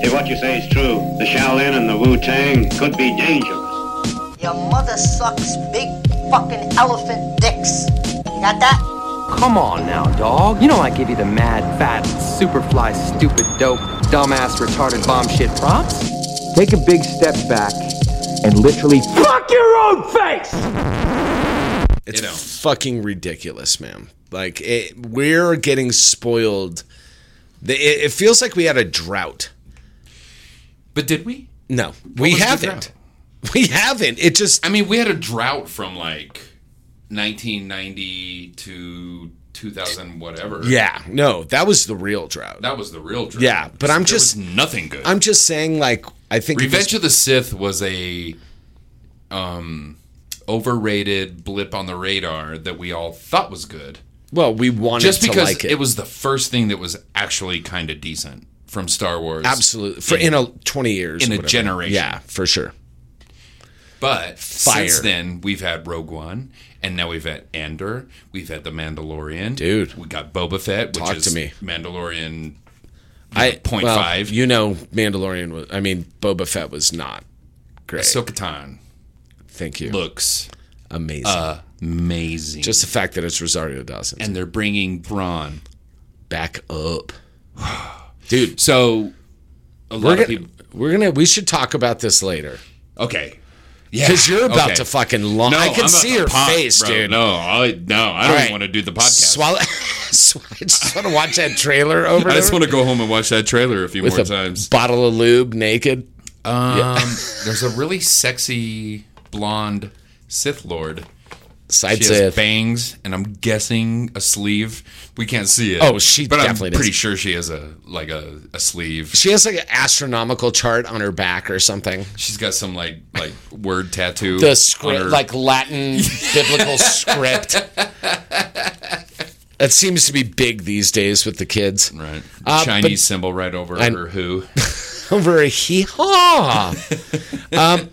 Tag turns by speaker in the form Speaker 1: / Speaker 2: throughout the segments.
Speaker 1: If what you say is true, the Shaolin and the Wu Tang could be dangerous.
Speaker 2: Your mother sucks big fucking elephant dicks. You got that?
Speaker 3: Come on now, dog. You know I give you the mad, fat, superfly, stupid, dope, dumbass, retarded, bomb shit props. Take a big step back and literally fuck your own face.
Speaker 4: It's fucking ridiculous, man. Like it, we're getting spoiled. The- It, it feels like we had a drought.
Speaker 5: But did we?
Speaker 4: No, we
Speaker 5: was the
Speaker 4: haven't.
Speaker 5: drought?
Speaker 4: We haven't. It just
Speaker 5: I mean, we had a drought from like 1990 to 2000, whatever.
Speaker 4: yeah. No, that was the real drought.
Speaker 5: That was the real drought.
Speaker 4: Yeah, but I'm
Speaker 5: There was
Speaker 4: just-
Speaker 5: nothing good.
Speaker 4: I'm just saying, like, I think it
Speaker 5: Revenge
Speaker 4: just-
Speaker 5: of the Sith was a um overrated blip on the radar that we all thought was good.
Speaker 4: well, we wanted
Speaker 5: Just
Speaker 4: to
Speaker 5: because
Speaker 4: like
Speaker 5: it. was the first thing that was actually kind of decent from Star Wars.
Speaker 4: absolutely for in a 20 years,
Speaker 5: in a
Speaker 4: whatever.
Speaker 5: generation.
Speaker 4: Yeah, for sure.
Speaker 5: But
Speaker 4: Fire.
Speaker 5: since then, we've had Rogue One, and now we've had Andor. We've had the Mandalorian,
Speaker 4: Dude.
Speaker 5: We got Boba Fett, which
Speaker 4: Talk
Speaker 5: is
Speaker 4: to me.
Speaker 5: Mandalorian.
Speaker 4: I
Speaker 5: point
Speaker 4: well,
Speaker 5: five.
Speaker 4: You know, Mandalorian was. I mean, Boba Fett was not great.
Speaker 5: Ahsoka Tan
Speaker 4: Thank you.
Speaker 5: looks
Speaker 4: amazing.
Speaker 5: amazing,
Speaker 4: just the fact that it's Rosario Dawson
Speaker 5: uh, and they're bringing Braun.
Speaker 4: back up, dude.
Speaker 5: So
Speaker 4: We're
Speaker 5: a lot of
Speaker 4: gonna,
Speaker 5: people.
Speaker 4: we're gonna we should talk about this later
Speaker 5: Okay,
Speaker 4: because you're about
Speaker 5: okay.
Speaker 4: to fucking launch.
Speaker 5: No,
Speaker 4: I can
Speaker 5: I'm
Speaker 4: see
Speaker 5: a-
Speaker 4: your
Speaker 5: pop,
Speaker 4: face,
Speaker 5: bro.
Speaker 4: dude.
Speaker 5: No, I no, I
Speaker 4: All
Speaker 5: don't
Speaker 4: right.
Speaker 5: want to do the podcast.
Speaker 4: Swallow. Sw- I just want to watch that trailer over.
Speaker 5: I just want
Speaker 4: to
Speaker 5: to go home and watch that trailer a few
Speaker 4: with
Speaker 5: more
Speaker 4: a
Speaker 5: times.
Speaker 4: bottle of lube naked.
Speaker 5: Um, there's a really sexy blonde Sith Lord.
Speaker 4: Side
Speaker 5: She has
Speaker 4: Sith.
Speaker 5: bangs, and I'm guessing a sleeve. We can't see it.
Speaker 4: Oh, she
Speaker 5: but
Speaker 4: definitely
Speaker 5: I'm
Speaker 4: does.
Speaker 5: pretty sure she has a like a, a sleeve.
Speaker 4: She has like an astronomical chart on her back or something.
Speaker 5: She's got some like like word tattoo.
Speaker 4: The
Speaker 5: on
Speaker 4: script,
Speaker 5: her-
Speaker 4: like Latin biblical script. That seems to be big these days with the kids.
Speaker 5: right
Speaker 4: Uh,
Speaker 5: Chinese
Speaker 4: but-
Speaker 5: symbol right over
Speaker 4: I-
Speaker 5: her who.
Speaker 4: over a hee haw. um,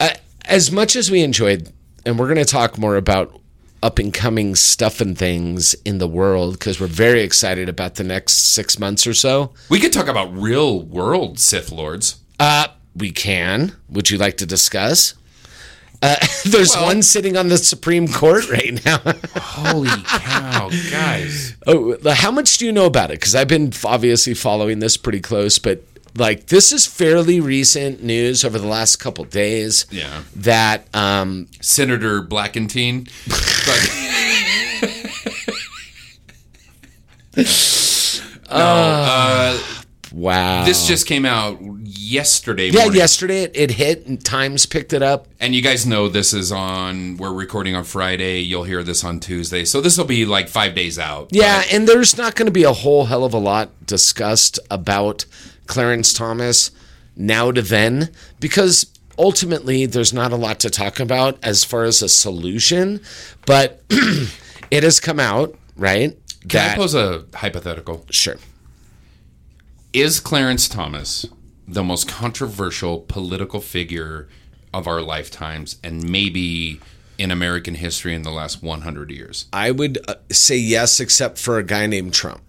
Speaker 4: I- as much as we enjoyed, and we're going to talk more about up and coming stuff and things in the world because we're very excited about the next six months or so.
Speaker 5: We could talk about real world Sith lords.
Speaker 4: Uh, we can. Would you like to discuss? Uh, there's one sitting on the Supreme Court right now.
Speaker 5: Holy cow, guys!
Speaker 4: oh, how much do you know about it? Because I've been f- obviously following this pretty close, but like this is fairly recent news over the last couple days.
Speaker 5: Yeah.
Speaker 4: that um,
Speaker 5: Senator Blackentine. But- no, uh,
Speaker 4: wow.
Speaker 5: this just came out yesterday.
Speaker 4: Uh. yeah,
Speaker 5: morning.
Speaker 4: yesterday it, it hit and Times picked it up.
Speaker 5: And you guys know this is on. We're recording on Friday. You'll hear this on Tuesday. So this will be like five days out.
Speaker 4: Yeah, Uh, and there's not going to be a whole hell of a lot discussed about Clarence Thomas now to then because ultimately there's not a lot to talk about as far as a solution, but it has come out, right?
Speaker 5: Can I pose a hypothetical?
Speaker 4: sure.
Speaker 5: Is Clarence Thomas the most controversial political figure of our lifetimes, and maybe in American history in the last 100 years?
Speaker 4: I would uh, say yes except for a guy named Trump.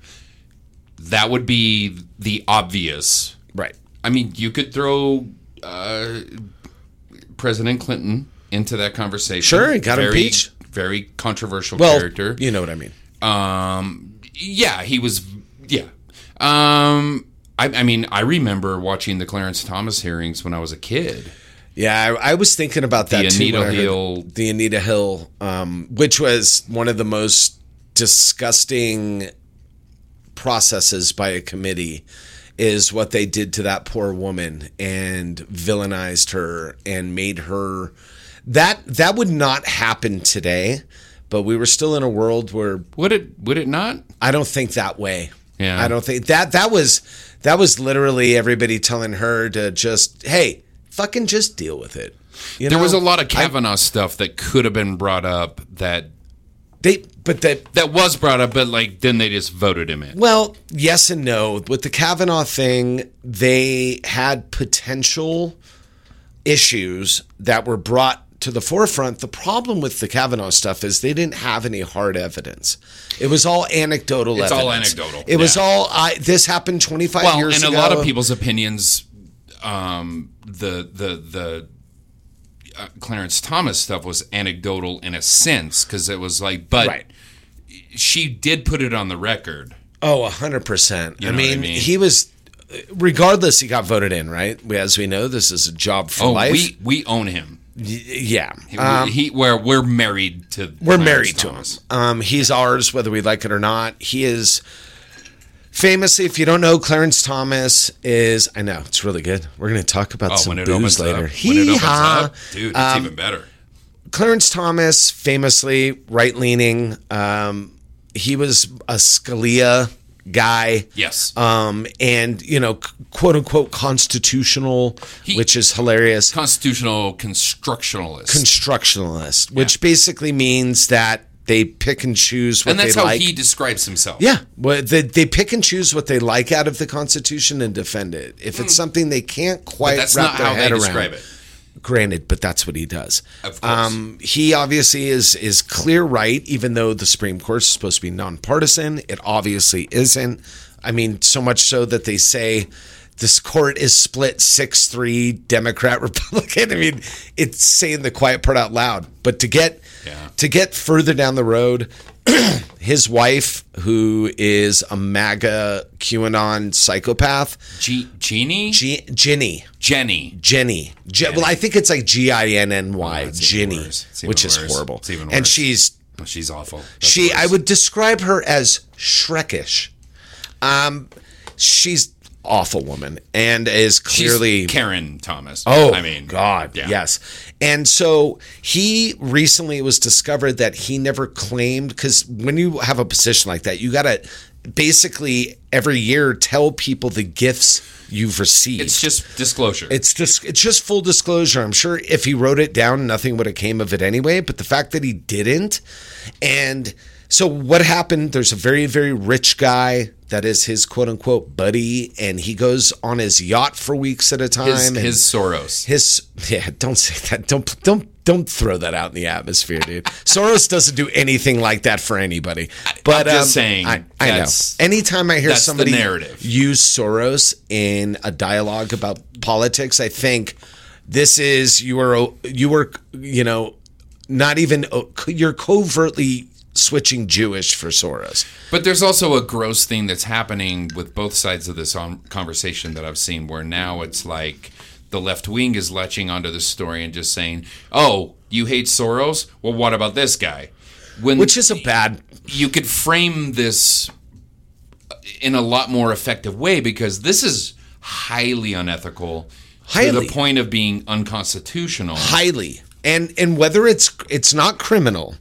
Speaker 5: That would be the obvious.
Speaker 4: Right.
Speaker 5: I mean, you could throw uh, President Clinton into that conversation.
Speaker 4: Sure, he got
Speaker 5: very,
Speaker 4: impeached.
Speaker 5: Very controversial
Speaker 4: Well,
Speaker 5: character.
Speaker 4: you know what I mean.
Speaker 5: Um, yeah, he was. Yeah. Um, I, I mean, I remember watching the Clarence Thomas hearings when I was a kid.
Speaker 4: Yeah, I, I was thinking about that too.
Speaker 5: Anita
Speaker 4: when I heard
Speaker 5: Hill-
Speaker 4: the Anita Hill, um, which was one of the most disgusting processes by a committee, is what they did to that poor woman and villainized her and made her. That that would not happen today, but we were still in a world where
Speaker 5: Would it? Would it not?
Speaker 4: I don't think that way.
Speaker 5: Yeah.
Speaker 4: I don't think that that was that was literally everybody telling her to just hey fucking just deal with it. You
Speaker 5: There
Speaker 4: know?
Speaker 5: was a lot of
Speaker 4: I-
Speaker 5: Kavanaugh stuff that could have been brought up that
Speaker 4: they, but that
Speaker 5: that was brought up, but like then they just voted him in.
Speaker 4: Well, yes and no. With the Kavanaugh thing, they had potential issues that were brought to the forefront. The problem with the Kavanaugh stuff is they didn't have any hard evidence. It was all anecdotal.
Speaker 5: It's all
Speaker 4: evidence.
Speaker 5: anecdotal,
Speaker 4: It was
Speaker 5: yeah.
Speaker 4: all I, this happened 25
Speaker 5: well,
Speaker 4: years
Speaker 5: and
Speaker 4: ago.
Speaker 5: a lot of people's opinions, um, the the the uh, Clarence Thomas stuff was anecdotal in a sense because it was like, but
Speaker 4: Right.
Speaker 5: she did put it on the record.
Speaker 4: Oh, 100%. I
Speaker 5: know what I
Speaker 4: mean,
Speaker 5: mean?
Speaker 4: he was regardless he got voted in, right? As we know, this is a job for
Speaker 5: Oh,
Speaker 4: life.
Speaker 5: we we own him.
Speaker 4: yeah.
Speaker 5: he where we're married to.
Speaker 4: Um, We're
Speaker 5: Clarence
Speaker 4: married
Speaker 5: Thomas.
Speaker 4: to him. Um, he's ours, whether we like it or not. He is famously, if you don't know, Clarence Thomas is. I know it's really good. We're going to talk about
Speaker 5: Oh,
Speaker 4: some
Speaker 5: when it
Speaker 4: booze
Speaker 5: opens
Speaker 4: later.
Speaker 5: up, when it opens
Speaker 4: Hee-haw. Um,
Speaker 5: up, dude, it's even better.
Speaker 4: Clarence Thomas, famously right leaning. Um, he was a Scalia guy.
Speaker 5: Yes,
Speaker 4: Um, and you know, c- quote unquote constitutional,
Speaker 5: He-
Speaker 4: which is hilarious.
Speaker 5: constitutional constructionalist.
Speaker 4: constructionalist, which basically means that they pick and choose what
Speaker 5: and that's
Speaker 4: they
Speaker 5: how
Speaker 4: like.
Speaker 5: he describes himself.
Speaker 4: Yeah, well, they, they pick and choose what they like out of the Constitution and defend it. If it's something they can't quite
Speaker 5: Hmm. that's
Speaker 4: wrap
Speaker 5: not
Speaker 4: their
Speaker 5: how they
Speaker 4: head
Speaker 5: describe
Speaker 4: around,
Speaker 5: it.
Speaker 4: granted, but that's what he does.
Speaker 5: Of course.
Speaker 4: um, he obviously is is clear right, even though the Supreme Court is supposed to be nonpartisan. It obviously isn't. I mean, so much so that they say. This court is split 6 3 Democrat Republican. I mean, it's saying the quiet part out loud. But to get
Speaker 5: Yeah.
Speaker 4: to get further down the road, his wife, who is a MAGA QAnon psychopath,
Speaker 5: G- Jeannie?
Speaker 4: G- Ginny,
Speaker 5: Jenny.
Speaker 4: Jenny. Je- Well, I think it's like G I N N Y,
Speaker 5: it's even
Speaker 4: Ginny,
Speaker 5: worse. It's even
Speaker 4: which is
Speaker 5: worse.
Speaker 4: horrible.
Speaker 5: It's even
Speaker 4: And
Speaker 5: worse.
Speaker 4: she's
Speaker 5: Oh, she's awful. That's
Speaker 4: she. I
Speaker 5: worse.
Speaker 4: would describe her as Shrekish. Um, she's awful woman and is
Speaker 5: She's
Speaker 4: clearly
Speaker 5: Karen Thomas.
Speaker 4: Oh,
Speaker 5: I mean,
Speaker 4: God,
Speaker 5: yeah.
Speaker 4: yes. And so he recently was discovered that he never claimed because when you have a position like that, you got to basically every year tell people the gifts you've received.
Speaker 5: It's just disclosure.
Speaker 4: It's just it's just full disclosure. I'm sure if he wrote it down, nothing would have came of it anyway. But the fact that he didn't, and so what happened? There's a very very rich guy that is his quote unquote buddy, and he goes on his yacht for weeks at a time.
Speaker 5: his,
Speaker 4: and
Speaker 5: his Soros.
Speaker 4: his yeah. Don't say that. Don't don't don't throw that out in the atmosphere, dude. Soros doesn't do anything like that for anybody. But
Speaker 5: I'm just
Speaker 4: um,
Speaker 5: saying
Speaker 4: I, I know.
Speaker 5: that's-
Speaker 4: Anytime I hear
Speaker 5: that's the
Speaker 4: somebody
Speaker 5: narrative.
Speaker 4: use Soros in a dialogue about politics, I think this is you are you were you know not even oh, you're covertly switching Jewish for Soros.
Speaker 5: But there's also a gross thing that's happening with both sides of this on- conversation that I've seen where now it's like the left wing is latching onto this story and just saying, oh, you hate Soros? Well, what about this guy? When
Speaker 4: Which is a bad
Speaker 5: you could frame this in a lot more effective way because this is highly unethical to
Speaker 4: Highly.
Speaker 5: the point of being unconstitutional.
Speaker 4: highly and and whether it's it's not criminal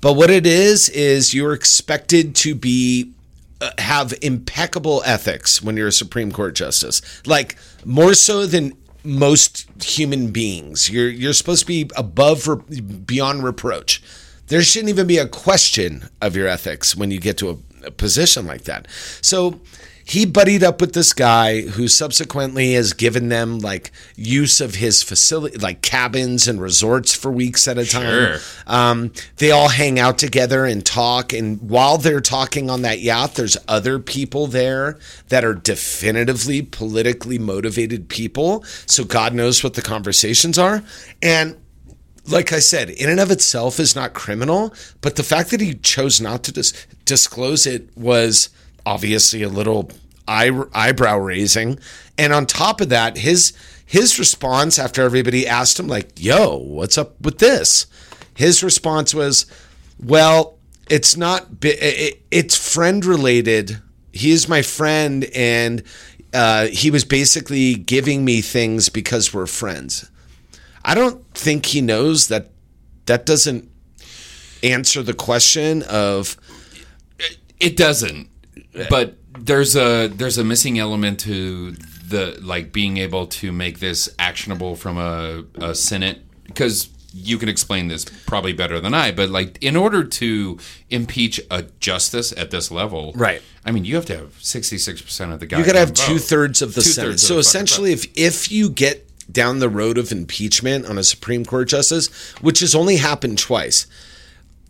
Speaker 4: but what it is is you're expected to be uh, have impeccable ethics when you're a supreme court justice like more so than most human beings you're you're supposed to be above re- beyond reproach there shouldn't even be a question of your ethics when you get to a, a position like that so he buddied up with this guy who subsequently has given them like use of his facility, like cabins and resorts for weeks at a time.
Speaker 5: Sure.
Speaker 4: Um, they all hang out together and talk. And while they're talking on that yacht, there's other people there that are definitively politically motivated people. So God knows what the conversations are. And like I said, in and of itself is not criminal, but the fact that he chose not to dis- disclose it was obviously a little eye- eyebrow raising. And on top of that, his his response after everybody asked him like, "Yo, what's up with this?" His response was, "Well, it's not bi- it, it's friend related. He is my friend and uh, he was basically giving me things because we're friends." I don't think he knows that that doesn't answer the question of
Speaker 5: It doesn't. But there's a there's a missing element to the like being able to make this actionable from a, a Senate because you can explain this probably better than I, but like in order to impeach a justice at this level,
Speaker 4: Right.
Speaker 5: I mean, you have to have sixty six percent of the guys.
Speaker 4: You could have
Speaker 5: vote.
Speaker 4: two thirds of the
Speaker 5: Two-thirds
Speaker 4: Senate.
Speaker 5: of
Speaker 4: so
Speaker 5: the fucking
Speaker 4: essentially, if if you get down the road of impeachment on a Supreme Court justice, which has only happened twice,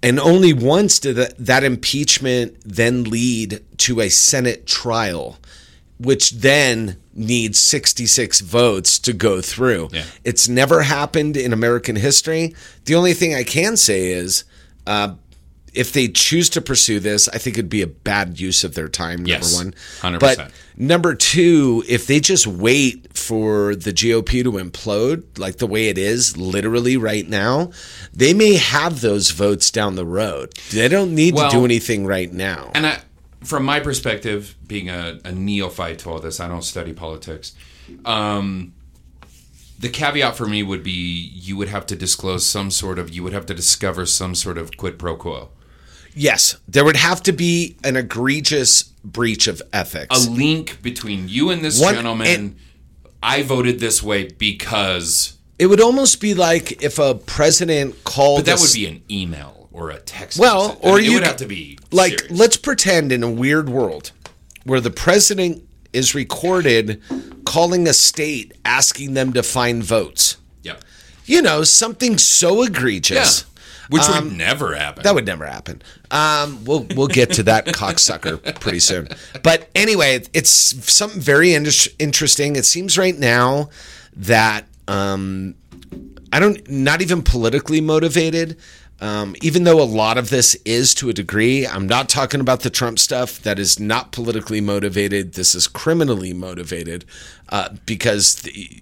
Speaker 4: and only once did that, that impeachment then lead to a Senate trial, which then needs 66 votes to go through.
Speaker 5: Yeah.
Speaker 4: It's never happened in American history. The only thing I can say is. Uh, if they choose to pursue this, I think it'd be a bad use of their time.
Speaker 5: Yes,
Speaker 4: number one,
Speaker 5: 100%.
Speaker 4: But number two, if they just wait for the GOP to implode, like the way it is literally right now, they may have those votes down the road. They don't need
Speaker 5: Well-
Speaker 4: to do anything right now.
Speaker 5: And I, from my perspective, being a, a neophyte to all this, I don't study politics. Um, the caveat for me would be you would have to disclose some sort of, you would have to discover some sort of quid pro quo.
Speaker 4: Yes, there would have to be an egregious breach of
Speaker 5: A
Speaker 4: ethics.
Speaker 5: link between you and this
Speaker 4: One-
Speaker 5: gentleman.
Speaker 4: and-
Speaker 5: I voted this way because.
Speaker 4: it would almost be like if a president called.
Speaker 5: But that
Speaker 4: a
Speaker 5: would be an email or a text.
Speaker 4: Well,
Speaker 5: message. I mean,
Speaker 4: or
Speaker 5: it
Speaker 4: you
Speaker 5: would
Speaker 4: could-
Speaker 5: have to be
Speaker 4: like
Speaker 5: serious.
Speaker 4: let's pretend in a weird world where the president is recorded calling a state asking them to find votes
Speaker 5: yeah,
Speaker 4: you know something so
Speaker 5: yeah,
Speaker 4: egregious
Speaker 5: which would never happen.
Speaker 4: Um, that would never happen um, we'll we'll get to that cocksucker pretty soon but anyway it's something very in- interesting it seems right now that um, I don't not even politically motivated. Um, even though a lot of this is to a degree, I'm not talking about the Trump stuff that is not politically motivated. This is criminally motivated uh, because the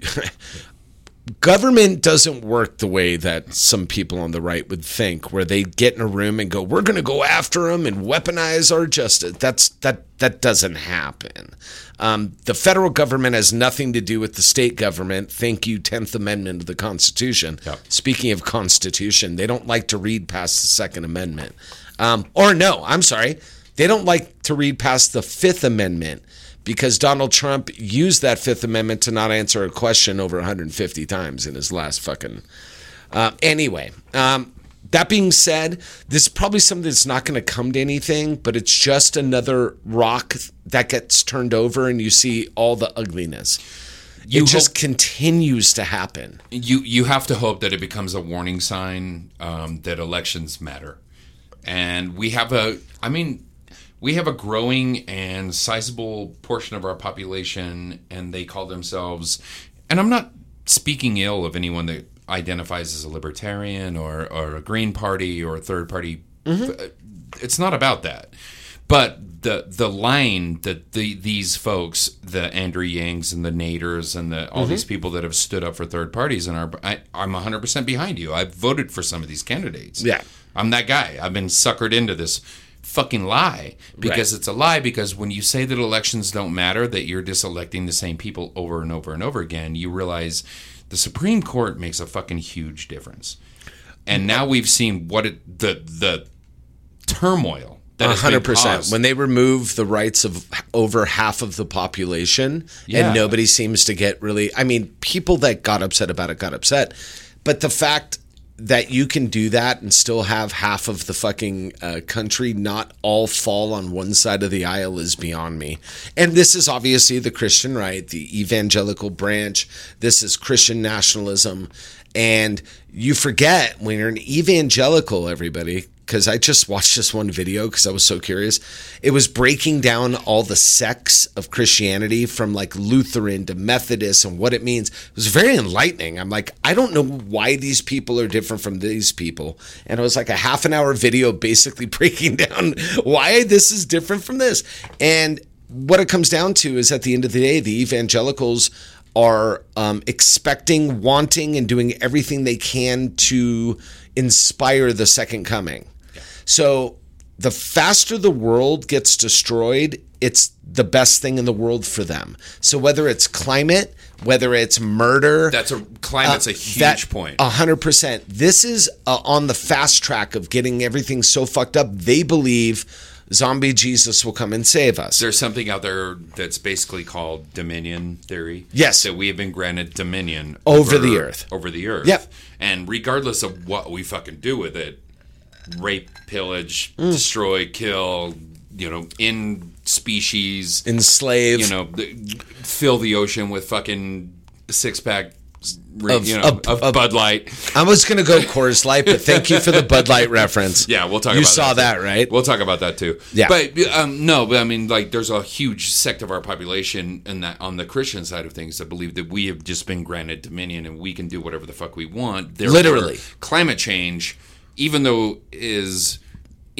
Speaker 4: government doesn't work the way that some people on the right would think, where they get in a room and go, "We're going to go after them and weaponize our justice." That's that that doesn't happen. Um, the federal government has nothing to do with the state government. Thank you, Tenth Amendment of the Constitution. Speaking of Constitution, they don't like to read past the Second Amendment, um, or no, I'm sorry, they don't like to read past the Fifth Amendment because Donald Trump used that Fifth Amendment to not answer a question over 150 times in his last fucking. Uh, anyway, um, that being said, this is probably something that's not going to come to anything, but it's just another rock that gets turned over and you see all the ugliness.
Speaker 5: You
Speaker 4: it just
Speaker 5: hope-
Speaker 4: continues to happen.
Speaker 5: you you have to hope that it becomes a warning sign um, that elections matter, and we have a I mean we have a growing and sizable portion of our population, and they call themselves, and I'm not speaking ill of anyone that identifies as a libertarian or or a green party or a third party. It's not about that. But the the line that the these folks, the Andrew Yangs and the Naders and the all these people that have stood up for third parties and are I, I'm 100% behind you. I've voted for some of these candidates.
Speaker 4: Yeah.
Speaker 5: I'm that guy. I've been suckered into this fucking lie because it's a lie because when you say that elections don't matter that you're just electing the same people over and over and over again, you realize the Supreme Court makes a fucking huge difference.
Speaker 4: Mm-hmm.
Speaker 5: And now we've seen what it the the turmoil that has been
Speaker 4: 100%.
Speaker 5: caused.
Speaker 4: When they remove the rights of over half of the population
Speaker 5: Yeah.
Speaker 4: and nobody seems to get really, I mean, people that got upset about it got upset. But the fact that you can do that and still have half of the fucking uh, country not all fall on one side of the aisle is beyond me. And this is obviously the Christian right, the evangelical branch. This is Christian nationalism. And you forget when you're an evangelical, everybody, because I just watched this one video because I was so curious. It was breaking down all the sects of Christianity from like Lutheran to Methodist and what it means. It was very enlightening. I'm like, I don't know why these people are different from these people. And it was like a half an hour video basically breaking down why this is different from this. And what it comes down to is at the end of the day, the evangelicals are um, expecting, wanting, and doing everything they can to inspire the second coming. So the faster the world gets destroyed, it's the best thing in the world for them. So whether it's climate, whether it's murder,
Speaker 5: That's a climate's
Speaker 4: Uh,
Speaker 5: a huge point.
Speaker 4: a hundred uh, percent. This is uh, on the fast track of getting everything so fucked up. They believe zombie Jesus will come and save us.
Speaker 5: There's something out there that's basically called dominion theory.
Speaker 4: Yes.
Speaker 5: That we have been granted dominion
Speaker 4: Over the earth.
Speaker 5: Over the earth.
Speaker 4: Yep.
Speaker 5: And regardless of what we fucking do with it, rape, pillage,
Speaker 4: Mm.
Speaker 5: destroy, kill, you know, in species,
Speaker 4: Enslave
Speaker 5: you know, th- fill the ocean with fucking six pack,
Speaker 4: Of-
Speaker 5: you know,
Speaker 4: of-
Speaker 5: of,
Speaker 4: of-
Speaker 5: Bud Light.
Speaker 4: I was gonna go Coors Light, but thank you for the Bud Light reference.
Speaker 5: Yeah, we'll talk.
Speaker 4: You
Speaker 5: about
Speaker 4: saw
Speaker 5: that,
Speaker 4: that,
Speaker 5: too.
Speaker 4: right?
Speaker 5: We'll talk about that too.
Speaker 4: Yeah.
Speaker 5: but um, no, but I mean, like, there's a huge sect of our population, and that on the Christian side of things, that believe that we have just been granted dominion and we can do whatever the fuck we want. Therefore,
Speaker 4: Literally.
Speaker 5: climate change, even though is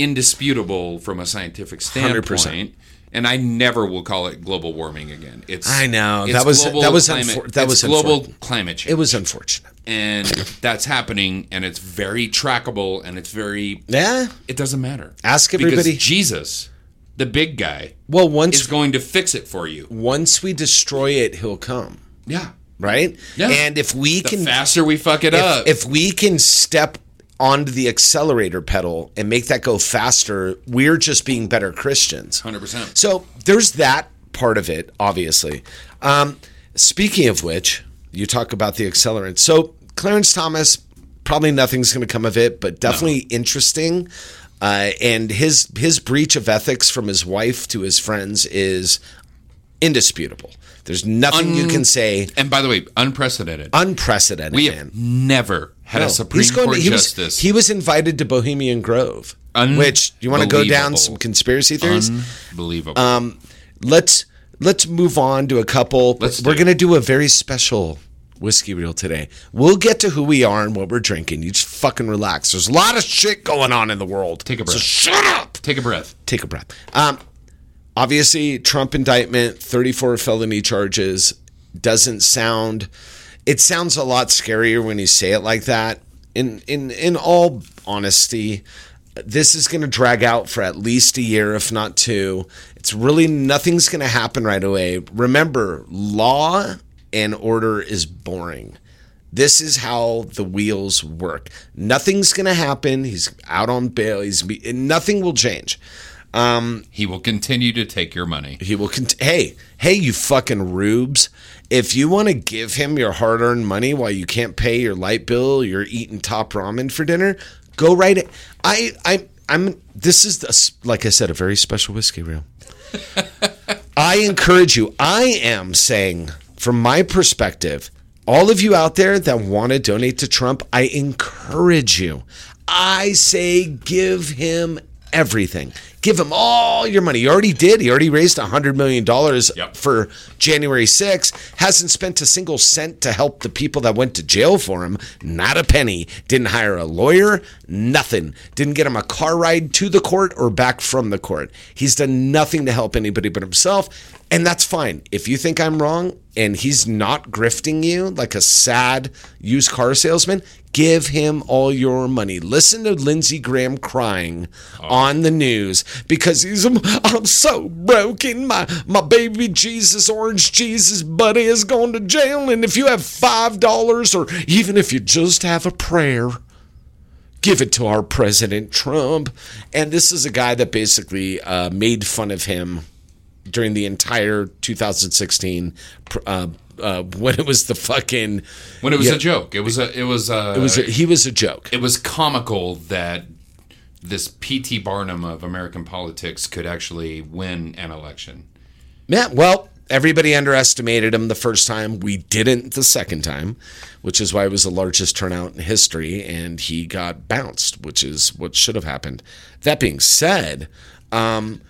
Speaker 5: indisputable from a scientific standpoint.
Speaker 4: 100%.
Speaker 5: And I never will call it global warming again. It's
Speaker 4: I know.
Speaker 5: it's
Speaker 4: That was-
Speaker 5: global
Speaker 4: that was
Speaker 5: climate,
Speaker 4: unfor- that
Speaker 5: it's
Speaker 4: was
Speaker 5: global
Speaker 4: unfortunate.
Speaker 5: climate change
Speaker 4: it was unfortunate.
Speaker 5: and that's happening and it's very trackable and it's very
Speaker 4: Yeah.
Speaker 5: it doesn't matter
Speaker 4: Ask
Speaker 5: Because
Speaker 4: everybody.
Speaker 5: jesus the big guy
Speaker 4: Well, once
Speaker 5: is going to fix it for you
Speaker 4: once we destroy it, he'll come.
Speaker 5: yeah
Speaker 4: Right.
Speaker 5: Yeah.
Speaker 4: And if we
Speaker 5: the
Speaker 4: can
Speaker 5: faster we fuck it up
Speaker 4: if, if we can step onto the accelerator pedal and make that go faster, we're just being better Christians.
Speaker 5: 100%
Speaker 4: So there's that part of it, obviously. Um, speaking of which, you talk about the accelerant. So Clarence Thomas, probably nothing's going to come of it, but definitely interesting. Uh, and his his breach of ethics from his wife to his friends is indisputable. There's nothing you can say
Speaker 5: and by the way unprecedented
Speaker 4: unprecedented.
Speaker 5: we
Speaker 4: man.
Speaker 5: have never had
Speaker 4: No,
Speaker 5: a supreme
Speaker 4: he's going
Speaker 5: court
Speaker 4: to- he
Speaker 5: justice
Speaker 4: Was, he was invited to Bohemian Grove, which you want to go down some
Speaker 5: Unbelievable.
Speaker 4: conspiracy theories.
Speaker 5: unbelievable
Speaker 4: Um, let's let's move on to a couple.
Speaker 5: Let's
Speaker 4: We're
Speaker 5: do it.
Speaker 4: going to do a very special whiskey reel today. We'll get to who we are and what we're drinking. You just fucking relax. There's a lot of shit going on in the world.
Speaker 5: Take a
Speaker 4: So
Speaker 5: breath.
Speaker 4: shut up.
Speaker 5: take a breath
Speaker 4: Take a breath. Um, obviously, Trump indictment, 34 felony charges. Doesn't sound. It sounds a lot scarier when you say it like that. In in in all honesty, this is going to drag out for at least a year, if not two. It's really nothing's going to happen right away. Remember, law and order is boring. This is how the wheels work. Nothing's going to happen. He's out on bail. He's nothing will change.
Speaker 5: he will continue to take your money
Speaker 4: He will. Cont- hey, hey, you fucking rubes! If you want to give him your hard-earned money while you can't pay your light bill, you're eating top ramen for dinner. Go right. It. I. I. I'm. This is a s like I said, a very special whiskey reel. I encourage you. I am saying, from my perspective, all of you out there that want to donate to Trump, I encourage you. I say, give him everything. Give him all your money. He already did. He already raised $100 million
Speaker 5: Yep.
Speaker 4: for January 6th. Hasn't spent a single cent to help the people that went to jail for him. Not a penny. Didn't hire a lawyer. Nothing. Didn't get him a car ride to the court or back from the court. He's done nothing to help anybody but himself. And that's fine. If you think I'm wrong and he's not grifting you like a sad used car salesman, give him all your money. Listen to Lindsey Graham crying on the news because he's I'm so broken. My my baby Jesus, orange Jesus buddy is going to jail. And if you have five dollars or even if you just have a prayer, give it to our president Trump. And this is a guy that basically uh, made fun of him during the entire 2016 pr- uh, uh, when it was the fucking
Speaker 5: when it was
Speaker 4: Yeah.
Speaker 5: a joke it was a it was uh, a
Speaker 4: it was a, he was a joke.
Speaker 5: it was comical that this P.T. Barnum of American politics could actually win an election.
Speaker 4: Yeah, well, everybody underestimated him the first time. We didn't the second time, which is why it was the largest turnout in history, and he got bounced, which is what should have happened. That being said, um,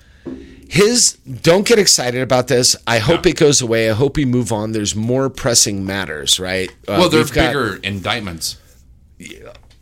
Speaker 4: his don't get excited about this. I hope it goes away. I hope we move on. There's more pressing matters, right? Uh,
Speaker 5: Well, there's
Speaker 4: we've got-
Speaker 5: bigger indictments.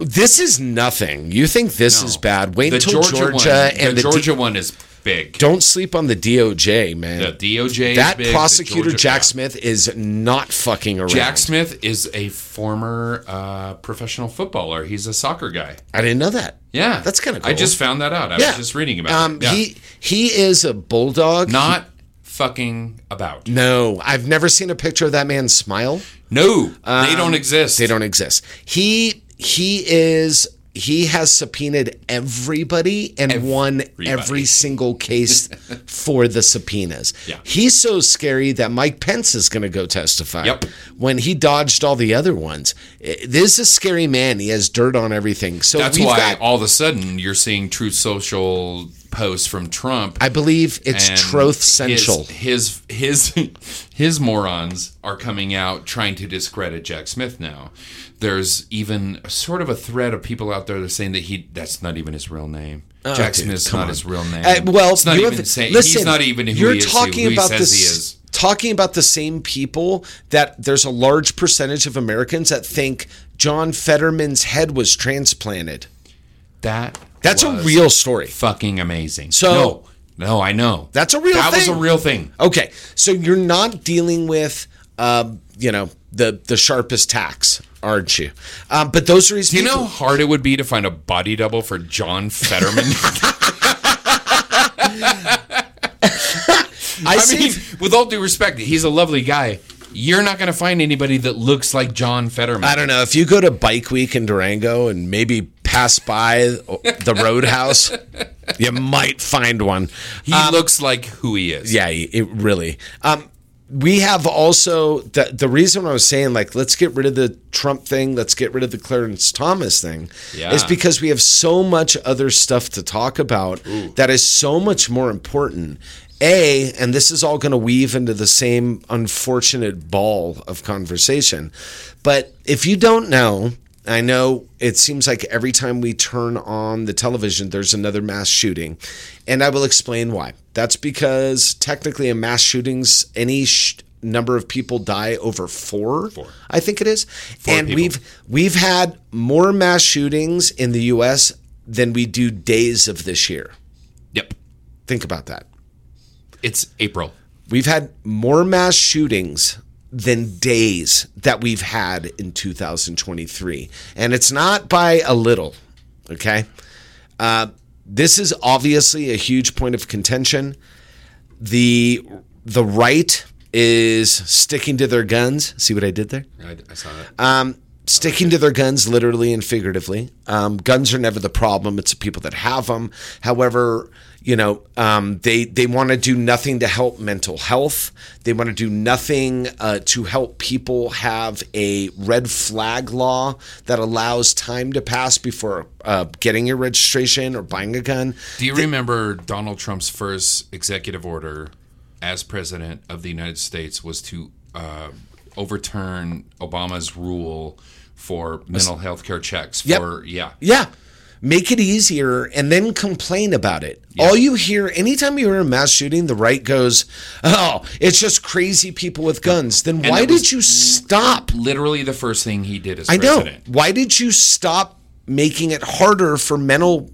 Speaker 4: This is nothing. You think this is
Speaker 5: No.
Speaker 4: bad? Wait
Speaker 5: The
Speaker 4: until Georgia,
Speaker 5: one,
Speaker 4: and
Speaker 5: the,
Speaker 4: the,
Speaker 5: Georgia
Speaker 4: D-
Speaker 5: one is big.
Speaker 4: don't sleep on the DOJ, man.
Speaker 5: the DOJ. is
Speaker 4: that
Speaker 5: big, the
Speaker 4: prosecutor
Speaker 5: Georgia-
Speaker 4: Jack Smith is not fucking around.
Speaker 5: Jack Smith is a former uh, professional footballer. He's a soccer guy.
Speaker 4: I didn't know that.
Speaker 5: Yeah,
Speaker 4: That's kinda
Speaker 5: I
Speaker 4: cool.
Speaker 5: just found that out. I was just reading about
Speaker 4: um,
Speaker 5: it. Yeah.
Speaker 4: He he is a bulldog.
Speaker 5: not fucking about.
Speaker 4: No, I've never seen a picture of that man smile. Um,
Speaker 5: No, they don't exist.
Speaker 4: They don't exist. He he is he has subpoenaed everybody and won every
Speaker 5: Everybody.
Speaker 4: single case for the subpoenas.
Speaker 5: Yeah.
Speaker 4: He's so scary that Mike Pence is going to go testify.
Speaker 5: Yep.
Speaker 4: When he dodged all the other ones. I- This is a scary man. He has dirt on everything. So
Speaker 5: That's
Speaker 4: we've
Speaker 5: why
Speaker 4: got-
Speaker 5: all of a sudden you're seeing Truth Social posts from Trump.
Speaker 4: I believe it's
Speaker 5: and
Speaker 4: Troth Central.
Speaker 5: His his his, his morons are coming out trying to discredit Jack Smith now. There's even sort of a thread of people out there that are saying that he that's not even his real name.
Speaker 4: Oh,
Speaker 5: Jack
Speaker 4: dude,
Speaker 5: Smith's
Speaker 4: come
Speaker 5: not
Speaker 4: on.
Speaker 5: his real name.
Speaker 4: Uh, well,
Speaker 5: it's not
Speaker 4: you
Speaker 5: even
Speaker 4: have-
Speaker 5: saying
Speaker 4: listen,
Speaker 5: he's not even who
Speaker 4: you're
Speaker 5: he is, who
Speaker 4: talking
Speaker 5: he
Speaker 4: about
Speaker 5: says
Speaker 4: this,
Speaker 5: he is.
Speaker 4: Talking about the same people that there's a large percentage of Americans that think John Fetterman's head was transplanted.
Speaker 5: That
Speaker 4: That's a
Speaker 5: was
Speaker 4: real story.
Speaker 5: fucking amazing.
Speaker 4: So-
Speaker 5: no, no, I know.
Speaker 4: That's a real
Speaker 5: That was
Speaker 4: thing.
Speaker 5: a real thing.
Speaker 4: Okay, so you're not dealing with, um, you know, the the sharpest tacks, aren't you? Um, but those are his.
Speaker 5: Do you
Speaker 4: people.
Speaker 5: know how hard it would be to find a body double for John Fetterman?
Speaker 4: I,
Speaker 5: I
Speaker 4: see.
Speaker 5: mean, with all due respect, he's a lovely guy. You're not going to find anybody that looks like John Fetterman.
Speaker 4: I don't know if you go to Bike Week in Durango and maybe pass by the Roadhouse, you might find one.
Speaker 5: He looks like who he is.
Speaker 4: Um, Yeah, it really. Um, we have also the the reason I was saying like let's get rid of the Trump thing, let's get rid of the Clarence Thomas thing,
Speaker 5: Yeah.
Speaker 4: is because we have so much other stuff to talk about that is so much more important. A, and this is all going to weave into the same unfortunate ball of conversation. But if you don't know, I know it seems like every time we turn on the television, there's another mass shooting. And I will explain why. That's because technically, in mass shootings, any sh- number of people die over four, four. I think it is. and
Speaker 5: people.
Speaker 4: we've we've had more mass shootings in the US than we do days of this year.
Speaker 5: Yep.
Speaker 4: Think about that.
Speaker 5: It's April.
Speaker 4: We've had more mass shootings than days that we've had in 2023. And it's not by a little, okay? Uh, this is obviously a huge point of contention. The the right is sticking to their guns. See what I did there?
Speaker 5: I, I saw that.
Speaker 4: sticking to their guns literally and figuratively. Um, guns are never the problem; it's the people that have them. However, you know um, they they want to do nothing to help mental health. They want to do nothing uh, to help people have a red flag law that allows time to pass before uh, getting your registration or buying a gun.
Speaker 5: Do you remember Donald Trump's first executive order as president of the United States was to uh, overturn Obama's rule for mental health care checks?
Speaker 4: Yep.
Speaker 5: For yeah,
Speaker 4: Yeah. Make it easier and then complain about it. All you hear, anytime you hear a mass shooting, the right goes, oh, it's just crazy people with guns. Then why
Speaker 5: it
Speaker 4: did
Speaker 5: was-
Speaker 4: you stop?
Speaker 5: literally the first thing he did as
Speaker 4: I know.
Speaker 5: president.
Speaker 4: Why did you stop making it harder for mental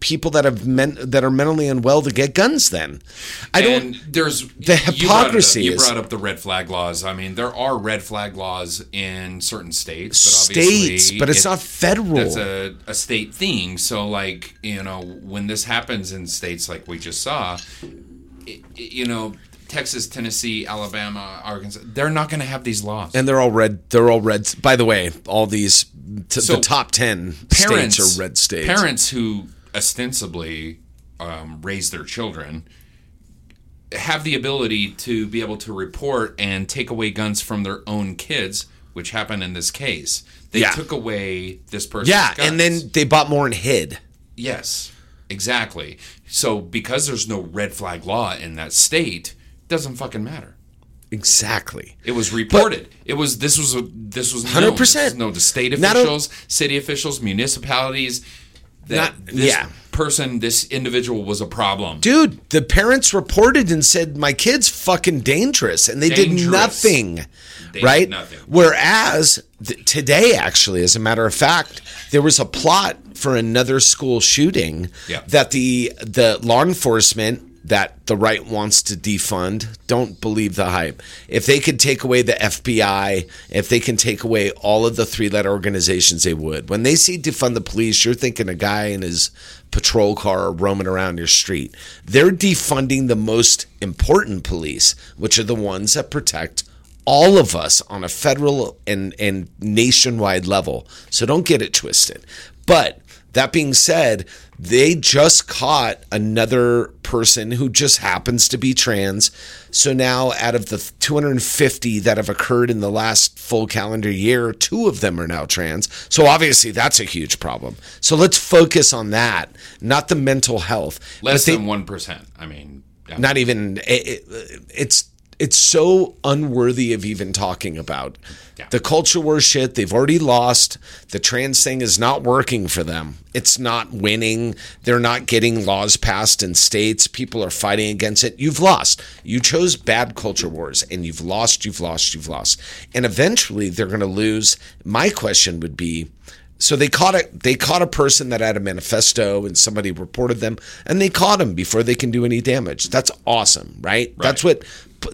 Speaker 4: people that have men, that are mentally unwell to get guns then? I don't
Speaker 5: and there's
Speaker 4: the
Speaker 5: you brought it up-
Speaker 4: hypocrisy
Speaker 5: You brought,
Speaker 4: is-
Speaker 5: up the red flag laws. I mean, there are red flag laws in certain states, but obviously
Speaker 4: states, but it's
Speaker 5: it-
Speaker 4: not federal.
Speaker 5: That's a, a state thing. So, like, you know, when this happens in states like we just saw, it, it- you know, Texas, Tennessee, Alabama, Arkansas, they're not going to have these laws.
Speaker 4: and they're all red. They're all red. By the way, all these t-
Speaker 5: So,
Speaker 4: the top ten
Speaker 5: parents
Speaker 4: states are red states.
Speaker 5: Parents who ostensibly um, raise their children have the ability to be able to report and take away guns from their own kids, which happened in this case. They
Speaker 4: Yeah.
Speaker 5: took away this person's
Speaker 4: yeah,
Speaker 5: guns.
Speaker 4: and then they bought more and hid.
Speaker 5: Yes, exactly. So because there's no red flag law in that state, doesn't fucking matter.
Speaker 4: Exactly.
Speaker 5: It was reported. it was this was a this was known. This
Speaker 4: 100%.
Speaker 5: was known to state
Speaker 4: Not a-
Speaker 5: officials, city officials, municipalities. That
Speaker 4: Not-
Speaker 5: this
Speaker 4: yeah.
Speaker 5: person, this individual was a problem.
Speaker 4: Dude, the parents reported and said my kid's fucking dangerous and they did
Speaker 5: Dangerous.
Speaker 4: nothing.
Speaker 5: They
Speaker 4: right?
Speaker 5: did nothing.
Speaker 4: Whereas th- today actually as a matter of fact, there was a plot for another school shooting
Speaker 5: Yeah.
Speaker 4: that the the law enforcement that the right wants to defund. Don't believe the hype. If they could take away the FBI, if they can take away all of the three letter organizations, they would. When they see defund the police, you're thinking a guy in his patrol car roaming around your street. They're defunding the most important police, which are the ones that protect all of us on a federal and, and nationwide level. So don't get it twisted. But That being said, they just caught another person who just happens to be trans. So now, out of the 250 that have occurred in the last full calendar year, two of them are now trans. So obviously, that's a huge problem. So let's focus on that, not the mental health.
Speaker 5: Less
Speaker 4: But they-
Speaker 5: than one percent. I mean, yeah.
Speaker 4: not even it, it, it's it's so unworthy of even talking about
Speaker 5: Yeah.
Speaker 4: the culture war shit they've already lost the trans thing is not working for them it's not winning they're not getting laws passed in states people are fighting against it you've lost you chose bad culture wars and you've lost you've lost you've lost and eventually they're going to lose my question would be so they caught a they caught a person that had a manifesto and somebody reported them and they caught him before they can do any damage. That's awesome, right? That's what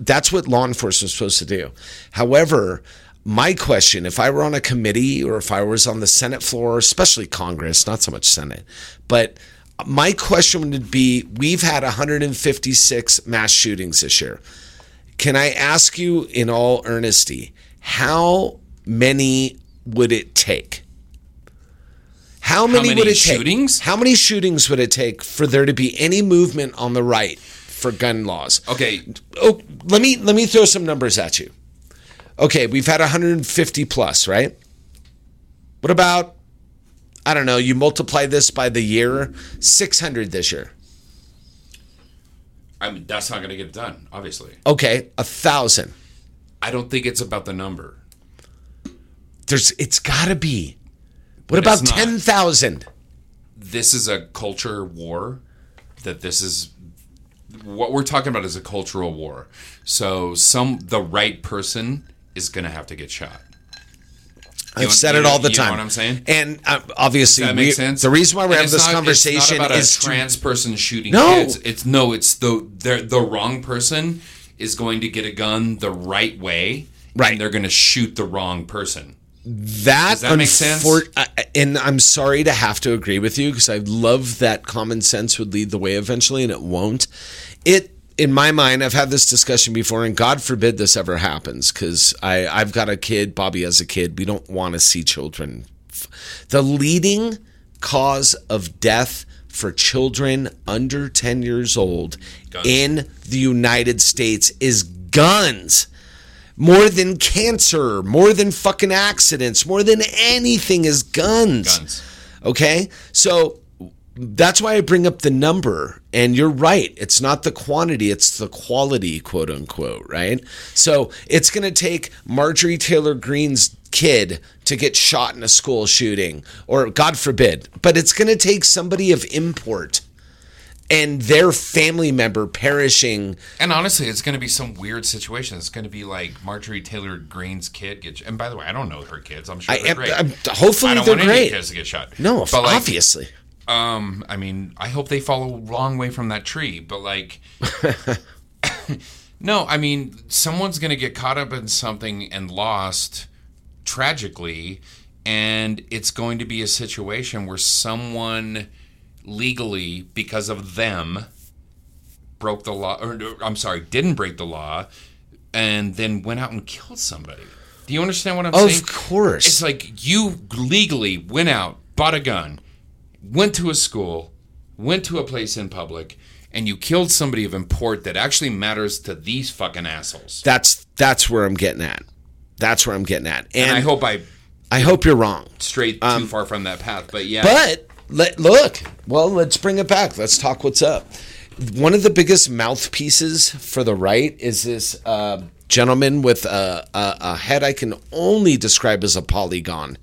Speaker 4: that's what law enforcement's supposed to do. However, my question, if I were on a committee or if I was on the Senate floor, especially Congress, not so much Senate, but my question would be we've had 156 mass shootings this year. Can I ask you in all earnesty, how many would it take? How many,
Speaker 5: many
Speaker 4: would it
Speaker 5: shootings?
Speaker 4: take? How many shootings would it take for there to be any movement on the right for gun laws?
Speaker 5: okay.
Speaker 4: Oh, let me let me throw some numbers at you. Okay, we've had 150 plus, right? What about I don't know, you multiply this by the year, 600 this year.
Speaker 5: I mean, that's not going to get done. Obviously,
Speaker 4: Okay, a 1000.
Speaker 5: I don't think it's about the number.
Speaker 4: There's it's got to be. What
Speaker 5: But it's
Speaker 4: about
Speaker 5: not.
Speaker 4: 10,000?
Speaker 5: This is a culture war. That this is what we're talking about is a cultural war. So some the right person is going to have to get shot.
Speaker 4: I've
Speaker 5: know-
Speaker 4: said
Speaker 5: you
Speaker 4: it
Speaker 5: know-
Speaker 4: all the
Speaker 5: you know
Speaker 4: time.
Speaker 5: what I'm saying?
Speaker 4: And uh, obviously,
Speaker 5: Does that make
Speaker 4: we-
Speaker 5: sense?
Speaker 4: the reason why we're
Speaker 5: And
Speaker 4: having
Speaker 5: it's
Speaker 4: this
Speaker 5: not-
Speaker 4: conversation
Speaker 5: it's not about
Speaker 4: is
Speaker 5: a trans person shooting
Speaker 4: No.
Speaker 5: kids. It's no, it's the they're, the wrong person is going to get a gun the right way,
Speaker 4: Right.
Speaker 5: And they're going to shoot the wrong person.
Speaker 4: to, that.
Speaker 5: that make sense?
Speaker 4: uh, and I'm sorry to have to agree with you because I love that common sense would lead the way eventually, and it won't. It. In my mind, I've had this discussion before, and God forbid this ever happens because I've got a kid. Bobby has a kid. We don't want to see children. f- The leading cause of death for children under 10 years old in the United States is guns. More than cancer, more than fucking accidents, more than anything is guns.
Speaker 5: Guns.
Speaker 4: Okay? So that's why I bring up the number. And you're right. It's not the quantity, it's the quality, quote unquote, right? So it's going to take Marjorie Taylor Greene's kid to get shot in a school shooting, or God forbid, but it's going to take somebody of import and their family member perishing.
Speaker 5: And honestly, it's going to be some weird situation. It's going to be like Marjorie Taylor Greene's kid gets. And by the way, I don't know her kids. I'm sure
Speaker 4: I
Speaker 5: they're
Speaker 4: am,
Speaker 5: great.
Speaker 4: I'm- hopefully
Speaker 5: I don't
Speaker 4: they're
Speaker 5: want any
Speaker 4: great.
Speaker 5: kids to get shot.
Speaker 4: No,
Speaker 5: But, like,
Speaker 4: obviously.
Speaker 5: Um, I mean, I hope they fall a long way from that tree, but like, no, I mean, someone's gonna get caught up in something and lost tragically, and it's going to be a situation where someone legally, because of them, broke the law, or no, I'm sorry, didn't break the law, and then went out and killed somebody. Do you understand what I'm
Speaker 4: Of
Speaker 5: saying?
Speaker 4: course.
Speaker 5: It's like you legally went out, bought a gun, went to a school, went to a place in public, and you killed somebody of import that actually matters to these fucking assholes.
Speaker 4: That's that's where I'm getting at. That's where I'm getting at. And,
Speaker 5: and I hope I
Speaker 4: I hope you're wrong.
Speaker 5: strayed
Speaker 4: Um,
Speaker 5: too far from that path, but yeah,
Speaker 4: But let look. Well, let's bring it back. Let's talk what's up. One of the biggest mouthpieces for the right is this uh, gentleman with a, a, a head I can only describe as a polygon.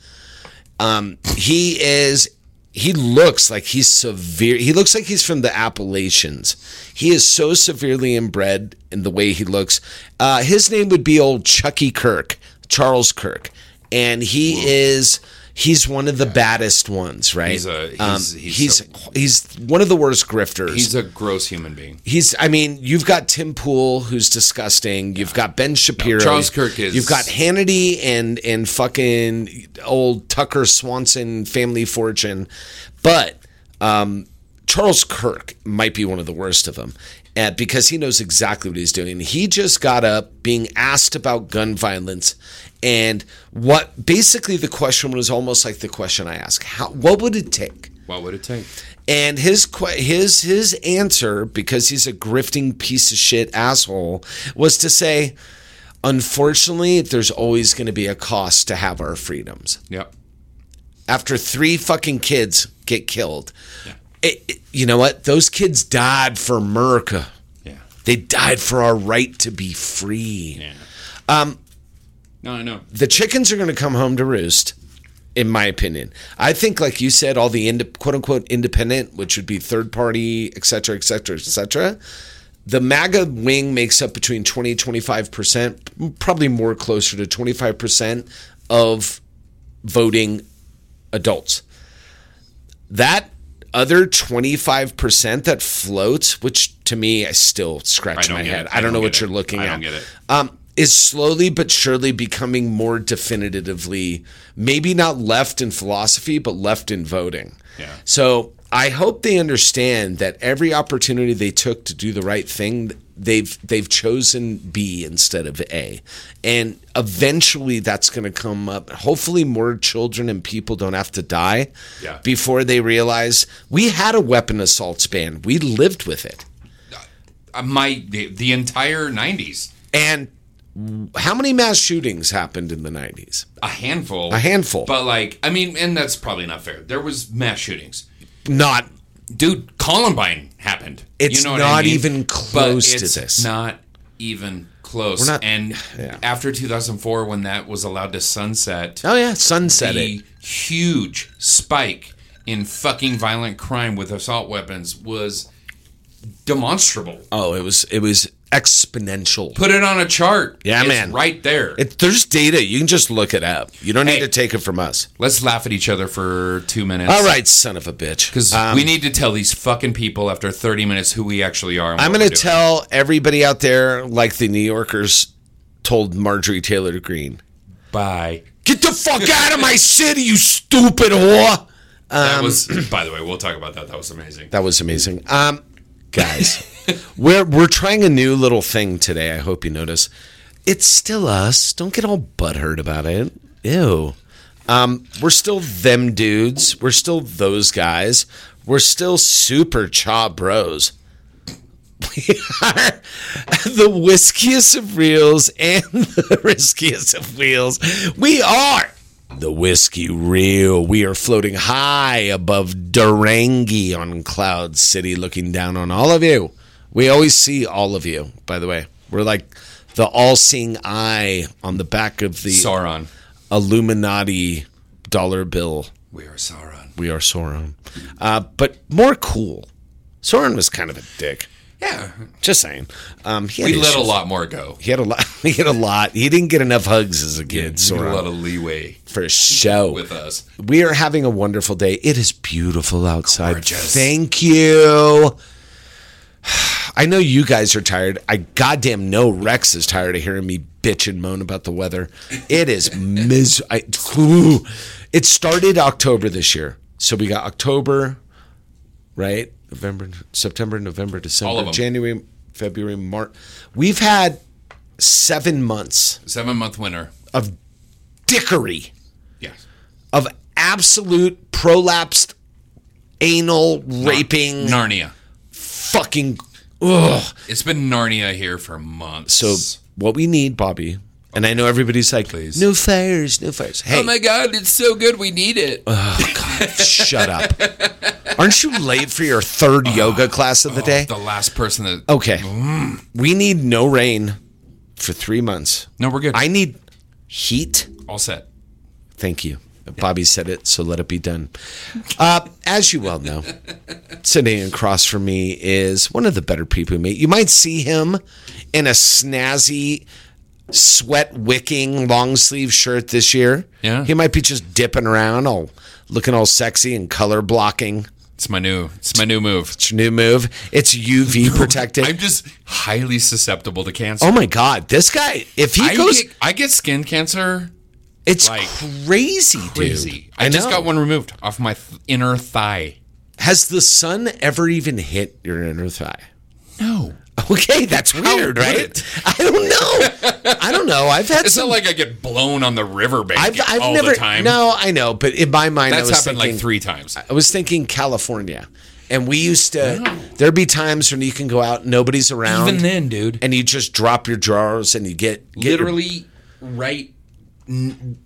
Speaker 4: Um, he is. He looks like he's severe. He looks like he's from the Appalachians. He is so severely inbred in the way he looks. Uh, his name would be old Chucky Kirk, Charles Kirk, and he is. He's one of the baddest ones, right? Um,
Speaker 5: He's a- he's- he's
Speaker 4: he's,
Speaker 5: a-
Speaker 4: he's one of the worst grifters.
Speaker 5: he's a gross human being.
Speaker 4: He's. I mean, you've got Tim Pool, who's disgusting. You've got Ben Shapiro.
Speaker 5: Charles Kirk is-
Speaker 4: You've got Hannity and and fucking old Tucker Swanson family fortune, but um, Charles Kirk might be one of the worst of them. uh, because he knows exactly what he's doing. He just got up being asked about gun violence, and what basically the question was almost like the question I asked: How, What would it take
Speaker 5: What would it take?
Speaker 4: And his que- his his answer, because he's a grifting piece of shit asshole, was to say, "Unfortunately, there's always going to be a cost to have our freedoms."
Speaker 5: Yep.
Speaker 4: After three fucking kids get killed, it, it- you know what? Those kids died for America.
Speaker 5: Yeah.
Speaker 4: They died for our right to be free.
Speaker 5: Yeah. Um. No, I know.
Speaker 4: The chickens are going to come home to roost, in my opinion. I think, like you said, all the ind- quote unquote independent, which would be third party, et cetera, et cetera, et cetera. The MAGA wing makes up between 20 25%, probably more closer to 25% of voting adults. That other 25% that floats, which to me, I still scratch
Speaker 5: I don't
Speaker 4: my
Speaker 5: get
Speaker 4: head.
Speaker 5: it.
Speaker 4: I don't know
Speaker 5: get
Speaker 4: what
Speaker 5: it.
Speaker 4: you're looking
Speaker 5: I
Speaker 4: at
Speaker 5: don't get it.
Speaker 4: um, is slowly but surely becoming more definitively, maybe not left in philosophy, but left in voting.
Speaker 5: Yeah.
Speaker 4: So I hope they understand that every opportunity they took to do the right thing, they've they've chosen B instead of A, and eventually that's going to come up. Hopefully, more children and people don't have to die
Speaker 5: Yeah.
Speaker 4: before they realize we had a weapon assaults ban. We lived with it.
Speaker 5: Uh, my the, the entire '90s,
Speaker 4: And how many mass shootings happened in the 90s?
Speaker 5: a handful,
Speaker 4: A handful.
Speaker 5: But like, I mean, and that's probably not fair. There was mass shootings,
Speaker 4: Not
Speaker 5: dude. Columbine happened.
Speaker 4: It's not even close
Speaker 5: but
Speaker 4: to
Speaker 5: it's
Speaker 4: this.
Speaker 5: Not even close.
Speaker 4: We're not-
Speaker 5: and after 2004, when that was allowed to sunset,
Speaker 4: Oh yeah, sunset
Speaker 5: the
Speaker 4: it.
Speaker 5: huge spike in fucking violent crime with assault weapons was demonstrable.
Speaker 4: Oh, it was it was exponential.
Speaker 5: Put it on a chart.
Speaker 4: Yeah,
Speaker 5: It's
Speaker 4: man.
Speaker 5: Right there.
Speaker 4: It, there's data. You can just look it up. You don't need
Speaker 5: Hey.
Speaker 4: to take it from us.
Speaker 5: Let's laugh at each other for two minutes.
Speaker 4: All right, son of a bitch.
Speaker 5: Because
Speaker 4: Um,
Speaker 5: we need to tell these fucking people after 30 minutes who we actually are. and
Speaker 4: I'm
Speaker 5: what
Speaker 4: going
Speaker 5: we're
Speaker 4: to
Speaker 5: doing.
Speaker 4: tell everybody out there, like the New Yorkers told Marjorie Taylor Greene,
Speaker 5: Bye.
Speaker 4: "Get the fuck out of my city, you stupid whore."
Speaker 5: That was, by the way, we'll talk about that. That was amazing.
Speaker 4: That was amazing. Um, guys, we're we're trying a new little thing today. I hope you notice. It's still us. Don't get all butthurt about it. Ew. Um, we're still them dudes. We're still those guys. We're still super cha bros. We are the whiskiest of reels and the riskiest of wheels. We are the whiskey reel. We are floating high above Durangi on Cloud City, looking down on all of you. We always see all of you, by the way. We're like the all seeing eye on the back of the
Speaker 5: Sauron.
Speaker 4: Illuminati dollar bill.
Speaker 5: We are Sauron.
Speaker 4: We are Sauron. Uh, but more cool. Sauron was kind of a dick.
Speaker 5: Yeah.
Speaker 4: Just saying. Um, he had
Speaker 5: We let a
Speaker 4: issues.
Speaker 5: lot more go.
Speaker 4: He had a lot. He had a lot. He didn't get enough hugs as a kid,
Speaker 5: We let a lot
Speaker 4: Sauron,
Speaker 5: of leeway
Speaker 4: for show.
Speaker 5: with us.
Speaker 4: We are having a wonderful day. It is beautiful outside.
Speaker 5: Gorgeous.
Speaker 4: Thank you. I know you guys are tired. I goddamn know Rex is tired of hearing me bitch and moan about the weather. It is mis. I, ooh. It started October this year, so we got October, right? November, September, November, December,
Speaker 5: All of 'em.
Speaker 4: January, February, March. We've had seven months
Speaker 5: Seven month winter.
Speaker 4: of dickery
Speaker 5: Yeah.
Speaker 4: of absolute prolapsed anal raping
Speaker 5: Narnia.
Speaker 4: fucking ugh.
Speaker 5: It's been Narnia here for months.
Speaker 4: So what we need, Bobby, and I know everybody's like,
Speaker 5: Please.
Speaker 4: no fires, no fires. Hey, Uh,
Speaker 5: Oh my God, it's so good. We need it.
Speaker 4: shut up. Aren't you late for your
Speaker 5: Oh.
Speaker 4: third yoga class of the day? Oh,
Speaker 5: The last person that.
Speaker 4: Okay.
Speaker 5: Mm.
Speaker 4: We need no rain for three months.
Speaker 5: No, we're good.
Speaker 4: I need heat.
Speaker 5: All set.
Speaker 4: Thank you. Bobby said it, so let it be done. Uh, as you well know, sitting across from me is one of the better people you meet. You might see him in a snazzy, sweat wicking long sleeve shirt this year.
Speaker 5: Yeah.
Speaker 4: He might be just dipping around, all looking all sexy and color blocking.
Speaker 5: It's my new. It's my new move.
Speaker 4: It's your new move. It's UV protected.
Speaker 5: I'm just highly susceptible to cancer.
Speaker 4: oh my God. This guy, if he
Speaker 5: I
Speaker 4: goes,
Speaker 5: get, I get skin cancer.
Speaker 4: it's
Speaker 5: like,
Speaker 4: crazy, dude.
Speaker 5: Crazy. I, just
Speaker 4: know.
Speaker 5: got one removed off my th- inner thigh.
Speaker 4: Has the sun ever even hit your inner thigh?
Speaker 5: No.
Speaker 4: Okay, that's weird,
Speaker 5: would
Speaker 4: right?
Speaker 5: it?
Speaker 4: I don't know. I don't know. I've had
Speaker 5: It's
Speaker 4: some.
Speaker 5: not like I get blown on the riverbank
Speaker 4: I've, I've
Speaker 5: all
Speaker 4: never.
Speaker 5: the time.
Speaker 4: No, I know, but in my mind, I
Speaker 5: that's
Speaker 4: was
Speaker 5: happened
Speaker 4: thinking,
Speaker 5: like three times.
Speaker 4: I was thinking California, and we used to.
Speaker 5: Oh.
Speaker 4: There'd be times when you can go out, nobody's around,
Speaker 6: Even then, dude.
Speaker 4: and you just drop your drawers and you get, get your-
Speaker 5: Literally, right, n-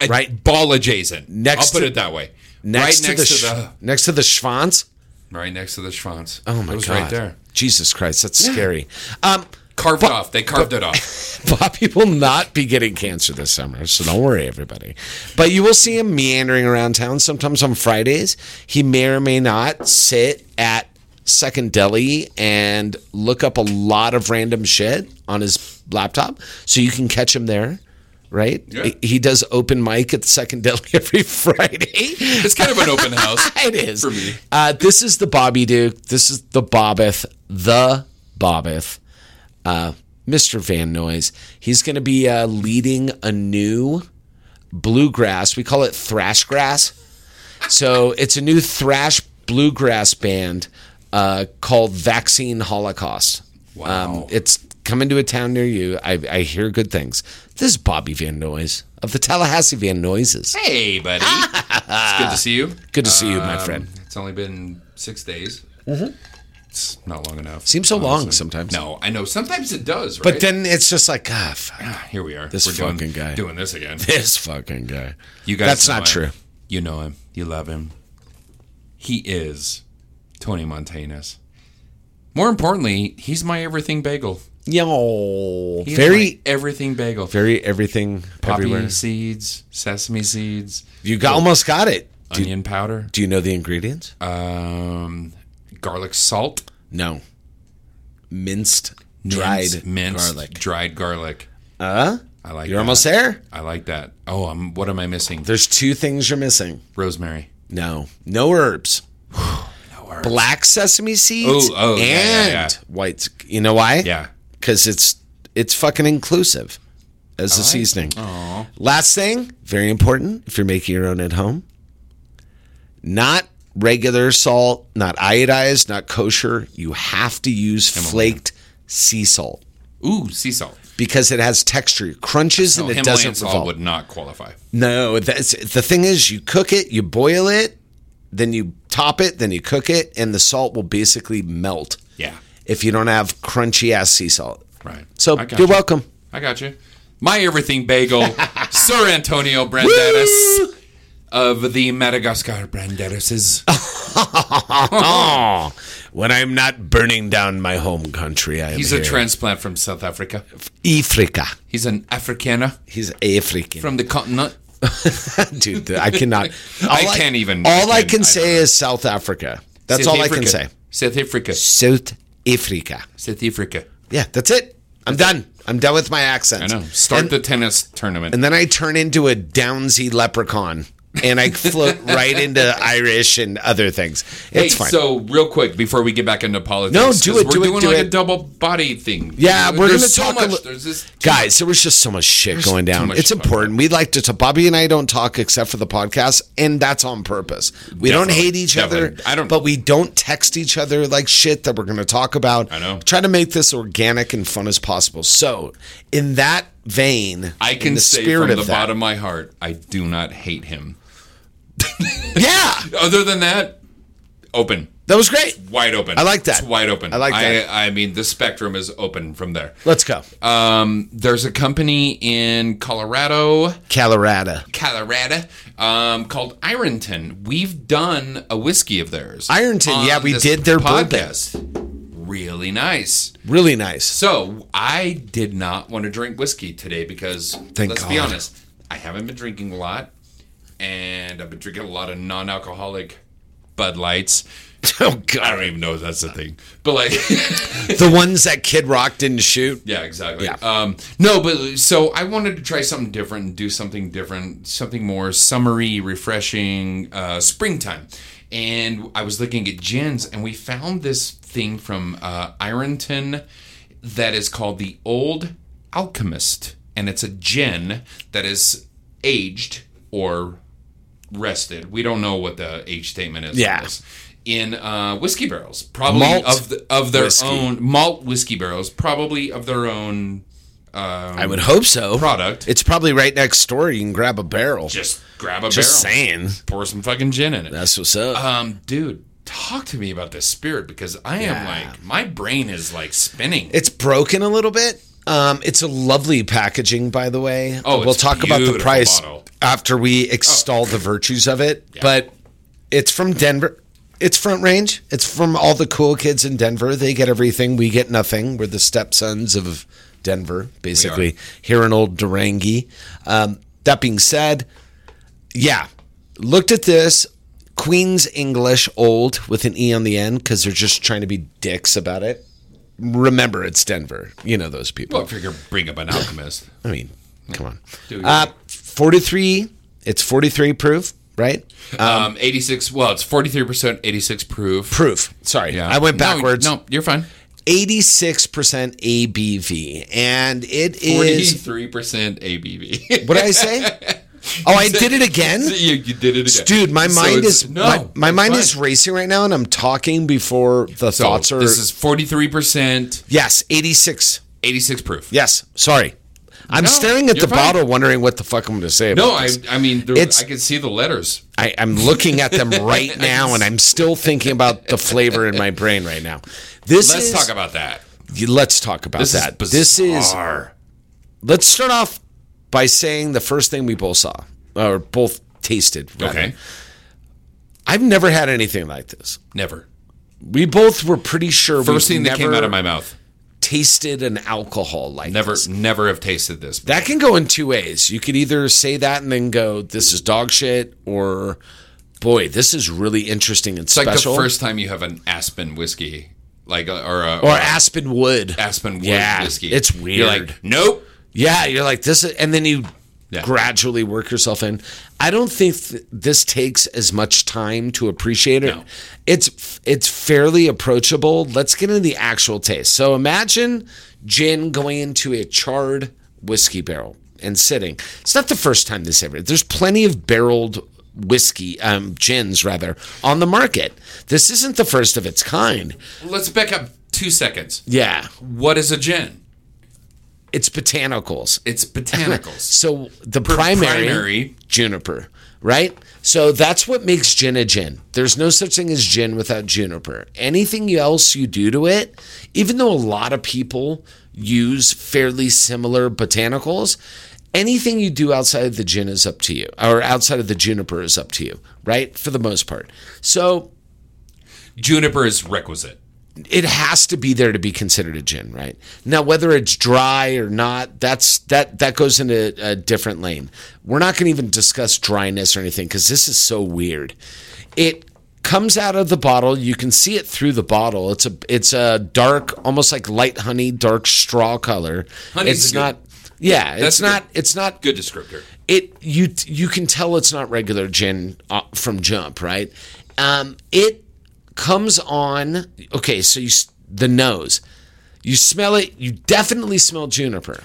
Speaker 4: Right-
Speaker 5: right, ball adjacent.
Speaker 4: Next
Speaker 5: I'll put
Speaker 4: to-
Speaker 5: it that way.
Speaker 4: next,
Speaker 5: right
Speaker 4: to, the sh- next to the Schwanz.
Speaker 5: right next to the Schwanz.
Speaker 4: Oh my
Speaker 5: it was
Speaker 4: god!
Speaker 5: Right there,
Speaker 4: Jesus Christ, that's scary. Um,
Speaker 5: carved off. They carved it off.
Speaker 4: Bobby will not be getting cancer this summer, so don't worry, everybody. But you will see him meandering around town. Sometimes on Fridays, he may or may not sit at Second Deli and look up a lot of random shit on his laptop, so you can catch him there. Right?
Speaker 5: Yeah.
Speaker 4: He does open mic at Second Deli every Friday.
Speaker 5: It's kind of an open house.
Speaker 4: it is
Speaker 5: for me.
Speaker 4: Uh, this is the Bobby Duke. This is the Bobbeth, the Bobbeth, uh, Mr. Van Noyes. He's going to be uh, leading a new bluegrass. We call it Thrashgrass. So it's a new thrash bluegrass band uh, called Vaccine Holocaust. Um,
Speaker 5: Wow.
Speaker 4: it's coming to a town near you. I, I hear good things. This is Bobby Van Noyes of the Tallahassee Van Noises.
Speaker 5: Hey, buddy. it's good to see you.
Speaker 4: Good to see you, my
Speaker 5: Um,
Speaker 4: friend. Mm-hmm.
Speaker 5: It's only been six days. It's not long enough.
Speaker 4: Seems so long
Speaker 5: honestly.
Speaker 4: sometimes.
Speaker 5: No, I know. Sometimes it does.
Speaker 4: But
Speaker 5: right?
Speaker 4: then it's just like, ah, fuck.
Speaker 5: here we are.
Speaker 4: This
Speaker 5: We're
Speaker 4: fucking
Speaker 5: doing,
Speaker 4: guy.
Speaker 5: doing this again.
Speaker 4: This fucking guy.
Speaker 5: You guys.
Speaker 4: That's
Speaker 5: know
Speaker 4: not
Speaker 5: him.
Speaker 4: true.
Speaker 5: You know him. You love him. He is Tony Montanus. More importantly, he's my everything bagel.
Speaker 4: Yo.
Speaker 5: He is
Speaker 4: Very,
Speaker 5: my everything bagel.
Speaker 4: very everything
Speaker 5: Poppy
Speaker 4: everywhere.
Speaker 5: seeds, sesame seeds,
Speaker 4: You got, almost got it. Do,
Speaker 5: onion powder,
Speaker 4: do you know the ingredients?
Speaker 5: Uh, um, garlic salt,
Speaker 4: no. Minced,
Speaker 5: minced-
Speaker 4: dried
Speaker 5: minced,
Speaker 4: garlic.
Speaker 5: dried garlic.
Speaker 4: Huh?
Speaker 5: I like.
Speaker 4: You're
Speaker 5: that.
Speaker 4: almost there.
Speaker 5: I like that. Oh, I'm, what am I missing?
Speaker 4: There's two things you're missing.
Speaker 5: Rosemary.
Speaker 4: No. No herbs. Black sesame seeds
Speaker 5: Oh, oh, yeah, yeah,
Speaker 4: and
Speaker 5: yeah.
Speaker 4: white. You know why?
Speaker 5: Yeah.
Speaker 4: because it's it's fucking inclusive as a seasoning. Last thing, very important, if you're making your own at home, not regular salt, not iodized, not kosher. You have to use flaked sea salt
Speaker 5: Ooh, sea salt.
Speaker 4: because it has texture, it crunches,
Speaker 5: No,
Speaker 4: and it
Speaker 5: Himalayan
Speaker 4: doesn't
Speaker 5: salt
Speaker 4: revolve.
Speaker 5: would not qualify.
Speaker 4: No, that's the thing is, you cook it, you boil it, then you top it, then you cook it, and the salt will basically melt
Speaker 5: Yeah.
Speaker 4: if you don't have crunchy ass sea salt.
Speaker 5: Right.
Speaker 4: So
Speaker 5: I got
Speaker 4: you're
Speaker 5: you.
Speaker 4: welcome.
Speaker 5: I got you. My everything bagel, Sir Antonio Brandetis of the Madagascar Brandetises.
Speaker 4: Oh, when I'm not burning down my home country, I am
Speaker 5: He's
Speaker 4: here.
Speaker 5: a transplant from South Africa.
Speaker 4: Africa.
Speaker 5: He's an Africana
Speaker 4: He's African.
Speaker 5: from the continent.
Speaker 4: Dude, I cannot. All
Speaker 5: I can't even-
Speaker 4: All I
Speaker 5: I
Speaker 4: can
Speaker 5: can- I
Speaker 4: say
Speaker 5: don't know.
Speaker 4: is South Africa. That's
Speaker 5: South
Speaker 4: all I can
Speaker 5: Africa.
Speaker 4: say.
Speaker 5: South Africa.
Speaker 4: South Africa.
Speaker 5: South Africa.
Speaker 4: Yeah, that's it. I'm done. I'm done with my accent.
Speaker 5: I know. Start
Speaker 4: and,
Speaker 5: the tennis tournament.
Speaker 4: and then I turn into a downsy leprechaun. And I float right into Irish and other things. It's
Speaker 5: hey,
Speaker 4: fine.
Speaker 5: so real quick before we get back into politics,
Speaker 4: No, do
Speaker 5: 'cause
Speaker 4: it,
Speaker 5: we're
Speaker 4: do it,
Speaker 5: doing
Speaker 4: do
Speaker 5: like
Speaker 4: it.
Speaker 5: a double body thing.
Speaker 4: Yeah, we're
Speaker 5: There's
Speaker 4: gonna talk
Speaker 5: so
Speaker 4: a
Speaker 5: much.
Speaker 4: li-
Speaker 5: There's this too much.
Speaker 4: guys there was just so much shit going down
Speaker 5: much
Speaker 4: it's
Speaker 5: to talk
Speaker 4: important
Speaker 5: about.
Speaker 4: we like to talk bobby and i don't talk except for the podcast and that's on purpose we don't
Speaker 5: Definitely.
Speaker 4: hate each other
Speaker 5: Definitely. I don't-
Speaker 4: but we don't text each other like shit that we're going to talk about
Speaker 5: I know.
Speaker 4: try to make this organic and fun as possible so in that vein
Speaker 5: I
Speaker 4: in
Speaker 5: can
Speaker 4: the
Speaker 5: say
Speaker 4: spirit of
Speaker 5: from the
Speaker 4: that-
Speaker 5: bottom of my heart, I do not hate him.
Speaker 4: yeah
Speaker 5: Other than that, open,
Speaker 4: that was great
Speaker 5: wide open.
Speaker 4: I like that.
Speaker 5: It's wide open.
Speaker 4: I like that.
Speaker 5: I, I mean, the spectrum is open from there.
Speaker 4: let's go
Speaker 5: Um, there's a company in Colorado,
Speaker 4: colorado
Speaker 5: Colorado, um, called Ironton. We've done a whiskey of theirs.
Speaker 4: Ironton,
Speaker 5: on
Speaker 4: yeah, we
Speaker 5: this
Speaker 4: did their bourbon.
Speaker 5: Really nice.
Speaker 4: really nice
Speaker 5: So I did not want to drink whiskey today because
Speaker 4: Thank
Speaker 5: let's be
Speaker 4: God.
Speaker 5: honest, I haven't been drinking a lot, and I've been drinking a lot of non-alcoholic Bud Lights.
Speaker 4: oh
Speaker 5: I
Speaker 4: god
Speaker 5: don't even know if that's a thing, but like,
Speaker 4: the ones that kid rock didn't shoot
Speaker 5: yeah, exactly.
Speaker 4: Yeah.
Speaker 5: Um, no, but so I wanted to try something different, do something different, something more summery, refreshing, uh, springtime. And I was looking at gins, and we found this thing from uh, Ironton that is called the Old Alchemist, and it's a gin that is aged or rested. We don't know what the age statement is. on
Speaker 4: Yeah.
Speaker 5: this. in uh, whiskey barrels, probably
Speaker 4: Malt
Speaker 5: of the, of their
Speaker 4: whiskey.
Speaker 5: own malt whiskey barrels, probably of their own um,
Speaker 4: I would hope so.
Speaker 5: product.
Speaker 4: It's probably right next door. You can grab a barrel. Just,
Speaker 5: just grab a barrel,
Speaker 4: saying.
Speaker 5: pour some fucking gin in it.
Speaker 4: That's what's up.
Speaker 5: um, dude, talk to me about this spirit because I am like my brain is like spinning.
Speaker 4: It's broken a little bit. Um, it's a lovely packaging, by the way.
Speaker 5: Oh,
Speaker 4: we'll
Speaker 5: it's
Speaker 4: talk about the
Speaker 5: beautiful
Speaker 4: price
Speaker 5: bottle.
Speaker 4: after we extol the virtues of it. But it's from Denver. It's Front Range. It's from all the cool kids in Denver. They get everything. We get nothing. We're the stepsons of Denver, basically. Here in old Durangi. Um, that being said, yeah, looked at this Queen's English old with an E on the end because they're just trying to be dicks about it. Remember, it's Denver. You know those people.
Speaker 5: Well, I figure bring up an alchemist.
Speaker 4: I mean, come on.
Speaker 5: Do your
Speaker 4: Uh,
Speaker 5: thing.
Speaker 4: 43, it's 43 proof, right?
Speaker 5: Um, 86. Well, it's 43%, 86 proof.
Speaker 4: Proof. Sorry.
Speaker 5: Yeah.
Speaker 4: I went
Speaker 5: No,
Speaker 4: backwards.
Speaker 5: No, you're fine.
Speaker 4: 86% ABV. And it is.
Speaker 5: 43% ABV.
Speaker 4: What did I say? Oh, I did it again?
Speaker 5: you, you did it again.
Speaker 4: Dude, my
Speaker 5: So
Speaker 4: mind
Speaker 5: it's-
Speaker 4: is
Speaker 5: No.
Speaker 4: my, my
Speaker 5: it's
Speaker 4: mind
Speaker 5: fine.
Speaker 4: is racing right now, and I'm talking before the
Speaker 5: So
Speaker 4: thoughts are.
Speaker 5: This is 43%,
Speaker 4: yes, 86.
Speaker 5: 86 proof.
Speaker 4: Yes, sorry. I'm
Speaker 5: No,
Speaker 4: staring at
Speaker 5: you're
Speaker 4: the
Speaker 5: fine.
Speaker 4: bottle, wondering what the fuck I'm going to say. About
Speaker 5: No, I,
Speaker 4: this.
Speaker 5: I mean, there,
Speaker 4: It's-
Speaker 5: I can see the letters.
Speaker 4: I, I'm looking at them right now, and I'm still thinking about the flavor in my brain right now. This
Speaker 5: Let's
Speaker 4: is-
Speaker 5: talk about that.
Speaker 4: Yeah, let's talk about
Speaker 5: This is
Speaker 4: that. this is
Speaker 5: bizarre.
Speaker 4: let's start off by saying the first thing we both saw or both tasted. rather.
Speaker 5: Okay.
Speaker 4: I've never had anything like this.
Speaker 5: Never.
Speaker 4: We both were pretty sure.
Speaker 5: First
Speaker 4: we've
Speaker 5: thing that came
Speaker 4: never
Speaker 5: out of my mouth.
Speaker 4: tasted an alcohol like
Speaker 5: Never,
Speaker 4: this.
Speaker 5: never have tasted this.
Speaker 4: That can go in two ways. You could either say that and then go, "This is dog shit," or, "Boy, this is really interesting and
Speaker 5: It's like
Speaker 4: special."
Speaker 5: the first time you have an Aspen whiskey, like uh, or a,
Speaker 4: or Aspen Wood.
Speaker 5: Aspen wood
Speaker 4: Yeah,
Speaker 5: whiskey.
Speaker 4: it's
Speaker 5: You're
Speaker 4: weird.
Speaker 5: like, nope.
Speaker 4: Yeah, you're like this, is, and then you
Speaker 5: Yeah.
Speaker 4: gradually work yourself in. I don't think th- this takes as much time to appreciate it.
Speaker 5: No.
Speaker 4: It's it's fairly approachable. Let's get into the actual taste. So imagine gin going into a charred whiskey barrel and sitting. It's not the first time this ever. There's plenty of barreled whiskey, um, gins rather, on the market. This isn't the first of its kind.
Speaker 5: Let's back up two seconds.
Speaker 4: Yeah,
Speaker 5: What is a gin?
Speaker 4: it's botanicals.
Speaker 5: It's botanicals.
Speaker 4: So the primary,
Speaker 5: primary-
Speaker 4: juniper, right? So that's what makes gin a gin. There's no such thing as gin without juniper. Anything else you do to it, even though a lot of people use fairly similar botanicals, anything you do outside of the gin is up to you, or outside of the juniper is up to you, right? For the most part. So
Speaker 5: Juniper is requisite.
Speaker 4: it has to be there to be considered a gin, right? Now, whether it's dry or not, that's that that goes into a different lane. We're not going to even discuss dryness or anything because this is so weird. It comes out of the bottle. You can see it through the bottle. It's a it's a dark, almost like light honey, dark straw color.
Speaker 5: Honey's
Speaker 4: it's
Speaker 5: good.
Speaker 4: not. Yeah,
Speaker 5: That's
Speaker 4: it's not.
Speaker 5: good.
Speaker 4: It's not
Speaker 5: Good descriptor.
Speaker 4: it you you can tell it's not regular gin uh, from jump right um it comes on okay so you s- the nose you smell it you definitely smell juniper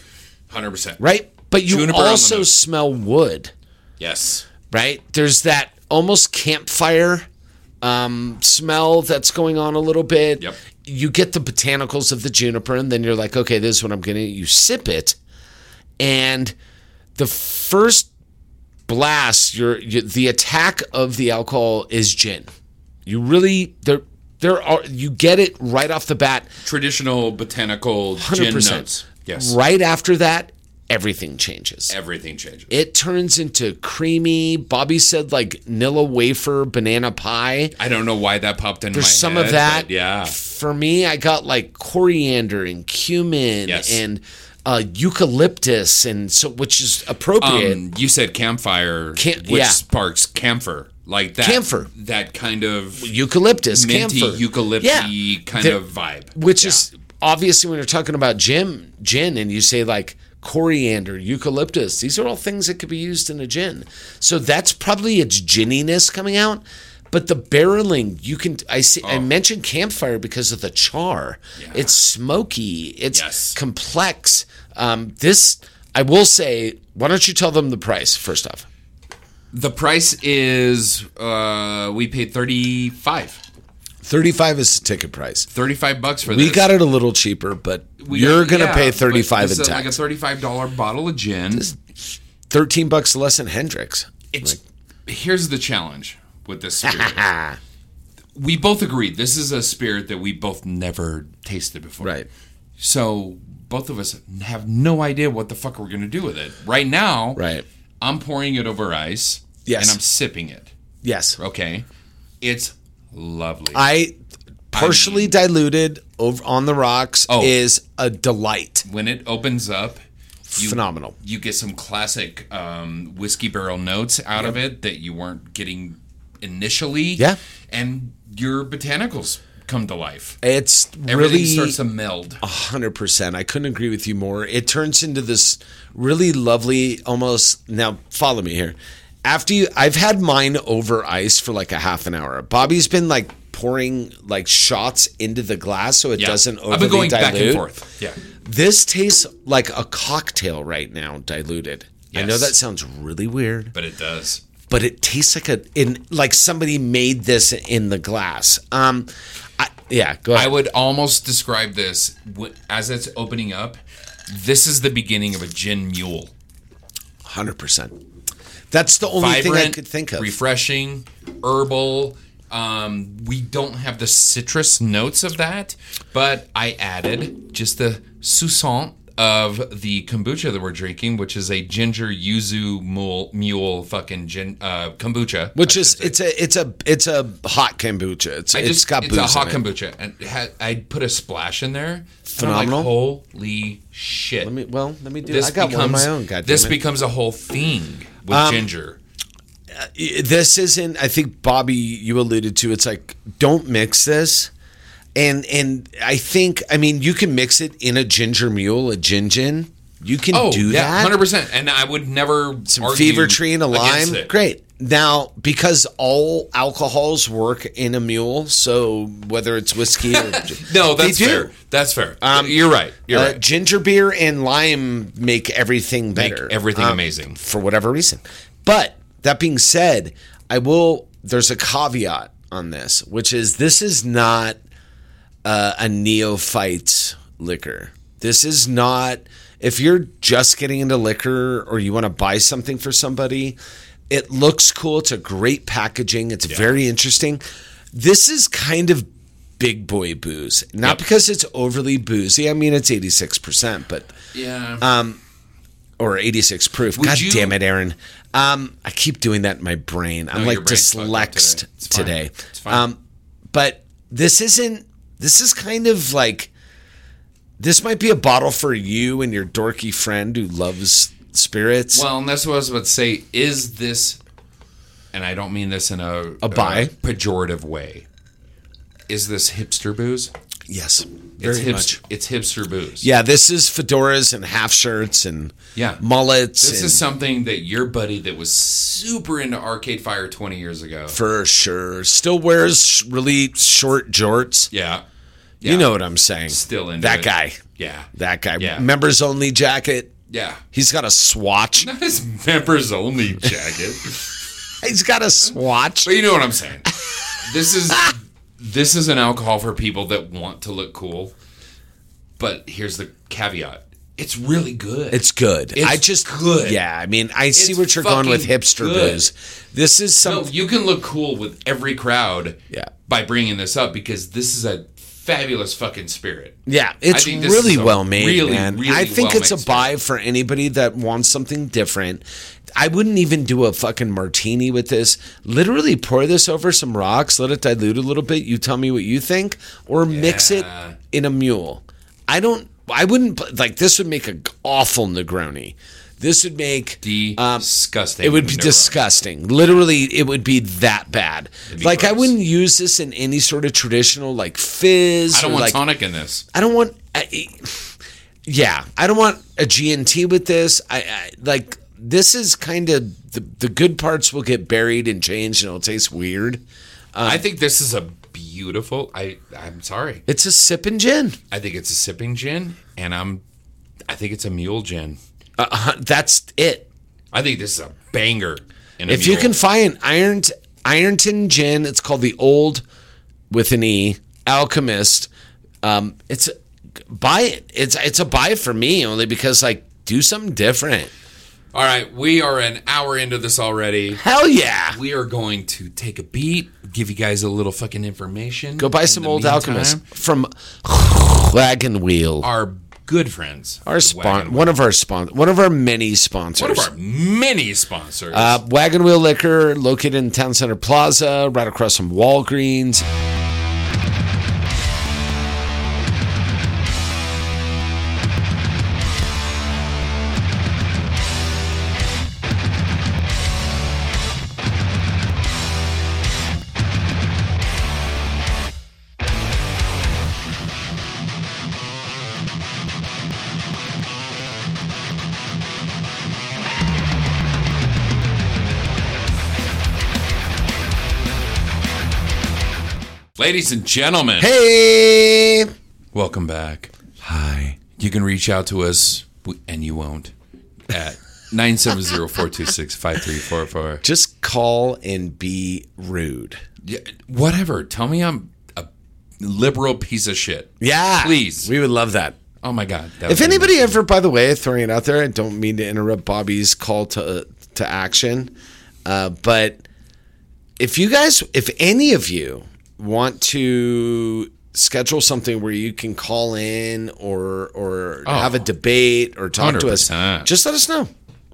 Speaker 5: Hundred percent.
Speaker 4: right but you
Speaker 5: Juniper on the
Speaker 4: also
Speaker 5: nose.
Speaker 4: smell wood
Speaker 5: Yes.
Speaker 4: right there's that almost campfire um smell that's going on a little bit
Speaker 5: Yep.
Speaker 4: you get the botanicals of the juniper and then you're like okay this is what i'm gonna eat. you sip it and the first blast your, your the attack of the alcohol is gin you really there there are you get it right off the bat
Speaker 5: Traditional botanical gin
Speaker 4: 100%.
Speaker 5: notes. Yes.
Speaker 4: right after that everything changes
Speaker 5: Everything changes.
Speaker 4: it turns into creamy bobby said like nilla wafer banana pie
Speaker 5: I don't know why that popped in
Speaker 4: there's
Speaker 5: my
Speaker 4: some
Speaker 5: head,
Speaker 4: of that
Speaker 5: but Yeah.
Speaker 4: for me i got like coriander and cumin
Speaker 5: Yes.
Speaker 4: and uh, eucalyptus and so which is appropriate
Speaker 5: Um, you said campfire,
Speaker 4: Cam-
Speaker 5: which
Speaker 4: yeah.
Speaker 5: sparks camphor, like that.
Speaker 4: Camphor.
Speaker 5: That kind of
Speaker 4: eucalyptus
Speaker 5: minty,
Speaker 4: camphor.
Speaker 5: eucalypty
Speaker 4: Yeah.
Speaker 5: kind
Speaker 4: There-
Speaker 5: of vibe.
Speaker 4: which
Speaker 5: Yeah.
Speaker 4: is obviously when you're talking about gin, gin, and you say like coriander, eucalyptus. These are all things that could be used in a gin. So that's probably its ginniness coming out. But the barreling, you can I see
Speaker 5: Oh.
Speaker 4: I mentioned campfire because of the char. It's smoky. It's
Speaker 5: Yes.
Speaker 4: complex. Um, this I will say. Why don't you tell them the price first off?
Speaker 5: The price is uh we paid thirty five.
Speaker 4: 35 is the ticket price.
Speaker 5: 35 bucks for
Speaker 4: We
Speaker 5: this.
Speaker 4: got it a little cheaper, but
Speaker 5: We got-
Speaker 4: you're going to
Speaker 5: yeah,
Speaker 4: pay
Speaker 5: but
Speaker 4: 35
Speaker 5: this
Speaker 4: in
Speaker 5: is
Speaker 4: tax.
Speaker 5: Like a thirty-five dollar bottle of gin.
Speaker 4: 13 bucks less than Hendrix.
Speaker 5: it's here's the challenge with this spirit. we both agreed this is a spirit that we both never tasted before.
Speaker 4: Right.
Speaker 5: So both of us have no idea what the fuck we're gonna do with it. Right now,
Speaker 4: Right.
Speaker 5: I'm pouring it over ice.
Speaker 4: Yes.
Speaker 5: And I'm sipping it.
Speaker 4: Yes.
Speaker 5: Okay. It's lovely.
Speaker 4: I partially
Speaker 5: I mean-
Speaker 4: diluted over on the rocks
Speaker 5: Oh.
Speaker 4: is a delight.
Speaker 5: when it opens up, you-
Speaker 4: Phenomenal.
Speaker 5: You get some classic um, whiskey barrel notes out of it that you weren't getting initially.
Speaker 4: Yeah.
Speaker 5: and your botanicals come to life.
Speaker 4: It's
Speaker 5: Everything
Speaker 4: really
Speaker 5: starts to meld.
Speaker 4: hundred percent. I couldn't agree with you more. It turns into this really lovely, almost. Now follow me here. After you, I've had mine over ice for like a half an hour. Bobby's been like pouring like shots into the glass so it
Speaker 5: Yeah.
Speaker 4: doesn't overly
Speaker 5: I've been going
Speaker 4: dilute.
Speaker 5: back and forth. Yeah,
Speaker 4: This tastes like a cocktail right now, diluted. I know
Speaker 5: Yes.
Speaker 4: that sounds really weird,
Speaker 5: but it does.
Speaker 4: but it tastes like a in like somebody made this in the glass. Um, I, yeah, go ahead.
Speaker 5: I would almost describe this w- as it's opening up. This is the beginning of a gin mule.
Speaker 4: Hundred percent. That's the only
Speaker 5: Vibrant,
Speaker 4: thing I could think of.
Speaker 5: refreshing, herbal. Um, we don't have the citrus notes of that, but I added just the sousson of the kombucha that we're drinking, which is a ginger yuzu mule, mule fucking gin, uh, kombucha.
Speaker 4: Which is it's a it's a it's a hot kombucha. It's
Speaker 5: I
Speaker 4: it's
Speaker 5: just,
Speaker 4: got
Speaker 5: it's
Speaker 4: booze
Speaker 5: a hot
Speaker 4: in it.
Speaker 5: kombucha, and it had, I put a splash in there. And
Speaker 4: Phenomenal.
Speaker 5: I'm like, Holy shit!
Speaker 4: Let me well let me do. I
Speaker 5: this
Speaker 4: got
Speaker 5: becomes
Speaker 4: one of my own. Um, Goddamn
Speaker 5: this
Speaker 4: it.
Speaker 5: becomes a whole thing with ginger.
Speaker 4: this isn't i think bobby you alluded to it's like don't mix this and and i think i mean you can mix it in a ginger mule a gin gin you can
Speaker 5: Oh,
Speaker 4: do
Speaker 5: yeah,
Speaker 4: that
Speaker 5: hundred percent. And I would never
Speaker 4: some
Speaker 5: argue
Speaker 4: fever tree and a
Speaker 5: against
Speaker 4: lime
Speaker 5: it.
Speaker 4: great now because all alcohols work in a mule so whether it's whiskey or
Speaker 5: No,
Speaker 4: They
Speaker 5: that's
Speaker 4: do.
Speaker 5: fair. That's fair. you're right. You're
Speaker 4: uh,
Speaker 5: right.
Speaker 4: ginger beer and lime make everything
Speaker 5: Make
Speaker 4: better
Speaker 5: everything
Speaker 4: Um,
Speaker 5: amazing.
Speaker 4: for whatever reason. But that being said, I will. There's a caveat on this, which is this is not uh, a neophyte liquor. This is not. If you're just getting into liquor or you want to buy something for somebody, it looks cool. It's a great packaging. It's very interesting. This is kind of big boy booze, not because it's overly boozy. I mean, it's 86%, but
Speaker 5: Yeah.
Speaker 4: um, or 86 proof.
Speaker 5: Would
Speaker 4: God
Speaker 5: you-
Speaker 4: damn it, Aaron. Um, I keep doing that in my brain. I'm
Speaker 5: No,
Speaker 4: like
Speaker 5: your brain's fucked up
Speaker 4: dyslexed
Speaker 5: today. It's fine.
Speaker 4: today.
Speaker 5: It's fine.
Speaker 4: Um, but this isn't, this is kind of like, this might be a bottle for you and your dorky friend who loves spirits.
Speaker 5: well, and that's what I was about to say. Is this? And I don't mean this in a,
Speaker 4: A buy?
Speaker 5: pejorative way. Is this hipster booze?
Speaker 4: yes.
Speaker 5: It's
Speaker 4: very
Speaker 5: hipster. It's hipster booze.
Speaker 4: Yeah, this is fedoras and half shirts and
Speaker 5: Yeah.
Speaker 4: mullets.
Speaker 5: This
Speaker 4: and-
Speaker 5: is something that your buddy that was super into Arcade Fire 20 years ago.
Speaker 4: for sure. Still wears sh- really short jorts.
Speaker 5: yeah.
Speaker 4: You know what I'm saying.
Speaker 5: Still into
Speaker 4: that
Speaker 5: it.
Speaker 4: guy.
Speaker 5: Yeah.
Speaker 4: That guy.
Speaker 5: Yeah.
Speaker 4: Members only jacket.
Speaker 5: Yeah.
Speaker 4: He's got a swatch.
Speaker 5: Not his members only jacket.
Speaker 4: He's got a swatch.
Speaker 5: But you know what I'm saying. This is this is an alcohol for people that want to look cool. But here's the caveat: it's really good.
Speaker 4: It's good.
Speaker 5: It's
Speaker 4: I just
Speaker 5: good.
Speaker 4: Yeah, I mean, I see
Speaker 5: It's
Speaker 4: what you're going with
Speaker 5: fucking
Speaker 4: hipster
Speaker 5: good.
Speaker 4: booze. This is some
Speaker 5: no, you can look cool with every crowd.
Speaker 4: Yeah.
Speaker 5: By bringing this up because this is a fabulous fucking spirit.
Speaker 4: Yeah, it's
Speaker 5: think this
Speaker 4: really
Speaker 5: is a
Speaker 4: well made,
Speaker 5: really,
Speaker 4: man.
Speaker 5: really
Speaker 4: I think it's a
Speaker 5: well-made
Speaker 4: buy for anybody that wants something different. I wouldn't even do a fucking martini with this. Literally pour this over some rocks, let it dilute a little bit. You tell me what you think, or mix it
Speaker 5: Yeah.
Speaker 4: in a mule. I don't. I wouldn't put- like this. Would make an awful Negroni. This would make
Speaker 5: Disgusting.
Speaker 4: it would be
Speaker 5: Never.
Speaker 4: disgusting. Literally, it would be that bad.
Speaker 5: be
Speaker 4: like I
Speaker 5: gross.
Speaker 4: wouldn't use this in any sort of traditional like fizz.
Speaker 5: I don't
Speaker 4: or,
Speaker 5: want
Speaker 4: like,
Speaker 5: tonic in this.
Speaker 4: I don't want. I, yeah, I don't want a G&T with this. I, I like this is kind of the, the good parts will get buried and changed, and it'll taste weird. um,
Speaker 5: I think this is a beautiful. I I'm sorry.
Speaker 4: It's a sip and gin.
Speaker 5: I think it's a sipping gin, and I'm. I think it's a mule gin.
Speaker 4: Uh, uh, that's it.
Speaker 5: I think this is a banger. In a
Speaker 4: If you
Speaker 5: mule.
Speaker 4: can find an Iron Ironton gin, it's called the Old with an E, Alchemist. Um, it's buy it. It's it's a buy for me only because like do something different.
Speaker 5: All right, we are an hour into this already.
Speaker 4: Hell yeah.
Speaker 5: We are going to take a beat, give you guys a little fucking information.
Speaker 4: Go buy
Speaker 5: In
Speaker 4: some
Speaker 5: the
Speaker 4: old
Speaker 5: meantime,
Speaker 4: Alchemist from Wagon Wheel. Our,
Speaker 5: Our good friends. the
Speaker 4: spon-
Speaker 5: Wagon
Speaker 4: one of our spon- one of our many sponsors.
Speaker 5: One of our many sponsors.
Speaker 4: Uh, Wagon Wheel Liquor, located in Town Center Plaza, right across from Walgreens.
Speaker 5: Ladies and gentlemen,
Speaker 4: Hey,
Speaker 5: welcome back. Hi. You can reach out to us, w- and you won't, at 970-426-5344.
Speaker 4: just call and be rude.
Speaker 5: Yeah, Whatever. Tell me I'm a liberal piece of shit.
Speaker 4: Yeah,
Speaker 5: Please.
Speaker 4: We would love that.
Speaker 5: Oh, my God. that
Speaker 4: If
Speaker 5: would be-
Speaker 4: anybody ever, by the way, throwing it out there, I don't mean to interrupt Bobby's call to to action, uh, but if you guys, if any of you want to schedule something where you can call in or or have a debate or talk to us,
Speaker 5: 100%.
Speaker 4: just let us know.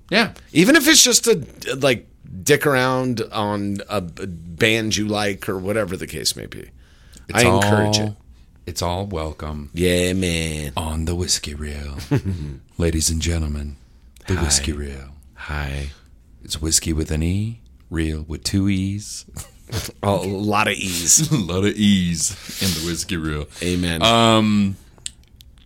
Speaker 5: Yeah.
Speaker 4: Even if it's just a like dick around on a band you like or whatever the case may be, I encourage
Speaker 5: all-
Speaker 4: it.
Speaker 5: It's all welcome.
Speaker 4: Yeah, man.
Speaker 5: on the whiskey reel. Ladies and gentlemen, the whiskey reel.
Speaker 4: Hi.
Speaker 5: It's whiskey with an E, reel with two E's.
Speaker 4: A lot of ease.
Speaker 5: a lot of E's in the whiskey reel.
Speaker 4: Amen.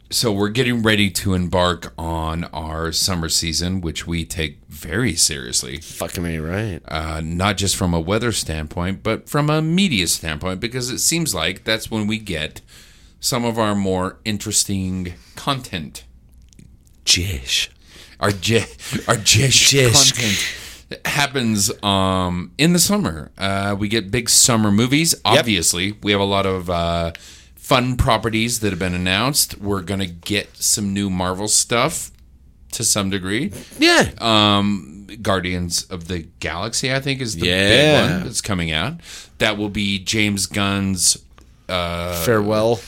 Speaker 5: So we're getting ready to embark on our summer season, which we take very seriously,
Speaker 4: Fucking me right.
Speaker 5: uh, not just from a weather standpoint, but from a media standpoint, because it seems like that's when we get some of our more interesting content.
Speaker 4: Jish.
Speaker 5: our j- our jish,
Speaker 4: Jish.
Speaker 5: content happens um in the summer. Uh, we get big summer movies. Obviously, we have a lot of uh, fun properties that have been announced. We're gonna get some new Marvel stuff to some degree.
Speaker 4: Yeah.
Speaker 5: Um, Guardians of the Galaxy, I think, is the
Speaker 4: Yeah.
Speaker 5: big one that's coming out. That will be James Gunn's
Speaker 4: Farewell.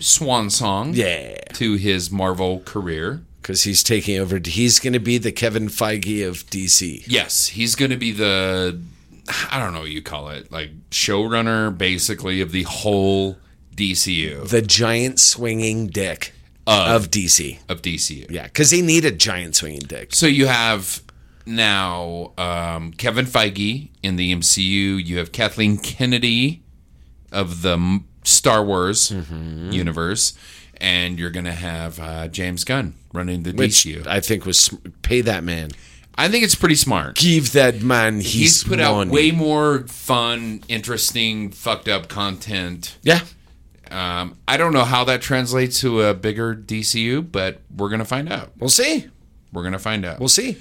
Speaker 5: swan song.
Speaker 4: Yeah.
Speaker 5: To his Marvel career.
Speaker 4: Because he's taking over. He's going to be the Kevin Feige of DC.
Speaker 5: Yes, he's going to be the I don't know what you call it, like showrunner basically of the whole DCU
Speaker 4: The giant swinging dick of DC.
Speaker 5: of DCU.
Speaker 4: Yeah. Because he need a giant swinging dick.
Speaker 5: So you have now um, Kevin Feige in the MCU. You have Kathleen Kennedy of the M- Star Wars
Speaker 4: Mm-hmm.
Speaker 5: universe, and you're going to have uh, James Gunn running the
Speaker 4: Which
Speaker 5: DCU.
Speaker 4: I think was sm- pay that man.
Speaker 5: I think it's pretty smart.
Speaker 4: Give that man his
Speaker 5: He's put out
Speaker 4: money.
Speaker 5: way more fun, interesting, fucked up content
Speaker 4: Yeah.
Speaker 5: Um, I don't know how that translates to a bigger DCU, but we're gonna find out.
Speaker 4: We'll see.
Speaker 5: We're gonna find out.
Speaker 4: We'll see.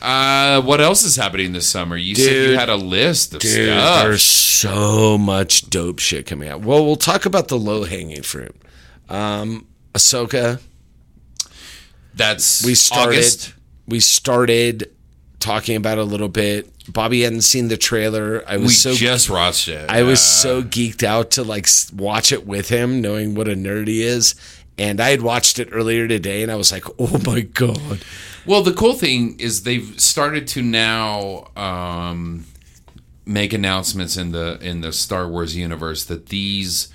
Speaker 5: Uh, what else is happening this summer? You said you
Speaker 4: Dude.
Speaker 5: had a list of
Speaker 4: Dude,
Speaker 5: stuff.
Speaker 4: there's so much dope shit coming out. Well, we'll talk about the low hanging fruit. Um, Ahsoka.
Speaker 5: That's
Speaker 4: we started
Speaker 5: August.
Speaker 4: we started talking about it a little bit. Bobby hadn't seen the trailer. I was
Speaker 5: We
Speaker 4: so
Speaker 5: just watched it. Uh,
Speaker 4: I was so geeked out to like s- watch it with him, knowing what a nerd he is. And I had watched it earlier today, and I was like, "Oh my god!"
Speaker 5: well, the cool thing is they've started to now um, make announcements in the in the Star Wars universe that these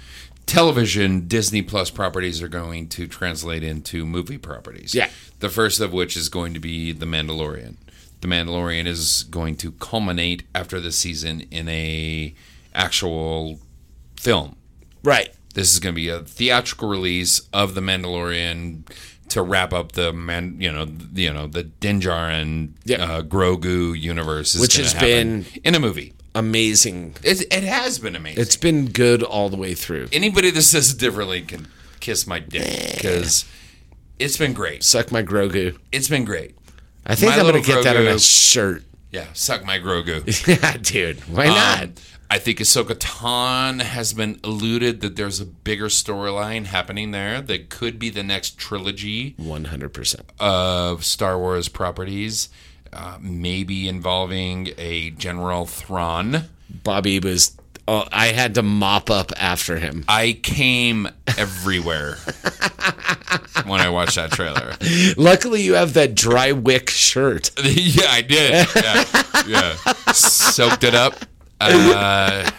Speaker 5: television Disney Plus properties are going to translate into movie properties.
Speaker 4: Yeah.
Speaker 5: The first of which is going to be The Mandalorian. The Mandalorian is going to culminate after this season in a actual film.
Speaker 4: Right?
Speaker 5: This is going to be a theatrical release of The Mandalorian to wrap up the man, you know, th- you know, the Dinjarin
Speaker 4: Yeah.
Speaker 5: uh, Grogu universe, is
Speaker 4: Which
Speaker 5: gonna
Speaker 4: has
Speaker 5: happen
Speaker 4: been-
Speaker 5: in a movie.
Speaker 4: Amazing.
Speaker 5: It, it has been amazing.
Speaker 4: It's been good all the way through.
Speaker 5: Anybody that says it differently can kiss my dick because it's been great.
Speaker 4: Suck my Grogu.
Speaker 5: It's been great.
Speaker 4: I think
Speaker 5: My
Speaker 4: I'm gonna
Speaker 5: Little
Speaker 4: get that on a
Speaker 5: Grogu.
Speaker 4: shirt.
Speaker 5: Yeah, suck my Grogu.
Speaker 4: yeah, dude. Why not?
Speaker 5: Um, I think Ahsoka Tan has been alluded that there's a bigger storyline happening there that could be the next trilogy
Speaker 4: One hundred percent.
Speaker 5: of Star Wars properties, uh, maybe involving a General Thrawn.
Speaker 4: Bobby was. Oh, I had to mop up after him.
Speaker 5: I came everywhere when I watched that trailer.
Speaker 4: Luckily, you have that dry wick shirt.
Speaker 5: yeah, I did. Yeah, yeah. soaked it up. Uh,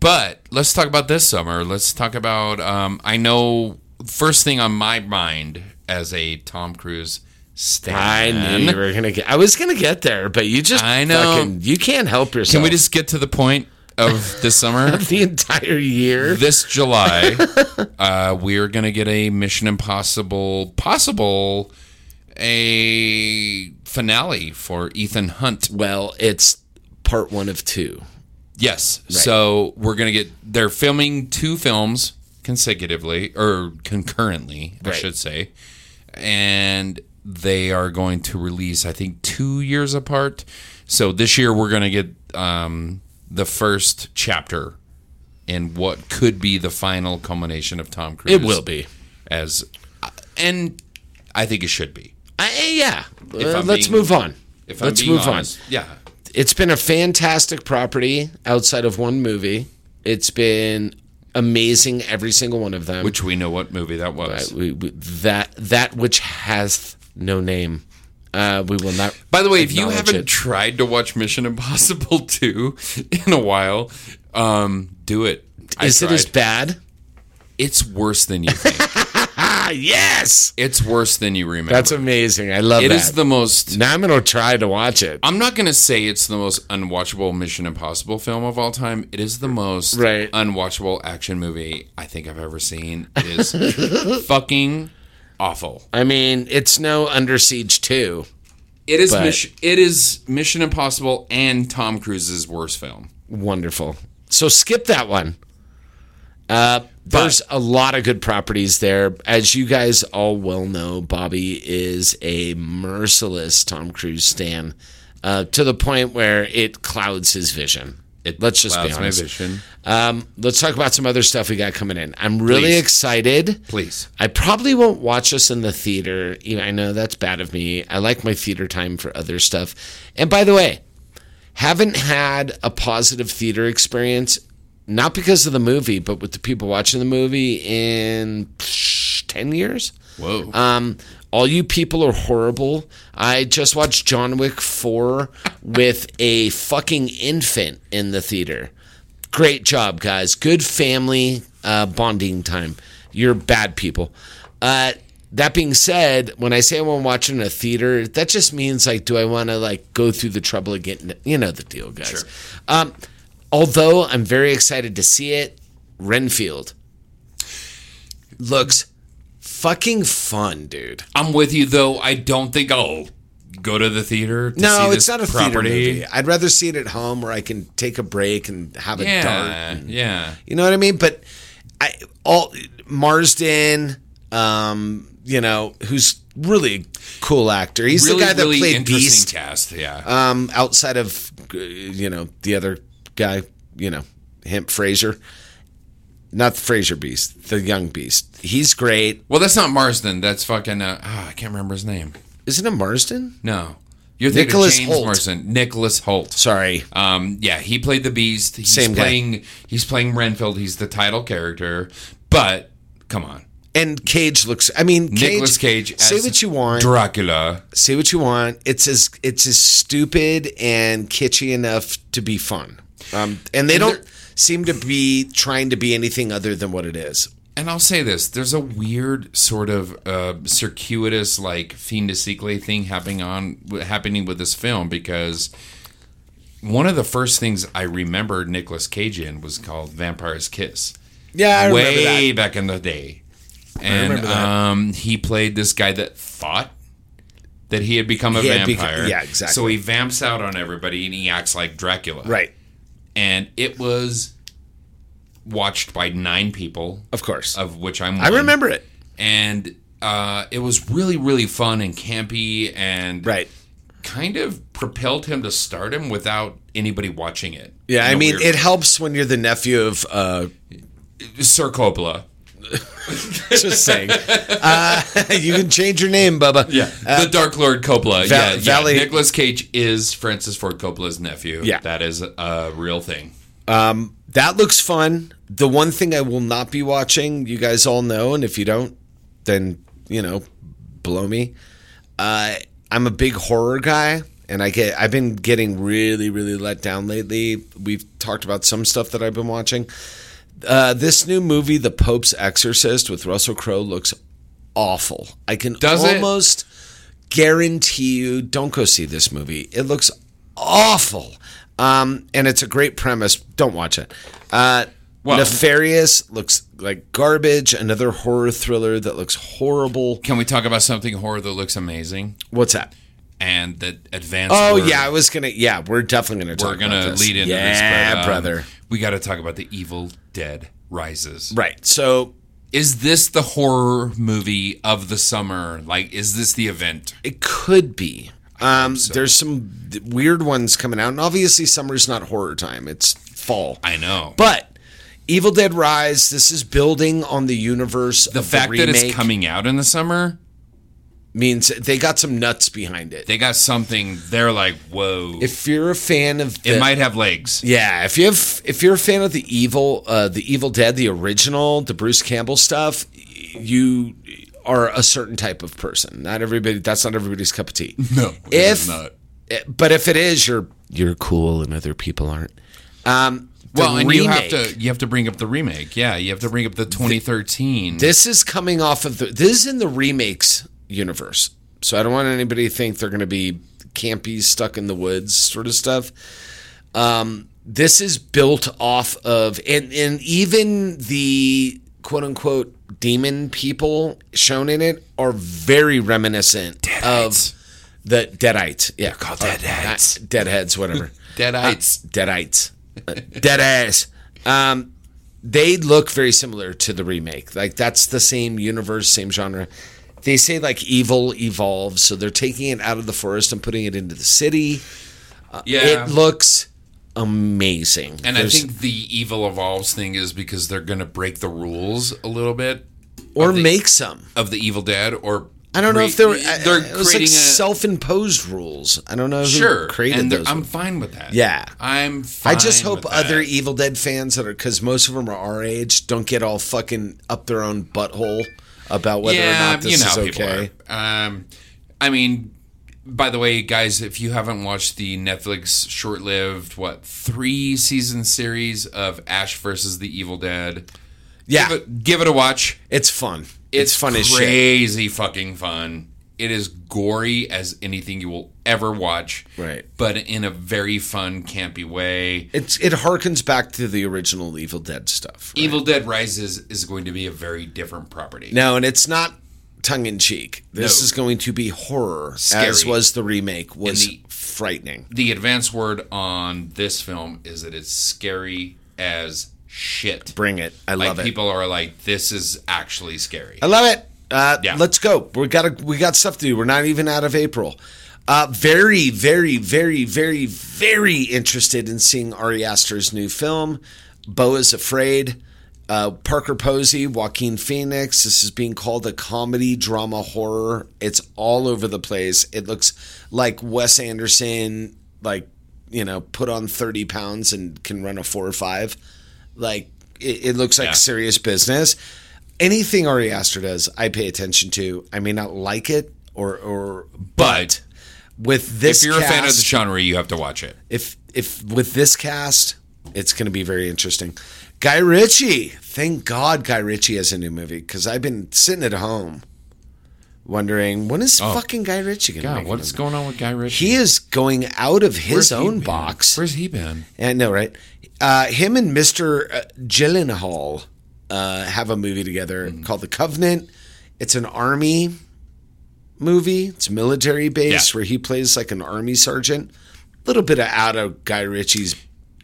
Speaker 5: but let's talk about this summer. Let's talk about. Um, I know first thing on my mind as a Tom Cruise stan.
Speaker 4: I knew you were gonna get. I was gonna get there, but you just.
Speaker 5: I know.
Speaker 4: Fucking, you can't help yourself.
Speaker 5: Can we just get to the point of this summer?
Speaker 4: the entire year?
Speaker 5: this July, uh, we're gonna get a Mission Impossible possible a finale for Ethan Hunt.
Speaker 4: Well, it's part one of two.
Speaker 5: Yes, so we're gonna get they're filming two films consecutively or concurrently, I
Speaker 4: Right.
Speaker 5: should say, and they are going to release I think two years apart. So this year we're gonna get um, the first chapter. in what could be the final culmination of Tom Cruise?
Speaker 4: It will be.
Speaker 5: as uh, and I think it should be.
Speaker 4: I, yeah. Uh,
Speaker 5: I'm
Speaker 4: let's
Speaker 5: being-
Speaker 4: move on.
Speaker 5: If
Speaker 4: let's
Speaker 5: I'm being
Speaker 4: move
Speaker 5: honest. Yeah.
Speaker 4: on. It's been a fantastic property outside of one movie. It's been amazing every single one of them.
Speaker 5: Which we know what movie that was.
Speaker 4: Right, we, we, that that which hath no name. Uh, we will not.
Speaker 5: By the way, if you
Speaker 4: acknowledge
Speaker 5: haven't
Speaker 4: it.
Speaker 5: tried to watch Mission Impossible 2 in a while, um, do it. I
Speaker 4: is it as
Speaker 5: tried.
Speaker 4: bad?
Speaker 5: It's worse than you think.
Speaker 4: Ah, yes.
Speaker 5: it's worse than you remember.
Speaker 4: That's amazing. I love
Speaker 5: It
Speaker 4: that.
Speaker 5: is the most
Speaker 4: Now I'm gonna try to watch it.
Speaker 5: I'm not gonna say it's the most unwatchable Mission Impossible film of all time. It is the most
Speaker 4: Right.
Speaker 5: unwatchable action movie I think I've ever seen. It is fucking awful.
Speaker 4: I mean, it's no Under Siege two.
Speaker 5: It is
Speaker 4: But-
Speaker 5: Mission, it is Mission Impossible and Tom Cruise's worst film.
Speaker 4: Wonderful. So skip that one. Uh, there's a lot of good properties there. As you guys all well know, Bobby is a merciless Tom Cruise stan uh, to the point where it clouds his vision. It, let's just be
Speaker 5: clouds my
Speaker 4: honest.
Speaker 5: vision.
Speaker 4: Um, let's talk about some other stuff we got coming in. I'm really
Speaker 5: Please.
Speaker 4: excited.
Speaker 5: Please.
Speaker 4: I probably won't watch this in the theater. You know, I know that's bad of me. I like my theater time for other stuff. And by the way, haven't had a positive theater experience, not because of the movie, but with the people watching the movie in psh, 10 years.
Speaker 5: Whoa.
Speaker 4: Um, all you people are horrible. I just watched John Wick 4 with a fucking infant in the theater. Great job, guys. Good family uh, bonding time. You're bad people. Uh, that being said, when I say I want to watch it in a theater, that just means like, do I want to like go through the trouble of getting, you know, the deal, guys. Um, although I'm very excited to see it, Renfield looks fucking fun, dude.
Speaker 5: I'm with you though. I don't think I'll go to the theater. To see
Speaker 4: No,
Speaker 5: this
Speaker 4: it's not a
Speaker 5: property.
Speaker 4: theater movie. I'd rather see it at home where I can take a break and have a dart.
Speaker 5: Yeah, yeah.
Speaker 4: You know what I mean? But I all Marsden, um, you know, who's really a cool actor. He's
Speaker 5: really,
Speaker 4: the guy that
Speaker 5: really
Speaker 4: played
Speaker 5: interesting
Speaker 4: Beast
Speaker 5: cast. Yeah,
Speaker 4: um, outside of uh, you know the other guy, you know, him Fraser. Not the Fraser Beast, the young Beast. He's great.
Speaker 5: Well, that's not Marsden. That's fucking. Uh, ah, I can't remember his name.
Speaker 4: Isn't it Marsden?
Speaker 5: No, you're thinking
Speaker 4: Nicholas
Speaker 5: of James
Speaker 4: Holt.
Speaker 5: Marsden. Nicholas Holt.
Speaker 4: Sorry.
Speaker 5: Um, yeah, he played the Beast. He's
Speaker 4: Same guy.
Speaker 5: playing. He's playing Renfield. He's the title character. But come on,
Speaker 4: And Cage looks. I mean, Cage,
Speaker 5: Nicholas Cage.
Speaker 4: Say
Speaker 5: as
Speaker 4: what you want.
Speaker 5: Dracula.
Speaker 4: say what you want. It's as it's as stupid and kitschy enough to be fun. Um, and they don't seem to be trying to be anything other than what it is.
Speaker 5: And I'll say this: there's a weird sort of uh, circuitous, like fiendisically thing happening on happening with this film because one of the first things I remember Nicolas Cage in was called Vampire's Kiss.
Speaker 4: Yeah, I remember that.
Speaker 5: way back in the day. And
Speaker 4: remember that.
Speaker 5: um, he played this guy that thought that he had become a
Speaker 4: He had beca-
Speaker 5: vampire.
Speaker 4: yeah, exactly.
Speaker 5: So he vamps out on everybody and he acts like Dracula.
Speaker 4: Right.
Speaker 5: And it was watched by nine people,
Speaker 4: Of course.
Speaker 5: of which I'm.
Speaker 4: I
Speaker 5: one.
Speaker 4: remember it.
Speaker 5: And uh, it was really, really fun and campy and
Speaker 4: Right.
Speaker 5: kind of propelled him to stardom without anybody watching it.
Speaker 4: Yeah,
Speaker 5: In
Speaker 4: I
Speaker 5: a
Speaker 4: mean,
Speaker 5: weird
Speaker 4: it helps when you're the nephew of uh,
Speaker 5: Sir Coppola.
Speaker 4: just saying. uh, you can change your name, Bubba.
Speaker 5: Yeah, the Dark Lord Coppola.
Speaker 4: Va-
Speaker 5: yeah,
Speaker 4: Uh, Valley-
Speaker 5: yeah. Nicholas Cage is Francis Ford Coppola's nephew.
Speaker 4: Yeah.
Speaker 5: that is a real thing.
Speaker 4: That looks fun. The one thing I will not be watching, you guys all know, and if you don't, then you know, blow me. Uh, I'm a big horror guy, and I get I've been getting really really let down lately. We've talked about some stuff that I've been watching. Uh, this new movie, The Pope's Exorcist, with Russell Crowe, looks awful. I can
Speaker 5: Does it?
Speaker 4: almost guarantee you, don't go see this movie. It looks awful, um, and it's a great premise. Don't watch it. Uh,
Speaker 5: Well-
Speaker 4: Nefarious looks like garbage. Another horror thriller that looks horrible.
Speaker 5: Can we talk about something horror that looks amazing
Speaker 4: What's that?
Speaker 5: and that advanced?
Speaker 4: Oh
Speaker 5: word-
Speaker 4: yeah, I was gonna. Yeah, we're definitely gonna. Talk
Speaker 5: we're gonna
Speaker 4: about this.
Speaker 5: lead into this.
Speaker 4: yeah,
Speaker 5: but, um,
Speaker 4: brother.
Speaker 5: We got to talk about the Evil Dead Rises.
Speaker 4: Right. So
Speaker 5: Is this the horror movie of the summer? Like, is this the event?
Speaker 4: It could be. Um, There's some d- weird ones coming out, and obviously summer's not horror time; it's fall.
Speaker 5: I know,
Speaker 4: But Evil Dead Rise, this is building on the universe.
Speaker 5: the
Speaker 4: of
Speaker 5: fact
Speaker 4: the
Speaker 5: that it's
Speaker 4: remake
Speaker 5: coming out in the summer,
Speaker 4: means they got some nuts behind it.
Speaker 5: they got something. They're like, whoa!
Speaker 4: if you're a fan of
Speaker 5: it
Speaker 4: the-
Speaker 5: might have legs.
Speaker 4: Yeah, if you have, if you're a fan of the evil, uh, the Evil Dead, the original, the Bruce Campbell stuff, you are a certain type of person. Not everybody. That's not everybody's cup of tea. No, if not. but if it is, you're you're cool, and other people aren't. Um, the
Speaker 5: Well, and you have
Speaker 4: remake,
Speaker 5: to you have to bring up the remake. Yeah, you have to bring up the 2013.
Speaker 4: This is coming off of the. This is in the remakes universe, so I don't want anybody to think they're going to be campy, stuck in the woods sort of stuff. Um, this is built off of, and and even the quote unquote demon people shown in it are very reminiscent
Speaker 5: Deadites.
Speaker 4: of the Deadites. Yeah,
Speaker 5: called
Speaker 4: Or,
Speaker 5: Deadites.
Speaker 4: not- Deadheads, whatever. uh,
Speaker 5: Deadites.
Speaker 4: Deadites. Uh, Deadass. Um, they look very similar to the remake. Like that's the same universe, same genre. They say like evil evolves, so they're taking it out of the forest and putting it into the city.
Speaker 5: yeah,
Speaker 4: It looks amazing.
Speaker 5: and I
Speaker 4: There's-
Speaker 5: think the evil evolves thing is because they're going to break the rules a little bit
Speaker 4: or make some.
Speaker 5: of the Evil Dead, or
Speaker 4: I don't know if
Speaker 5: crea-
Speaker 4: they're I-
Speaker 5: they're
Speaker 4: it was like
Speaker 5: creating a
Speaker 4: self-imposed rules. I don't know who
Speaker 5: sure
Speaker 4: created
Speaker 5: and they're-
Speaker 4: those.
Speaker 5: I'm
Speaker 4: ones.
Speaker 5: fine with that.
Speaker 4: Yeah.
Speaker 5: I'm. fine
Speaker 4: I just hope
Speaker 5: with
Speaker 4: other e-,
Speaker 5: that.
Speaker 4: Evil Dead fans that are because most of them are our age don't get all fucking up their own butthole about whether or not this is
Speaker 5: people
Speaker 4: okay.
Speaker 5: are. Um, I mean, by the way, guys, if you haven't watched the Netflix short-lived what three season series of Ash versus the Evil Dead,
Speaker 4: Yeah,
Speaker 5: give it, give it a watch.
Speaker 4: it's fun. It's,
Speaker 5: It's,
Speaker 4: fun as shit.
Speaker 5: crazy fucking fun. It is gory as anything you will ever watch,
Speaker 4: Right.
Speaker 5: But in a very fun, campy way.
Speaker 4: It's it harkens back to the original Evil Dead stuff. right?
Speaker 5: Evil Dead Rises is going to be a very different property.
Speaker 4: No, and it's not tongue in cheek. This
Speaker 5: No.
Speaker 4: is going to be horror, as
Speaker 5: Scary.
Speaker 4: was the remake. Was
Speaker 5: the-
Speaker 4: frightening.
Speaker 5: the advanced word on this film is that it's scary as shit.
Speaker 4: Bring it. I
Speaker 5: like
Speaker 4: love it.
Speaker 5: people are like, this is actually scary.
Speaker 4: I love it. Uh,
Speaker 5: Yeah.
Speaker 4: Let's go. We got to, we got stuff to do. We're not even out of April. Uh, very, very, very, very, very interested in seeing Ari Aster's new film, Bo is Afraid. Uh, Parker Posey, Joaquin Phoenix. This is being called a comedy, drama, horror. It's all over the place. It looks like Wes Anderson, like, you know, put on 30 pounds and can run a four or five. Like, it, it looks like
Speaker 5: Yeah.
Speaker 4: serious business anything Ari Aster does, I pay attention to. I may not like it or or but,
Speaker 5: But-
Speaker 4: with this
Speaker 5: if you're a fan of the
Speaker 4: cast-
Speaker 5: genre, you have to watch it.
Speaker 4: if if with this cast, it's going to be very interesting. Guy Ritchie, thank God Guy Ritchie has a new movie because I've been sitting at home wondering when is fucking Guy Ritchie going to
Speaker 5: Oh. God,
Speaker 4: make
Speaker 5: what's
Speaker 4: a movie?
Speaker 5: going on with Guy Ritchie?
Speaker 4: He is going out of his own box.
Speaker 5: Where's he been?
Speaker 4: I know, right? Uh, him and Mr. uh, Gyllenhaal uh, have a movie together
Speaker 5: Mm-hmm.
Speaker 4: called The Covenant. It's an army movie. It's military based
Speaker 5: Yeah.
Speaker 4: where he plays like an army sergeant. A little bit of out of Guy Ritchie's.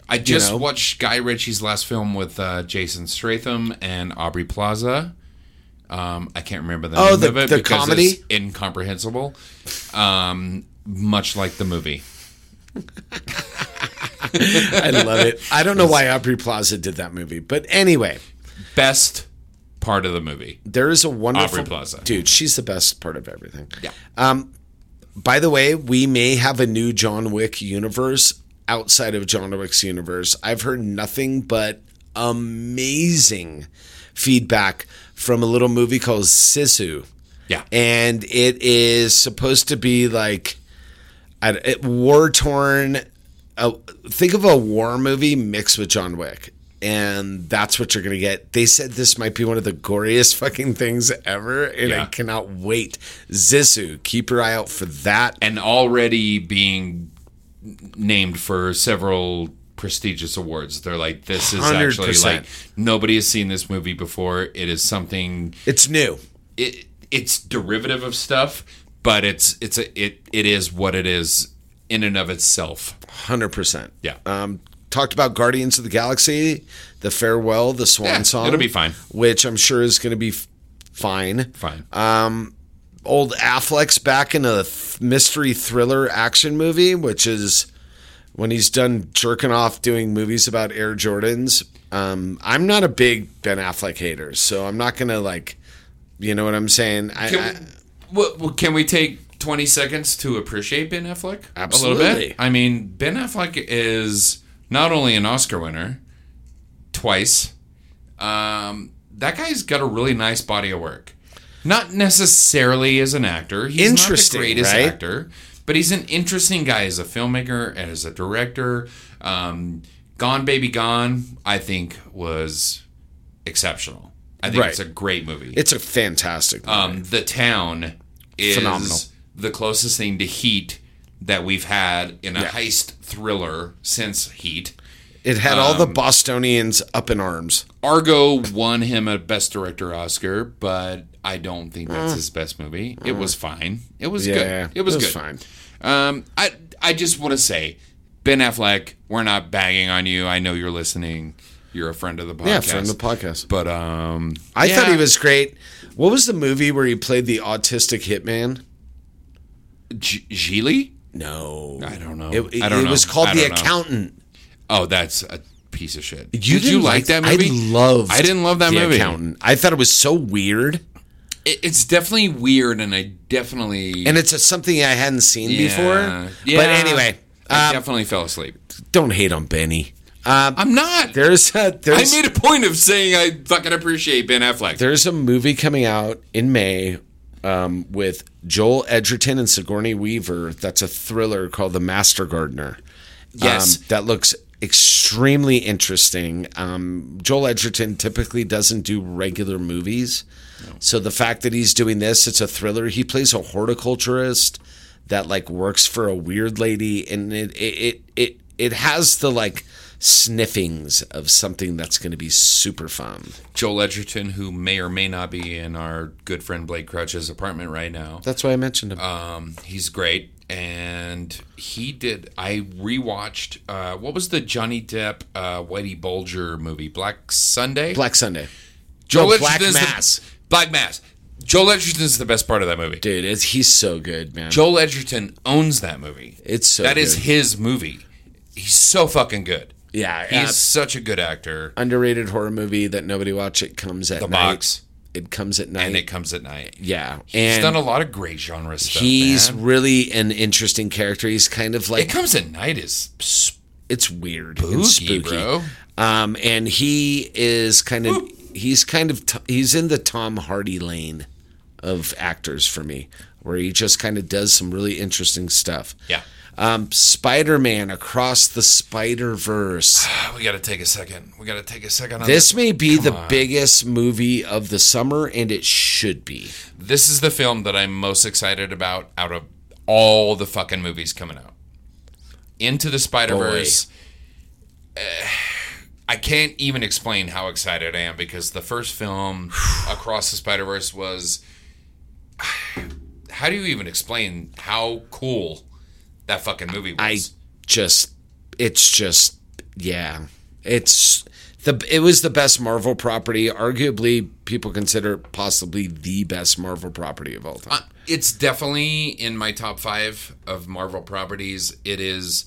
Speaker 5: I just
Speaker 4: know.
Speaker 5: watched Guy Ritchie's last film with uh, Jason Stratham and Aubrey Plaza. Um, I can't remember the
Speaker 4: Oh,
Speaker 5: name
Speaker 4: the-
Speaker 5: of it
Speaker 4: the
Speaker 5: because
Speaker 4: comedy?
Speaker 5: it's incomprehensible. Um, much like the movie.
Speaker 4: I love it. I don't know why Aubrey Plaza did that movie, but anyway,
Speaker 5: Best part of the movie.
Speaker 4: there is a wonderful
Speaker 5: Aubrey Plaza.
Speaker 4: dude. She's the best part of everything.
Speaker 5: Yeah.
Speaker 4: Um, by the way, we may have a new John Wick universe outside of John Wick's universe. I've heard nothing but amazing feedback from a little movie called Sisu.
Speaker 5: Yeah.
Speaker 4: and it is supposed to be like war torn. Uh, think of a war movie mixed with John Wick, and that's what you're gonna get. They said this might be one of the goriest fucking things ever, and I
Speaker 5: Yeah.
Speaker 4: cannot wait. Zissou, keep your eye out for that.
Speaker 5: and already being named for several prestigious awards. They're like, this is actually
Speaker 4: 100%.
Speaker 5: like nobody has seen this movie before. It is something.
Speaker 4: It's new.
Speaker 5: It it's derivative of stuff, but it's it's a it it is what it is in and of itself.
Speaker 4: hundred percent.
Speaker 5: Yeah.
Speaker 4: Um, talked about Guardians of the Galaxy, the farewell, the swan
Speaker 5: Yeah,
Speaker 4: song.
Speaker 5: it'll be fine.
Speaker 4: Which I'm sure is going to be f- fine.
Speaker 5: Fine.
Speaker 4: Old Affleck's back in a th- mystery thriller action movie, which is when he's done jerking off doing movies about Air Jordans. Um, I'm not a big Ben Affleck hater, so I'm not going to like, you know what I'm saying? I,
Speaker 5: can,
Speaker 4: I-
Speaker 5: well, well, can we take 20 seconds to appreciate Ben Affleck a little
Speaker 4: Absolutely.
Speaker 5: bit? I mean, Ben Affleck is not only an Oscar winner twice, um, that guy's got a really nice body of work. Not necessarily as an actor. He's
Speaker 4: Interesting,
Speaker 5: not the greatest
Speaker 4: right?
Speaker 5: actor, but he's an interesting guy as a filmmaker, as a director. Um, Gone Baby Gone, I think, was exceptional. I think
Speaker 4: Right.
Speaker 5: it's a great movie.
Speaker 4: it's a fantastic movie.
Speaker 5: Um, the town is
Speaker 4: Phenomenal.
Speaker 5: the closest thing to Heat that we've had in a
Speaker 4: Yeah.
Speaker 5: heist thriller since Heat.
Speaker 4: it had all
Speaker 5: um,
Speaker 4: the Bostonians up in arms.
Speaker 5: Argo won him a Best Director Oscar, but I don't think that's his best movie. It was fine. It was
Speaker 4: Mm. Yeah.
Speaker 5: good. It was, good.
Speaker 4: fine.
Speaker 5: Um, I I just want to say, Ben Affleck, we're not bagging on you. I know you're listening. You're a friend of the podcast.
Speaker 4: Yeah, from the podcast.
Speaker 5: But um,
Speaker 4: I
Speaker 5: yeah.
Speaker 4: thought he was great. What was the movie where he played the autistic hitman?
Speaker 5: G- Gigli?
Speaker 4: No,
Speaker 5: I don't know.
Speaker 4: It,
Speaker 5: I don't
Speaker 4: it
Speaker 5: know.
Speaker 4: was called
Speaker 5: I
Speaker 4: The
Speaker 5: don't know.
Speaker 4: Accountant.
Speaker 5: Oh, that's a piece of shit.
Speaker 4: You
Speaker 5: Did you
Speaker 4: didn't
Speaker 5: like that movie?
Speaker 4: I loved.
Speaker 5: I didn't love that
Speaker 4: The
Speaker 5: movie.
Speaker 4: Accountant. I thought it was so weird,
Speaker 5: It- it's definitely weird, and I definitely
Speaker 4: and it's a, something I hadn't seen
Speaker 5: Yeah.
Speaker 4: before.
Speaker 5: Yeah.
Speaker 4: But anyway,
Speaker 5: I
Speaker 4: um,
Speaker 5: definitely fell asleep.
Speaker 4: don't hate on Benny.
Speaker 5: I'm not.
Speaker 4: There's a
Speaker 5: I
Speaker 4: there's
Speaker 5: made a point of saying I fucking appreciate Ben Affleck.
Speaker 4: there's a movie coming out in May um, with Joel Edgerton and Sigourney Weaver. That's a thriller called The Master Gardener.
Speaker 5: Yes.
Speaker 4: Um, that looks extremely interesting. Um, Joel Edgerton typically doesn't do regular movies. So the fact that he's doing this, it's a thriller. He plays a horticulturist that like works for a weird lady and it it it it, it has the like sniffings of something that's going to be super fun.
Speaker 5: Joel Edgerton, who may or may not be in our good friend Blake Crouch's apartment right now.
Speaker 4: That's why I mentioned him.
Speaker 5: He's great, and he did. I rewatched. Uh, what was the Johnny Depp, uh, Whitey Bulger movie? Black Sunday.
Speaker 4: Black Sunday.
Speaker 5: Joel
Speaker 4: Joe Black
Speaker 5: Edgerton's the-
Speaker 4: Mass.
Speaker 5: Black Mass. Joel Edgerton's the best part of that movie.
Speaker 4: Dude, it's, he's so good, man.
Speaker 5: Joel Edgerton owns that movie.
Speaker 4: It's so
Speaker 5: That is
Speaker 4: good.
Speaker 5: his movie. He's so fucking good.
Speaker 4: yeah,
Speaker 5: He's
Speaker 4: uh,
Speaker 5: such a good actor.
Speaker 4: underrated horror movie that nobody watched. It comes at
Speaker 5: The
Speaker 4: night.
Speaker 5: Box.
Speaker 4: It comes at night.
Speaker 5: And it comes at night.
Speaker 4: yeah,
Speaker 5: he's
Speaker 4: and
Speaker 5: done a lot of great genre stuff.
Speaker 4: he's
Speaker 5: man.
Speaker 4: really an interesting character. He's kind of
Speaker 5: it
Speaker 4: like
Speaker 5: comes at night is
Speaker 4: it's weird and
Speaker 5: spooky,
Speaker 4: spooky.
Speaker 5: bro.
Speaker 4: Um, and he is kind of he's kind of t- he's in the Tom Hardy lane of actors for me, where he just kind of does some really interesting stuff.
Speaker 5: Yeah.
Speaker 4: Um, Spider Man across the Spider Verse.
Speaker 5: We got to take a second. We got to take a second on
Speaker 4: This may be the biggest movie of the summer, and it should be.
Speaker 5: This is the film that I'm most excited about out of all the fucking movies coming out. Into the Spider Verse. I can't even explain how excited I am because the first film, Across the Spider Verse, was. How do you even explain how cool that fucking movie was?
Speaker 4: I just, it's just, yeah, it's the it was the best Marvel
Speaker 5: Uh,
Speaker 4: property. Arguably, people consider it possibly the best Marvel property of all time.
Speaker 5: it's definitely in my top five of Marvel properties. It is.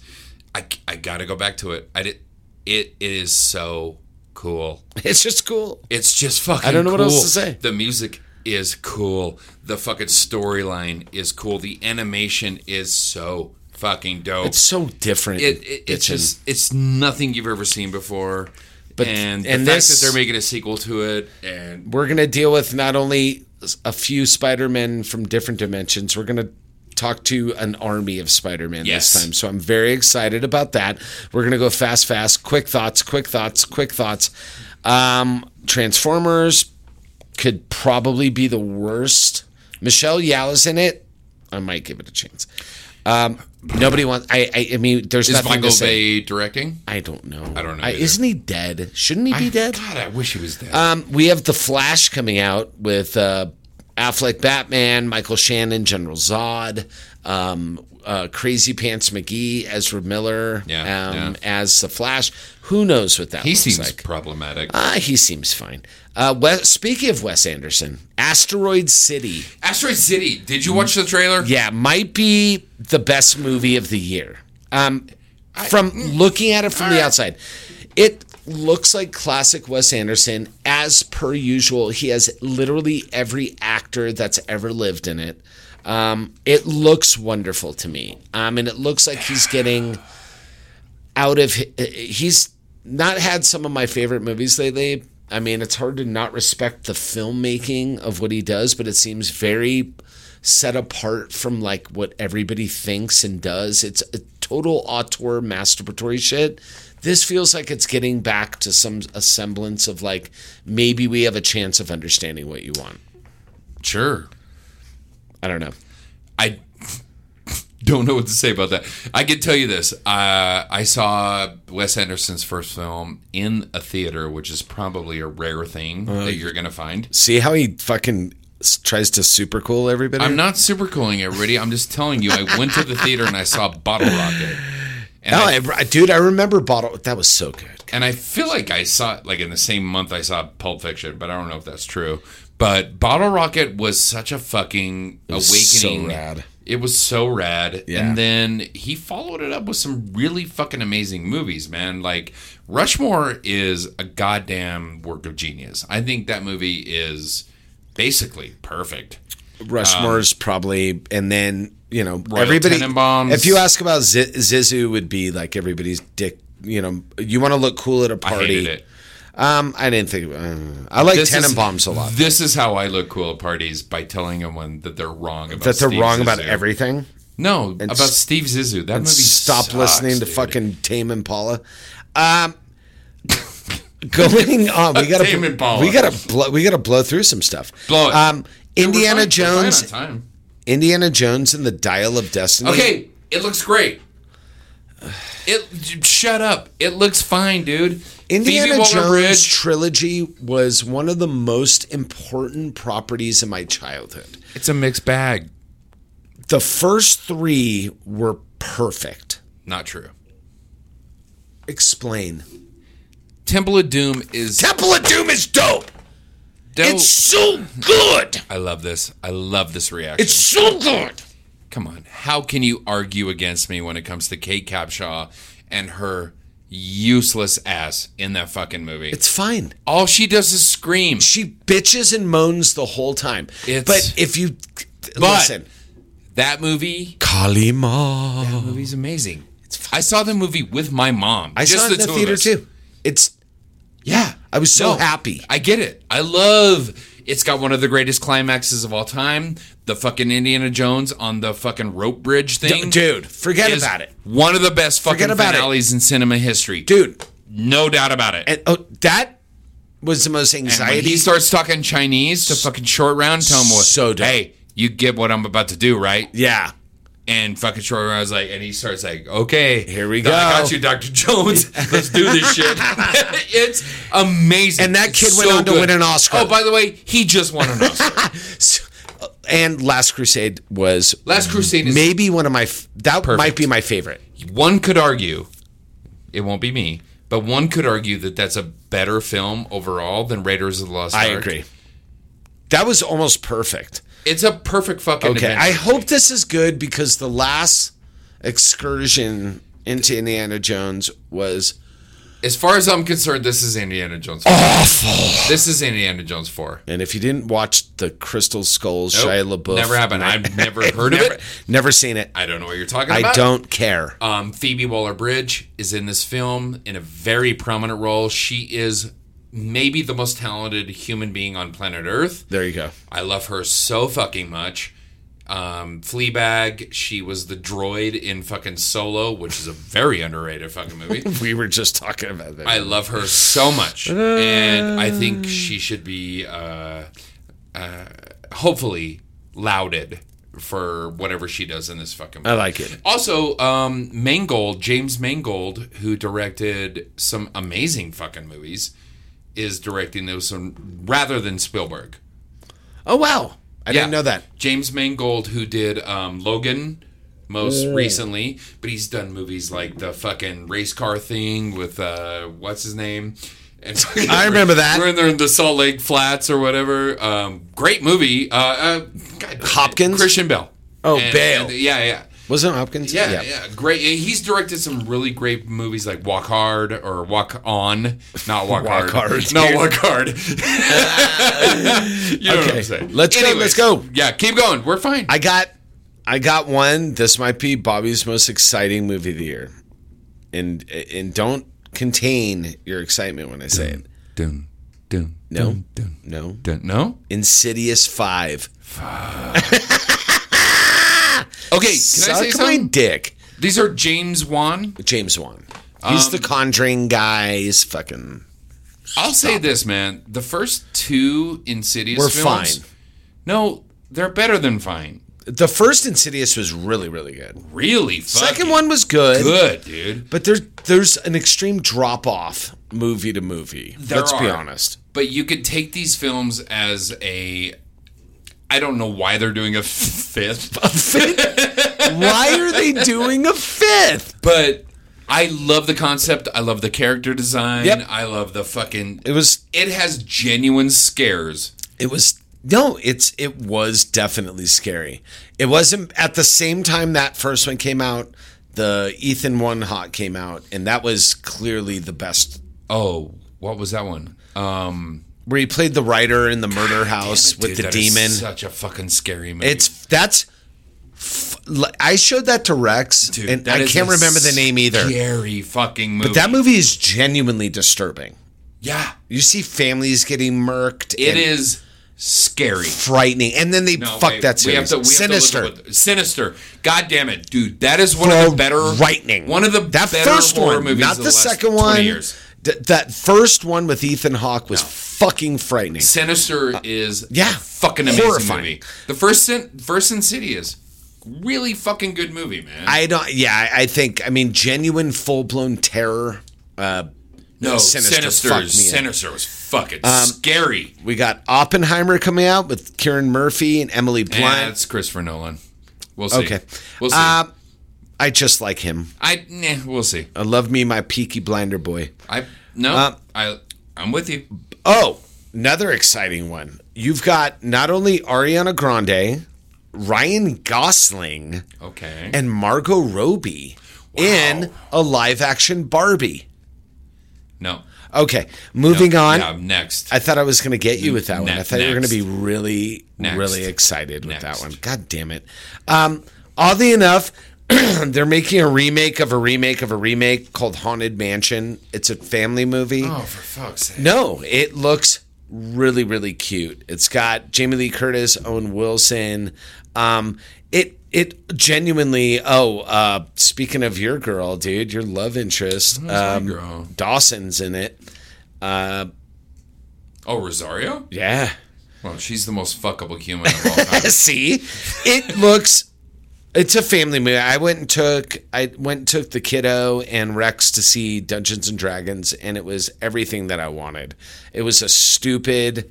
Speaker 5: I, I gotta go back to it. I did. It is so cool.
Speaker 4: It's just cool.
Speaker 5: It's just fucking.
Speaker 4: I don't know what
Speaker 5: cool.
Speaker 4: else to say.
Speaker 5: The music is cool. The fucking storyline is cool. The animation is so fucking dope.
Speaker 4: It's so different.
Speaker 5: it, it it's
Speaker 4: an-
Speaker 5: just it's nothing you've ever seen before.
Speaker 4: But-
Speaker 5: and the
Speaker 4: and
Speaker 5: fact
Speaker 4: this-
Speaker 5: that they're making a sequel to it, and
Speaker 4: we're gonna deal with not only a few Spider-Men from different dimensions. We're gonna talk to an army of Spider-Man
Speaker 5: Yes.
Speaker 4: this time. So I'm very excited about that. We're gonna go fast, fast, quick thoughts, quick thoughts, quick thoughts. Um, Transformers could probably be the worst. Michelle Yao is in it. I might give it a chance. Um, nobody wants. I, I. I mean, there's
Speaker 5: is
Speaker 4: nothing
Speaker 5: Michael
Speaker 4: to say.
Speaker 5: Bay directing?
Speaker 4: I don't know. I
Speaker 5: don't know
Speaker 4: I,
Speaker 5: either.
Speaker 4: isn't he dead? Shouldn't he be dead?
Speaker 5: God, I wish he was dead.
Speaker 4: Um, we have The Flash coming out with uh, Affleck Batman, Michael Shannon, General Zod, um, uh, Crazy Pants McGee, Ezra Miller
Speaker 5: Yeah,
Speaker 4: um,
Speaker 5: yeah.
Speaker 4: as The Flash. Who knows what that
Speaker 5: he
Speaker 4: looks
Speaker 5: seems
Speaker 4: like?
Speaker 5: problematic.
Speaker 4: Uh, he seems fine. Uh, Wes, speaking of Wes Anderson, Asteroid City,
Speaker 5: Asteroid City. Did you watch the trailer?
Speaker 4: yeah, might be the best movie of the year. Um, from looking at it from the outside, it looks like classic Wes Anderson. As per usual, he has literally every actor that's ever lived in it. Um, it looks wonderful to me. Um, and it looks like he's getting out of hi- he's not had some of my favorite movies lately. I mean, it's hard to not respect the filmmaking of what he does, but it seems very set apart from like what everybody thinks and does. It's a total auteur masturbatory shit. This feels like it's getting back to some a semblance of like maybe we have a chance of understanding what you want.
Speaker 5: Sure.
Speaker 4: I don't know.
Speaker 5: I don't know what to say about that. I can tell you this. Uh, I saw Wes Anderson's first film in a theater, which is probably a rare thing that you're going to find.
Speaker 4: See how he fucking s- tries to super cool everybody.
Speaker 5: I'm not super cooling everybody. I'm just telling you, I went to the theater and I saw Bottle Rocket. And
Speaker 4: No,
Speaker 5: I
Speaker 4: I, I- dude, I remember bottle. That was so good.
Speaker 5: and I feel like I saw it like in the same month I saw Pulp Fiction, but I don't know if that's true. But Bottle Rocket was such a fucking
Speaker 4: was
Speaker 5: awakening.
Speaker 4: so rad.
Speaker 5: It was so rad.
Speaker 4: Yeah.
Speaker 5: And then he followed it up with some really fucking amazing movies, man. Like Rushmore is a goddamn work of genius. I think that movie is basically perfect.
Speaker 4: Rushmore's probably, and then you know
Speaker 5: Um, Royal
Speaker 4: everybody.
Speaker 5: Tenenbaums.
Speaker 4: If you ask about Z- Zizou, would be like everybody's dick. You know, you want to look cool at a
Speaker 5: I
Speaker 4: party.
Speaker 5: hated it.
Speaker 4: Um, I didn't think. Uh, I like
Speaker 5: This is-
Speaker 4: Tenenbaums a lot.
Speaker 5: This is how I look cool at parties by telling someone that they're wrong about
Speaker 4: that they're
Speaker 5: Steve
Speaker 4: wrong about
Speaker 5: Zissou.
Speaker 4: everything.
Speaker 5: No, about
Speaker 4: s-
Speaker 5: Steve Zissou. That movie.
Speaker 4: Stop
Speaker 5: sucks,
Speaker 4: listening to
Speaker 5: dude.
Speaker 4: fucking Tame Impala. Um, going on, we gotta
Speaker 5: Tame Impala.
Speaker 4: we gotta blow, we gotta blow through some stuff.
Speaker 5: Blow it.
Speaker 4: Um,
Speaker 5: Dude, we're
Speaker 4: Indiana
Speaker 5: fine- we're fine on
Speaker 4: Jones,
Speaker 5: time.
Speaker 4: Indiana Jones, and the Dial of Destiny.
Speaker 5: Okay, it looks great. It shut up. It looks fine, dude.
Speaker 4: Indiana
Speaker 5: Phoebe
Speaker 4: Jones
Speaker 5: Waller-Bridge,
Speaker 4: trilogy was one of the most important properties in my childhood.
Speaker 5: It's a mixed bag.
Speaker 4: The first three were perfect.
Speaker 5: Not true.
Speaker 4: Explain.
Speaker 5: Temple of Doom is
Speaker 4: Temple of Doom is dope.
Speaker 5: Oh. dope.
Speaker 4: It's so good.
Speaker 5: I love this. I love this reaction.
Speaker 4: It's so good.
Speaker 5: Come on. How can you argue against me when it comes to Kate Capshaw and her useless ass in that fucking movie?
Speaker 4: It's fine.
Speaker 5: All she does is scream.
Speaker 4: She bitches and moans the whole time.
Speaker 5: It's-
Speaker 4: but if you listen,
Speaker 5: That movie
Speaker 4: Kalima.
Speaker 5: That movie's amazing. I saw the movie with my mom.
Speaker 4: I
Speaker 5: Just
Speaker 4: saw it in the
Speaker 5: two of
Speaker 4: theater
Speaker 5: us.
Speaker 4: too. It's
Speaker 5: Yeah,
Speaker 4: I was so happy.
Speaker 5: I get it. I love. It's got one of the greatest climaxes of all time. The fucking Indiana Jones on the fucking rope bridge thing,
Speaker 4: dude, forget
Speaker 5: is
Speaker 4: about it.
Speaker 5: One of the best fucking
Speaker 4: Forget about it.
Speaker 5: finales in cinema history,
Speaker 4: dude,
Speaker 5: No doubt about it.
Speaker 4: and oh, that was the most
Speaker 5: And when
Speaker 4: anxiety
Speaker 5: he starts talking Chinese to fucking short round, tell him what.
Speaker 4: So dope.
Speaker 5: hey, you get what I'm about to do, right?
Speaker 4: Yeah.
Speaker 5: and fucking Troy I was like, and he starts like, okay,
Speaker 4: Here we
Speaker 5: I
Speaker 4: go.
Speaker 5: got you, Doctor Jones. Let's do this shit. it's amazing.
Speaker 4: And that kid
Speaker 5: It's
Speaker 4: went on to win an Oscar.
Speaker 5: Oh, by the way, he just won an Oscar.
Speaker 4: And Last Crusade was
Speaker 5: Last Crusade is
Speaker 4: maybe one of my f- that
Speaker 5: Perfect.
Speaker 4: might be my favorite.
Speaker 5: one could argue, it won't be me, but one could argue that that's a better film overall than Raiders of the Lost Ark.
Speaker 4: That was almost perfect.
Speaker 5: It's a perfect fucking.
Speaker 4: Okay,
Speaker 5: adventure.
Speaker 4: I hope this is good because the last excursion into Indiana Jones was
Speaker 5: As far as I'm concerned, this is Indiana Jones.
Speaker 4: awful.
Speaker 5: This is Indiana Jones four.
Speaker 4: And if you didn't watch the Crystal Skulls,
Speaker 5: Nope,
Speaker 4: Shia LaBeouf,
Speaker 5: Never happened. I've never heard
Speaker 4: never,
Speaker 5: of it.
Speaker 4: never seen it.
Speaker 5: I don't know what you're talking
Speaker 4: I
Speaker 5: about.
Speaker 4: don't care.
Speaker 5: Um, Phoebe Waller Bridge is in this film in a very prominent role. She is maybe the most talented human being on planet Earth.
Speaker 4: There you go.
Speaker 5: I love her so fucking much. Um, Fleabag, she was the droid in fucking Solo, which is a very underrated fucking movie.
Speaker 4: We were just talking about that.
Speaker 5: I love her so much, and I think she should be, uh, uh, hopefully, lauded for whatever she does in this fucking.
Speaker 4: I like it.
Speaker 5: Also, um, Mangold, James Mangold, who directed some amazing fucking movies, is directing those some rather than Spielberg.
Speaker 4: Oh wow, I didn't
Speaker 5: Yeah.
Speaker 4: know that.
Speaker 5: James Mangold, who did um, Logan most
Speaker 4: Mm.
Speaker 5: recently, but he's done movies like the fucking race car thing with uh, what's his name. And
Speaker 4: I remember that.
Speaker 5: We're in there in the Salt Lake Flats or whatever. Um, great movie. Uh, uh, God,
Speaker 4: Hopkins?
Speaker 5: Christian Bell.
Speaker 4: Oh,
Speaker 5: And-
Speaker 4: Bale.
Speaker 5: and- yeah, yeah.
Speaker 4: Wasn't it Hopkins?
Speaker 5: Yeah, yeah, great. He's directed some really great movies like Walk Hard or Walk On, not Walk,
Speaker 4: Walk
Speaker 5: Hard,
Speaker 4: Hard.
Speaker 5: not Walk Hard. you know what
Speaker 4: Okay,
Speaker 5: I'm saying?
Speaker 4: let's go, let's go.
Speaker 5: Yeah, keep going. We're fine.
Speaker 4: I got, I got one. This might be Bobby's most exciting movie of the year, and and don't contain your excitement when I say it.
Speaker 5: dun, dun,
Speaker 4: No, no.
Speaker 5: dun. No.
Speaker 4: Insidious Five.
Speaker 5: Okay, can
Speaker 4: Suck
Speaker 5: I say
Speaker 4: my
Speaker 5: something?
Speaker 4: dick,
Speaker 5: These are James Wan. Um,
Speaker 4: James Wan. He's the Conjuring guy. He's fucking.
Speaker 5: I'll say this, man. The first two Insidious
Speaker 4: We're
Speaker 5: films,
Speaker 4: fine.
Speaker 5: No, they're better than fine.
Speaker 4: The first Insidious was really really good.
Speaker 5: Really,
Speaker 4: Second
Speaker 5: fucking
Speaker 4: one was good,
Speaker 5: good, dude.
Speaker 4: but there's there's an extreme drop off movie to movie. Let's be
Speaker 5: are.
Speaker 4: honest.
Speaker 5: but you could take these films as a I don't know why they're doing a fifth,
Speaker 4: Why are they doing a fifth?
Speaker 5: but I love the concept. I love the character design.
Speaker 4: Yep.
Speaker 5: I love the fucking.
Speaker 4: It was
Speaker 5: It has genuine scares.
Speaker 4: it was no, it's it was definitely scary. It wasn't at the same time that first one came out, the Ethan one hot came out, and that was clearly the best
Speaker 5: Oh, what was that one? Um,
Speaker 4: where he played the writer in the murder house
Speaker 5: dude,
Speaker 4: with the
Speaker 5: that is
Speaker 4: demon.
Speaker 5: Such a fucking scary movie.
Speaker 4: It's that's f- li- I showed that to Rex,
Speaker 5: Dude,
Speaker 4: and
Speaker 5: that
Speaker 4: I
Speaker 5: is
Speaker 4: can't
Speaker 5: a
Speaker 4: remember the name either.
Speaker 5: Scary fucking movie.
Speaker 4: But that movie is genuinely disturbing.
Speaker 5: yeah,
Speaker 4: You see families getting murked.
Speaker 5: it
Speaker 4: and
Speaker 5: is scary.
Speaker 4: frightening, and then they
Speaker 5: No,
Speaker 4: fuck
Speaker 5: wait,
Speaker 4: that series.
Speaker 5: look
Speaker 4: Sinister.
Speaker 5: at what- sinister. God damn it, dude. That is one of the better
Speaker 4: frightening.
Speaker 5: One of the
Speaker 4: that
Speaker 5: better
Speaker 4: first
Speaker 5: horror
Speaker 7: one,
Speaker 5: movies
Speaker 4: not the,
Speaker 5: of last
Speaker 4: second
Speaker 5: 20
Speaker 4: one.
Speaker 5: Years.
Speaker 4: Th- that first one with Ethan Hawke was fucking frightening.
Speaker 5: Sinister is
Speaker 4: Uh, yeah,
Speaker 5: a fucking amazing
Speaker 4: horrifying.
Speaker 5: movie. The first sin, first Insidious, really fucking good movie, man.
Speaker 4: I don't. Yeah, I, I think. I mean, genuine full blown terror. Uh,
Speaker 5: no,
Speaker 4: Sinister
Speaker 5: Sinister, Sinister,
Speaker 4: fucked me up. Um,
Speaker 5: was fucking scary.
Speaker 4: we got Oppenheimer coming out with Kieran Murphy and Emily Blunt.
Speaker 5: Yeah, that's Christopher Nolan. We'll see.
Speaker 4: okay,
Speaker 5: we'll see.
Speaker 4: Uh, I just like him.
Speaker 5: I nah, we'll see.
Speaker 4: I love me my Peaky Blinder boy.
Speaker 5: I no,
Speaker 4: uh,
Speaker 5: I I'm with you.
Speaker 4: Oh, another exciting one. You've got not only Ariana Grande, Ryan Gosling,
Speaker 5: Okay,
Speaker 4: and Margot Robbie in a live action Barbie.
Speaker 5: no.
Speaker 4: Okay, moving on.
Speaker 5: Yeah, next.
Speaker 4: I thought I was going to get you with that one. I
Speaker 5: Ne-
Speaker 4: thought you were going to be
Speaker 5: next.
Speaker 4: really,
Speaker 5: Next.
Speaker 4: really excited with that
Speaker 5: Next.
Speaker 4: one. God damn it. Um, oddly enough, they're making a remake of a remake of a remake called Haunted Mansion. It's a family movie.
Speaker 5: oh, for fuck's sake.
Speaker 4: No, it looks really, really cute. It's got Jamie Lee Curtis, Owen Wilson. Um, it it genuinely. Oh, uh, speaking of your girl, dude, your love interest,
Speaker 5: Mm-hmm.
Speaker 4: um,
Speaker 5: girl?
Speaker 4: Dawson's in it.
Speaker 5: Oh, Rosario?
Speaker 4: Yeah.
Speaker 5: Well, she's the most fuckable human of all time.
Speaker 4: See, it looks. It's a family movie. I went and took I went and took the kiddo and Rex to see Dungeons and Dragons, and it was everything that I wanted. It was a stupid,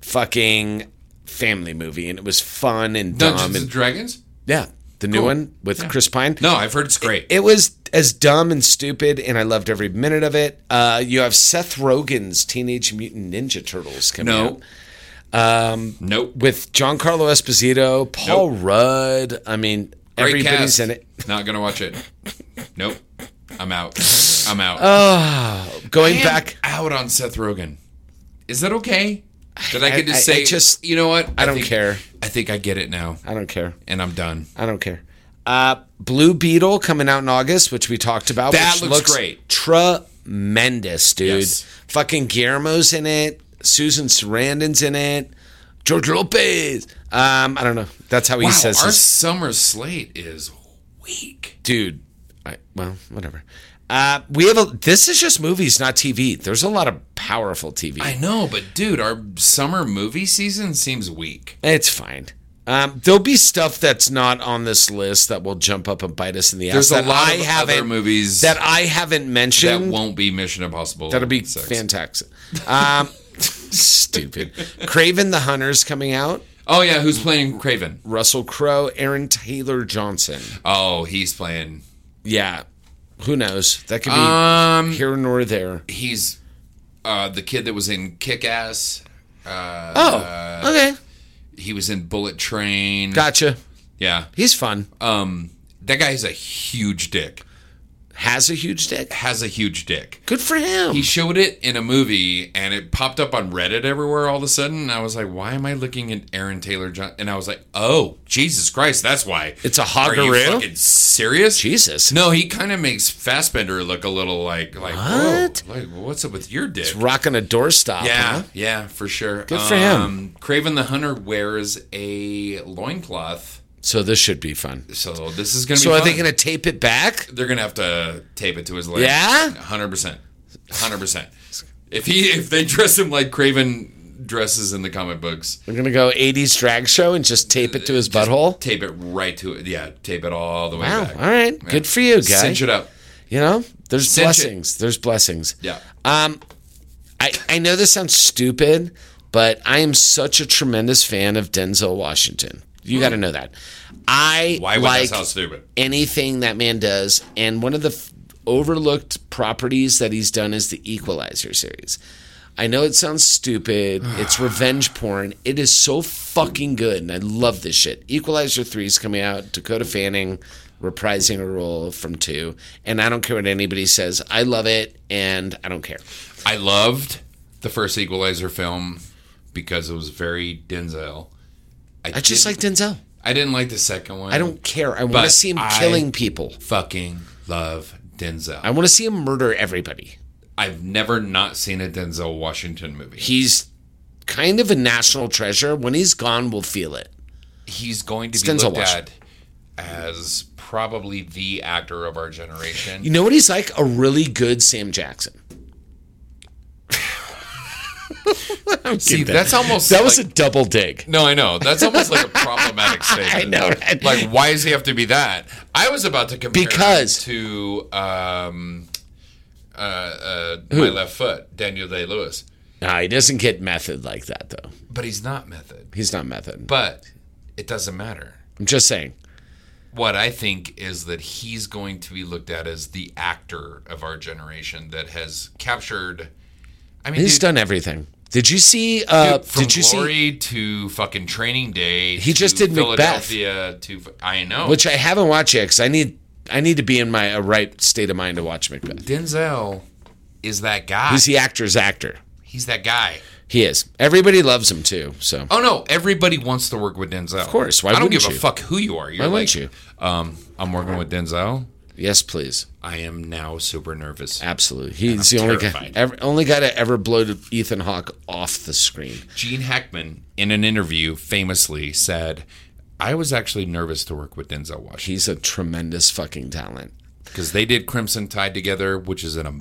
Speaker 4: fucking family movie, and it was fun and dumb.
Speaker 5: Dungeons and
Speaker 4: and,
Speaker 5: Dragons?
Speaker 4: yeah, the new
Speaker 5: Cool.
Speaker 4: one with Chris Pine.
Speaker 5: No, I've heard it's great.
Speaker 4: It was as dumb and stupid, and I loved every minute of it. Uh, you have Seth Rogen's Teenage Mutant Ninja Turtles coming
Speaker 5: No.
Speaker 4: out.
Speaker 5: Nope.
Speaker 4: with Giancarlo Esposito, Paul Rudd. I mean,
Speaker 5: Great
Speaker 4: everybody's
Speaker 5: cast.
Speaker 4: in it.
Speaker 5: Not gonna watch it. Nope. I'm out. I'm out.
Speaker 4: Going
Speaker 5: And
Speaker 4: Oh, back,
Speaker 5: out on Seth Rogen. Is that okay? That I,
Speaker 4: I-
Speaker 5: could just
Speaker 4: I- I
Speaker 5: say,
Speaker 4: just-
Speaker 5: you know what? I,
Speaker 4: don't
Speaker 5: think-
Speaker 4: care.
Speaker 5: I think I get it now,
Speaker 4: I don't care.
Speaker 5: and I'm done.
Speaker 4: I don't care. Uh, Blue Beetle coming out in August, which we talked about.
Speaker 5: That
Speaker 4: which
Speaker 5: looks great.
Speaker 4: Tremendous, dude.
Speaker 5: Yes.
Speaker 4: Fucking Guillermo's in it. Susan Sarandon's in it. George Lopez. Um, I don't know. That's how he
Speaker 5: Wow,
Speaker 4: says
Speaker 5: our
Speaker 4: his-
Speaker 5: summer slate is weak.
Speaker 4: dude. I, well, whatever. Uh, we have a. This is just movies, not TV. There's a lot of powerful TV.
Speaker 5: I know, but dude, our summer movie season seems weak.
Speaker 4: It's fine. Um, there'll be stuff that's not on this list that will jump up and bite us in the ass.
Speaker 5: There's a
Speaker 4: that
Speaker 5: lot
Speaker 4: I
Speaker 5: of
Speaker 4: haven't-
Speaker 5: other movies
Speaker 4: that I haven't
Speaker 5: That
Speaker 4: mentioned.
Speaker 5: won't be Mission Impossible.
Speaker 4: That'll be
Speaker 5: six.
Speaker 4: fantastic. Um, stupid. Craven the Hunter's coming out.
Speaker 5: Oh yeah, who's playing Craven?
Speaker 4: Russell Crowe, Aaron Taylor Johnson.
Speaker 5: Oh, he's playing.
Speaker 4: Yeah. Who knows? That could be
Speaker 5: Um,
Speaker 4: here nor there.
Speaker 5: He's uh, the kid that was in Kick Ass.
Speaker 4: Oh, okay.
Speaker 5: He was in Bullet Train.
Speaker 4: Gotcha.
Speaker 5: yeah.
Speaker 4: He's fun.
Speaker 5: Um, that guy is a huge dick.
Speaker 4: Has a huge dick.
Speaker 5: Has a huge dick.
Speaker 4: Good for him.
Speaker 5: He showed it in a movie, and it popped up on Reddit everywhere all of a sudden. And I was like, "Why am I looking at Aaron Taylor John?" And I was like, "Oh, Jesus Christ, that's why."
Speaker 4: It's a
Speaker 5: Are you
Speaker 4: hogaroo?
Speaker 5: fucking serious?
Speaker 4: Jesus.
Speaker 5: No, he kind of makes Fassbender look a little like like
Speaker 4: What?
Speaker 5: Whoa, like what's up with your dick?
Speaker 4: Rocking a doorstop.
Speaker 5: Yeah,
Speaker 4: huh?
Speaker 5: yeah, for sure. Um,
Speaker 4: Good for him.
Speaker 5: Craven the Hunter wears a loincloth,
Speaker 4: So this should be fun.
Speaker 5: so this is gonna.
Speaker 4: So
Speaker 5: be
Speaker 4: are they
Speaker 5: fun.
Speaker 4: going to tape it back?
Speaker 5: They're gonna have to tape it to his leg.
Speaker 4: Yeah?
Speaker 5: hundred percent, hundred percent. If he if they dress him like Craven dresses in the comic books,
Speaker 4: They're going to go 80s drag show and just tape it to his butthole?
Speaker 5: tape it right to it. Yeah, tape it all the way
Speaker 4: Wow.
Speaker 5: back.
Speaker 4: All right.
Speaker 5: Yeah.
Speaker 4: Good for you, guys.
Speaker 5: Cinch it up.
Speaker 4: You know, there's
Speaker 5: Cinch it.
Speaker 4: blessings. There's blessings.
Speaker 5: Yeah.
Speaker 4: Um, I I know this sounds stupid, but I am such a tremendous fan of Denzel Washington. You got to know that. I
Speaker 5: Hmm. Why would
Speaker 4: like
Speaker 5: that sound stupid?
Speaker 4: anything that man does, and one of the f- overlooked properties that he's done is the Equalizer series. I know it sounds stupid. It's revenge porn. It is so fucking good, and I love this shit. Equalizer 3 is coming out. Dakota Fanning reprising a role from 2. And I don't care what anybody says. I love it, and I don't care.
Speaker 5: I loved the first Equalizer film because it was very Denzel.
Speaker 4: I just like
Speaker 5: didn't-
Speaker 4: Denzel.
Speaker 5: I didn't like the second one.
Speaker 4: I don't care. I want to
Speaker 5: But
Speaker 4: see him
Speaker 5: I-
Speaker 4: killing people.
Speaker 5: fucking love Denzel.
Speaker 4: I want to see him murder everybody.
Speaker 5: I've never not seen a Denzel Washington movie.
Speaker 4: He's kind of a national treasure. When he's gone, we'll feel it.
Speaker 5: he's going to
Speaker 4: It's
Speaker 5: be
Speaker 4: Denzel
Speaker 5: looked
Speaker 4: Washington.
Speaker 5: at as probably the actor of our generation.
Speaker 4: You know what he's like? A really good Sam Jackson.
Speaker 5: See, that's almost
Speaker 4: That was a
Speaker 5: like-
Speaker 4: double dig.
Speaker 5: no, I know that's almost like a problematic statement.
Speaker 4: I know, right?
Speaker 5: Like, why does he have to be that? I was about to compare him
Speaker 4: Because-
Speaker 5: to um, uh, uh, my left foot, Daniel Day Lewis,
Speaker 4: Nah, he doesn't get method like that though.
Speaker 5: but he's not method.
Speaker 4: He's not method.
Speaker 5: But it doesn't matter.
Speaker 4: I'm just saying.
Speaker 5: what I think is that he's going to be looked at as the actor of our generation that has captured. I mean,
Speaker 4: He's
Speaker 5: dude,
Speaker 4: done everything. Did you see? Uh,
Speaker 5: dude, from
Speaker 4: did you see?
Speaker 5: Glory to fucking Training Day.
Speaker 4: He just
Speaker 5: to
Speaker 4: did Macbeth.
Speaker 5: Philadelphia to fu- I know.
Speaker 4: Which I haven't watched yet because I need I need to be in my uh, right state of mind to watch Macbeth.
Speaker 5: Denzel is that guy.
Speaker 4: He's the actor's actor.
Speaker 5: He's that guy.
Speaker 4: He is. Everybody loves him too. So
Speaker 5: Oh no! Everybody wants to work with Denzel. Of
Speaker 4: course, why
Speaker 5: I don't
Speaker 4: wouldn't
Speaker 5: give a
Speaker 4: you?
Speaker 5: fuck who you are. You're
Speaker 4: Why
Speaker 5: like,
Speaker 4: wouldn't you?
Speaker 5: Um, I'm working with Denzel.
Speaker 4: yes, please,
Speaker 5: I am now super nervous.
Speaker 4: absolutely. He's the only guy,
Speaker 5: terrified.
Speaker 4: ever, only guy to ever blow Ethan Hawke off the screen.
Speaker 5: Gene Hackman, in an interview, famously said, I was actually nervous to work with Denzel Washington
Speaker 4: He's a tremendous fucking talent.
Speaker 5: because they did Crimson Tide together, which is in a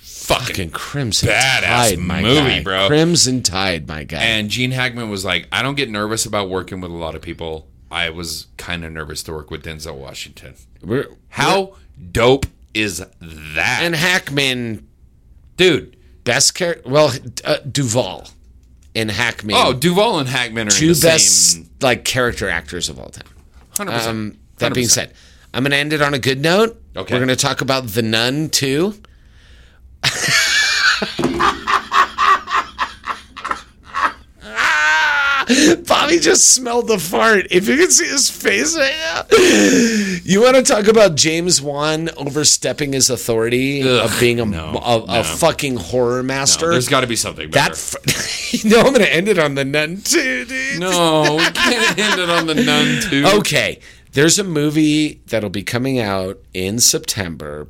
Speaker 5: fucking.
Speaker 4: Fucking Crimson
Speaker 5: Badass
Speaker 4: Tide, my
Speaker 5: movie,
Speaker 4: guy.
Speaker 5: bro.
Speaker 4: Crimson Tide, my guy.
Speaker 5: And Gene Hackman was like, I don't get nervous about working with a lot of people. I was kind of nervous to work with Denzel Washington.
Speaker 4: We're,
Speaker 5: How dope is that?
Speaker 4: and Hackman
Speaker 5: Dude.
Speaker 4: best character. Well, uh, Duvall and Hackman.
Speaker 5: Oh, Duvall and Hackman are in
Speaker 4: two
Speaker 5: the
Speaker 4: best
Speaker 5: same.
Speaker 4: like character actors of all time.
Speaker 5: 100%.
Speaker 4: Um, that being
Speaker 5: 100%.
Speaker 4: said, I'm going to end it on a good note.
Speaker 5: Okay.
Speaker 4: We're going to talk about The Nun too. Bobby just smelled the fart. If you can see his face right now, you want to talk about James Wan overstepping his authority of being a, a, a fucking horror master.
Speaker 5: There's got to be something better.
Speaker 4: that f- you know, I'm gonna end it on the nun too, dude.
Speaker 5: no, we can't end it on the nun too.
Speaker 4: Okay, there's a movie that'll be coming out in September,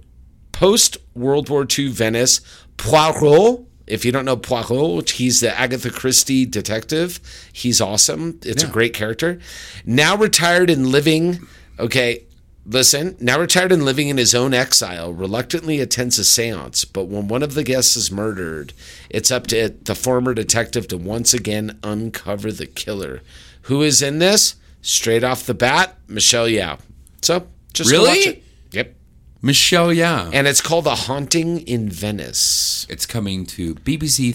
Speaker 4: post World War II Venice. Poirot. If you don't know Poirot, he's the Agatha Christie detective. He's awesome. It's a great character. Now retired and living. Okay. Listen, now retired and living in his own exile, reluctantly attends a seance, but when one of the guests is murdered, it's up to the former detective to once again uncover the killer. Who is in this? Straight off the bat, Michelle Yao. So, just go
Speaker 5: Really?
Speaker 4: watch it. Yep.
Speaker 5: Michelle Yeah.
Speaker 4: And it's called The Haunting in Venice.
Speaker 5: It's coming to BBC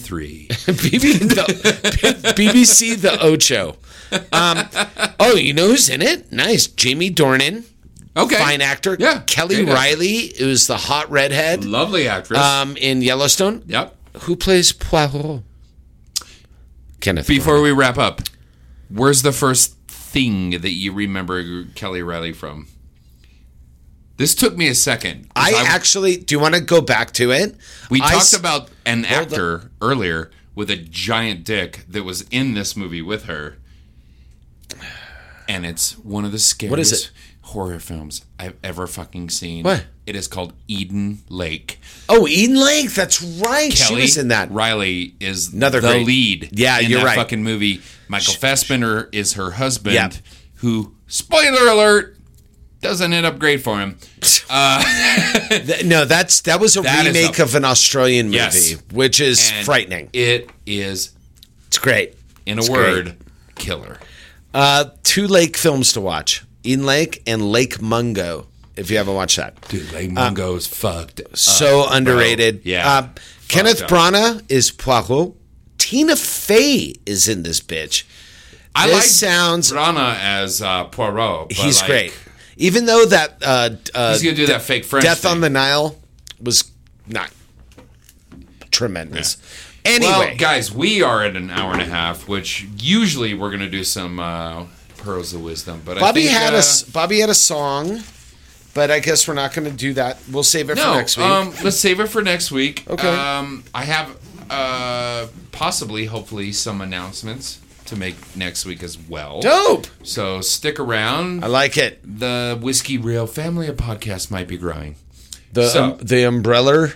Speaker 5: Three.
Speaker 4: BB, the, BBC The Ocho. Um, oh, you know who's in it? Nice. Jamie Dornan,
Speaker 5: Okay.
Speaker 4: fine actor.
Speaker 5: Yeah.
Speaker 4: Kelly
Speaker 5: Great actor.
Speaker 4: Riley, who's the hot redhead
Speaker 5: Lovely actress.
Speaker 4: um, in Yellowstone.
Speaker 5: yep.
Speaker 4: Who plays Poirot? Kenneth.
Speaker 5: Before we wrap up, where's the first thing that you remember Kelly Riley from? This took me a second.
Speaker 4: I
Speaker 5: 'cause
Speaker 4: actually do you want to go back to it?
Speaker 5: we
Speaker 4: I
Speaker 5: talked
Speaker 4: s-
Speaker 5: about an
Speaker 4: Hold
Speaker 5: actor earlier with a giant dick that was in this movie with her, and it's one of the scariest
Speaker 4: is it?
Speaker 5: horror films I've ever fucking seen.
Speaker 4: What?
Speaker 5: It is called Eden Lake.
Speaker 4: Oh, Eden Lake. That's right. she was in that.
Speaker 5: Riley is
Speaker 4: Another
Speaker 5: the
Speaker 4: great-
Speaker 5: lead.
Speaker 4: Yeah,
Speaker 5: in
Speaker 4: you're
Speaker 5: that
Speaker 4: right.
Speaker 5: Fucking movie. Michael Fassbender is her husband,
Speaker 4: Yeah.
Speaker 5: who spoiler alert doesn't end up great for him.
Speaker 4: Th- no, that's that was a
Speaker 5: That is
Speaker 4: remake
Speaker 5: a-
Speaker 4: of an Australian movie,
Speaker 5: Yes.
Speaker 4: which is
Speaker 5: And
Speaker 4: frightening.
Speaker 5: It is,
Speaker 4: It's great.
Speaker 5: in a
Speaker 4: It's
Speaker 5: word,
Speaker 4: great.
Speaker 5: killer.
Speaker 4: Uh, two lake films to watch: Eden Lake and Lake Mungo. If you haven't watched that, Uh,
Speaker 5: Dude, Lake Mungo is fucked.
Speaker 4: so
Speaker 5: up,
Speaker 4: underrated.
Speaker 5: bro. Yeah,
Speaker 4: Uh, Kenneth
Speaker 5: up.
Speaker 4: Branagh is Poirot. Tina Fey is in this bitch.
Speaker 5: I
Speaker 4: this
Speaker 5: like
Speaker 4: sounds-
Speaker 5: Rana as uh, Poirot. But
Speaker 4: He's
Speaker 5: like,
Speaker 4: great. Even though that uh, d- uh,
Speaker 5: He's gonna do that fake French.
Speaker 4: Death on
Speaker 5: thing.
Speaker 4: the Nile was not tremendous.
Speaker 5: Well,
Speaker 4: Anyway,
Speaker 5: guys, we are at an hour and a half, which usually we're going to do some uh, pearls of wisdom. But
Speaker 4: Bobby
Speaker 5: I think,
Speaker 4: had
Speaker 5: uh,
Speaker 4: a s- Bobby had a song, but I guess we're not going to do that. We'll save it
Speaker 5: no.
Speaker 4: for next week.
Speaker 5: Um, let's save it for next week.
Speaker 4: Okay.
Speaker 5: Um, I have uh, possibly, hopefully, some announcements to make next week as well.
Speaker 4: Dope.
Speaker 5: So stick around.
Speaker 4: I like it.
Speaker 5: the Whiskey Real Family of Podcast might be growing.
Speaker 4: The
Speaker 5: So-
Speaker 4: um, the umbrella.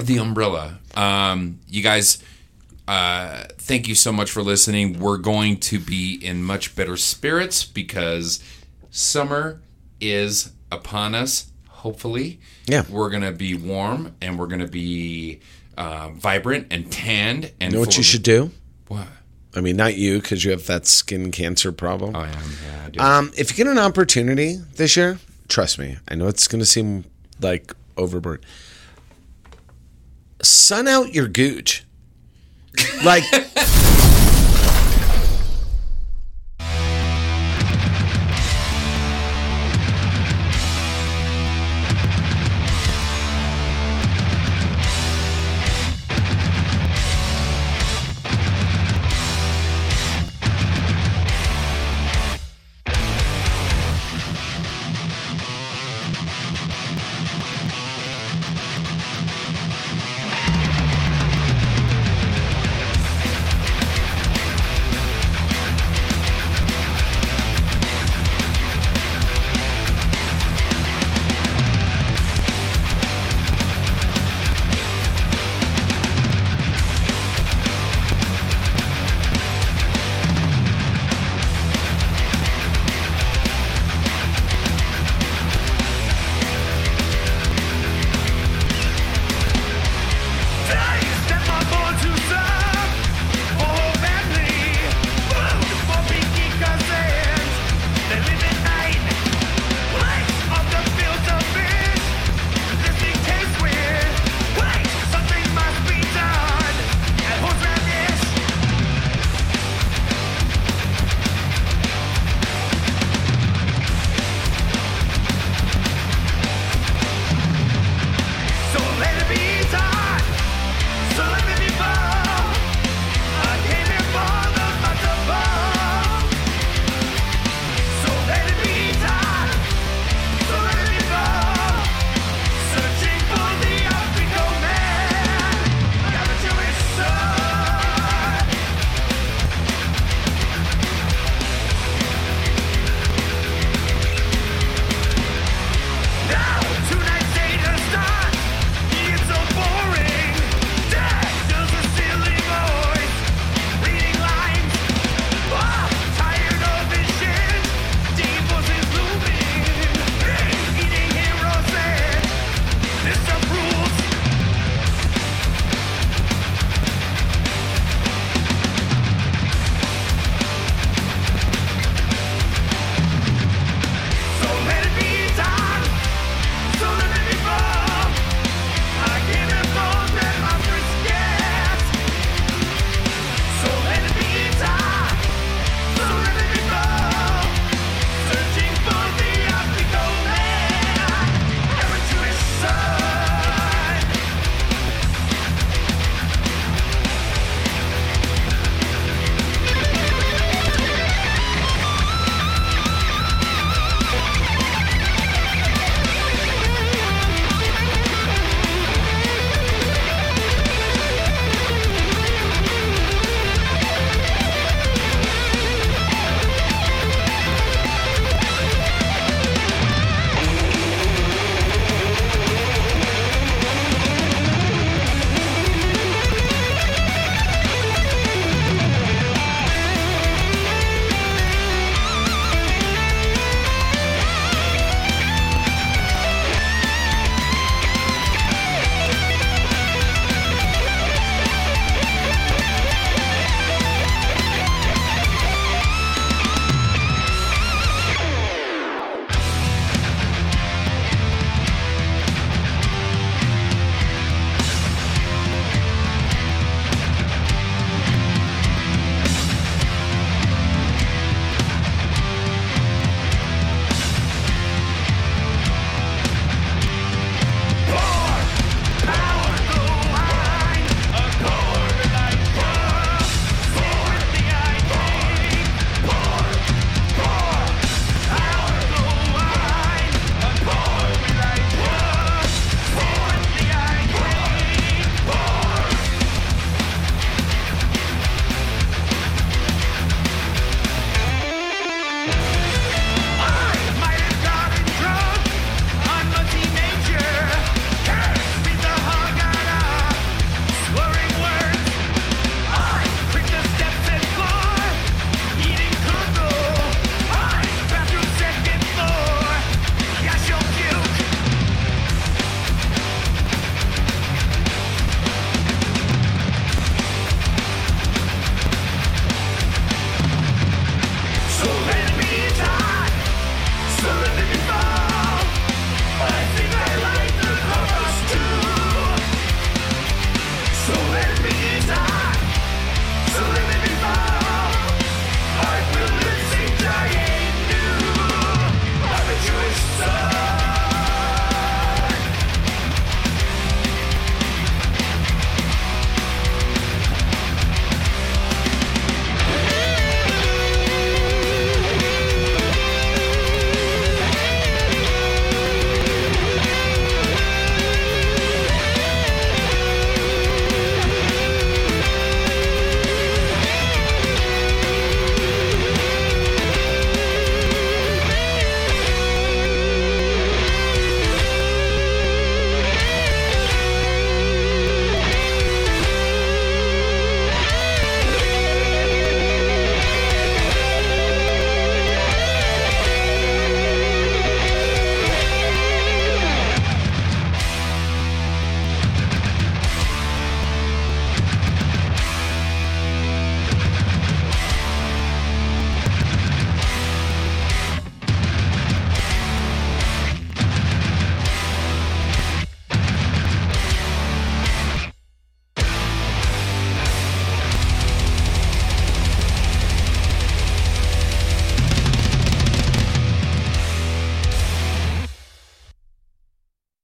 Speaker 5: the umbrella um you guys uh thank you so much for listening we're going to be in much better spirits because summer is upon us hopefully
Speaker 4: Yeah.
Speaker 5: we're gonna be warm and we're gonna be uh, vibrant and tanned and
Speaker 4: You know what you
Speaker 5: full of-
Speaker 4: should do?
Speaker 5: what
Speaker 4: I mean, not you because you have that skin cancer problem.
Speaker 5: i am Oh, yeah, I do.
Speaker 4: Um, if you get an opportunity this year, trust me, I know it's going to seem like overboard. Sun out your gooch. Like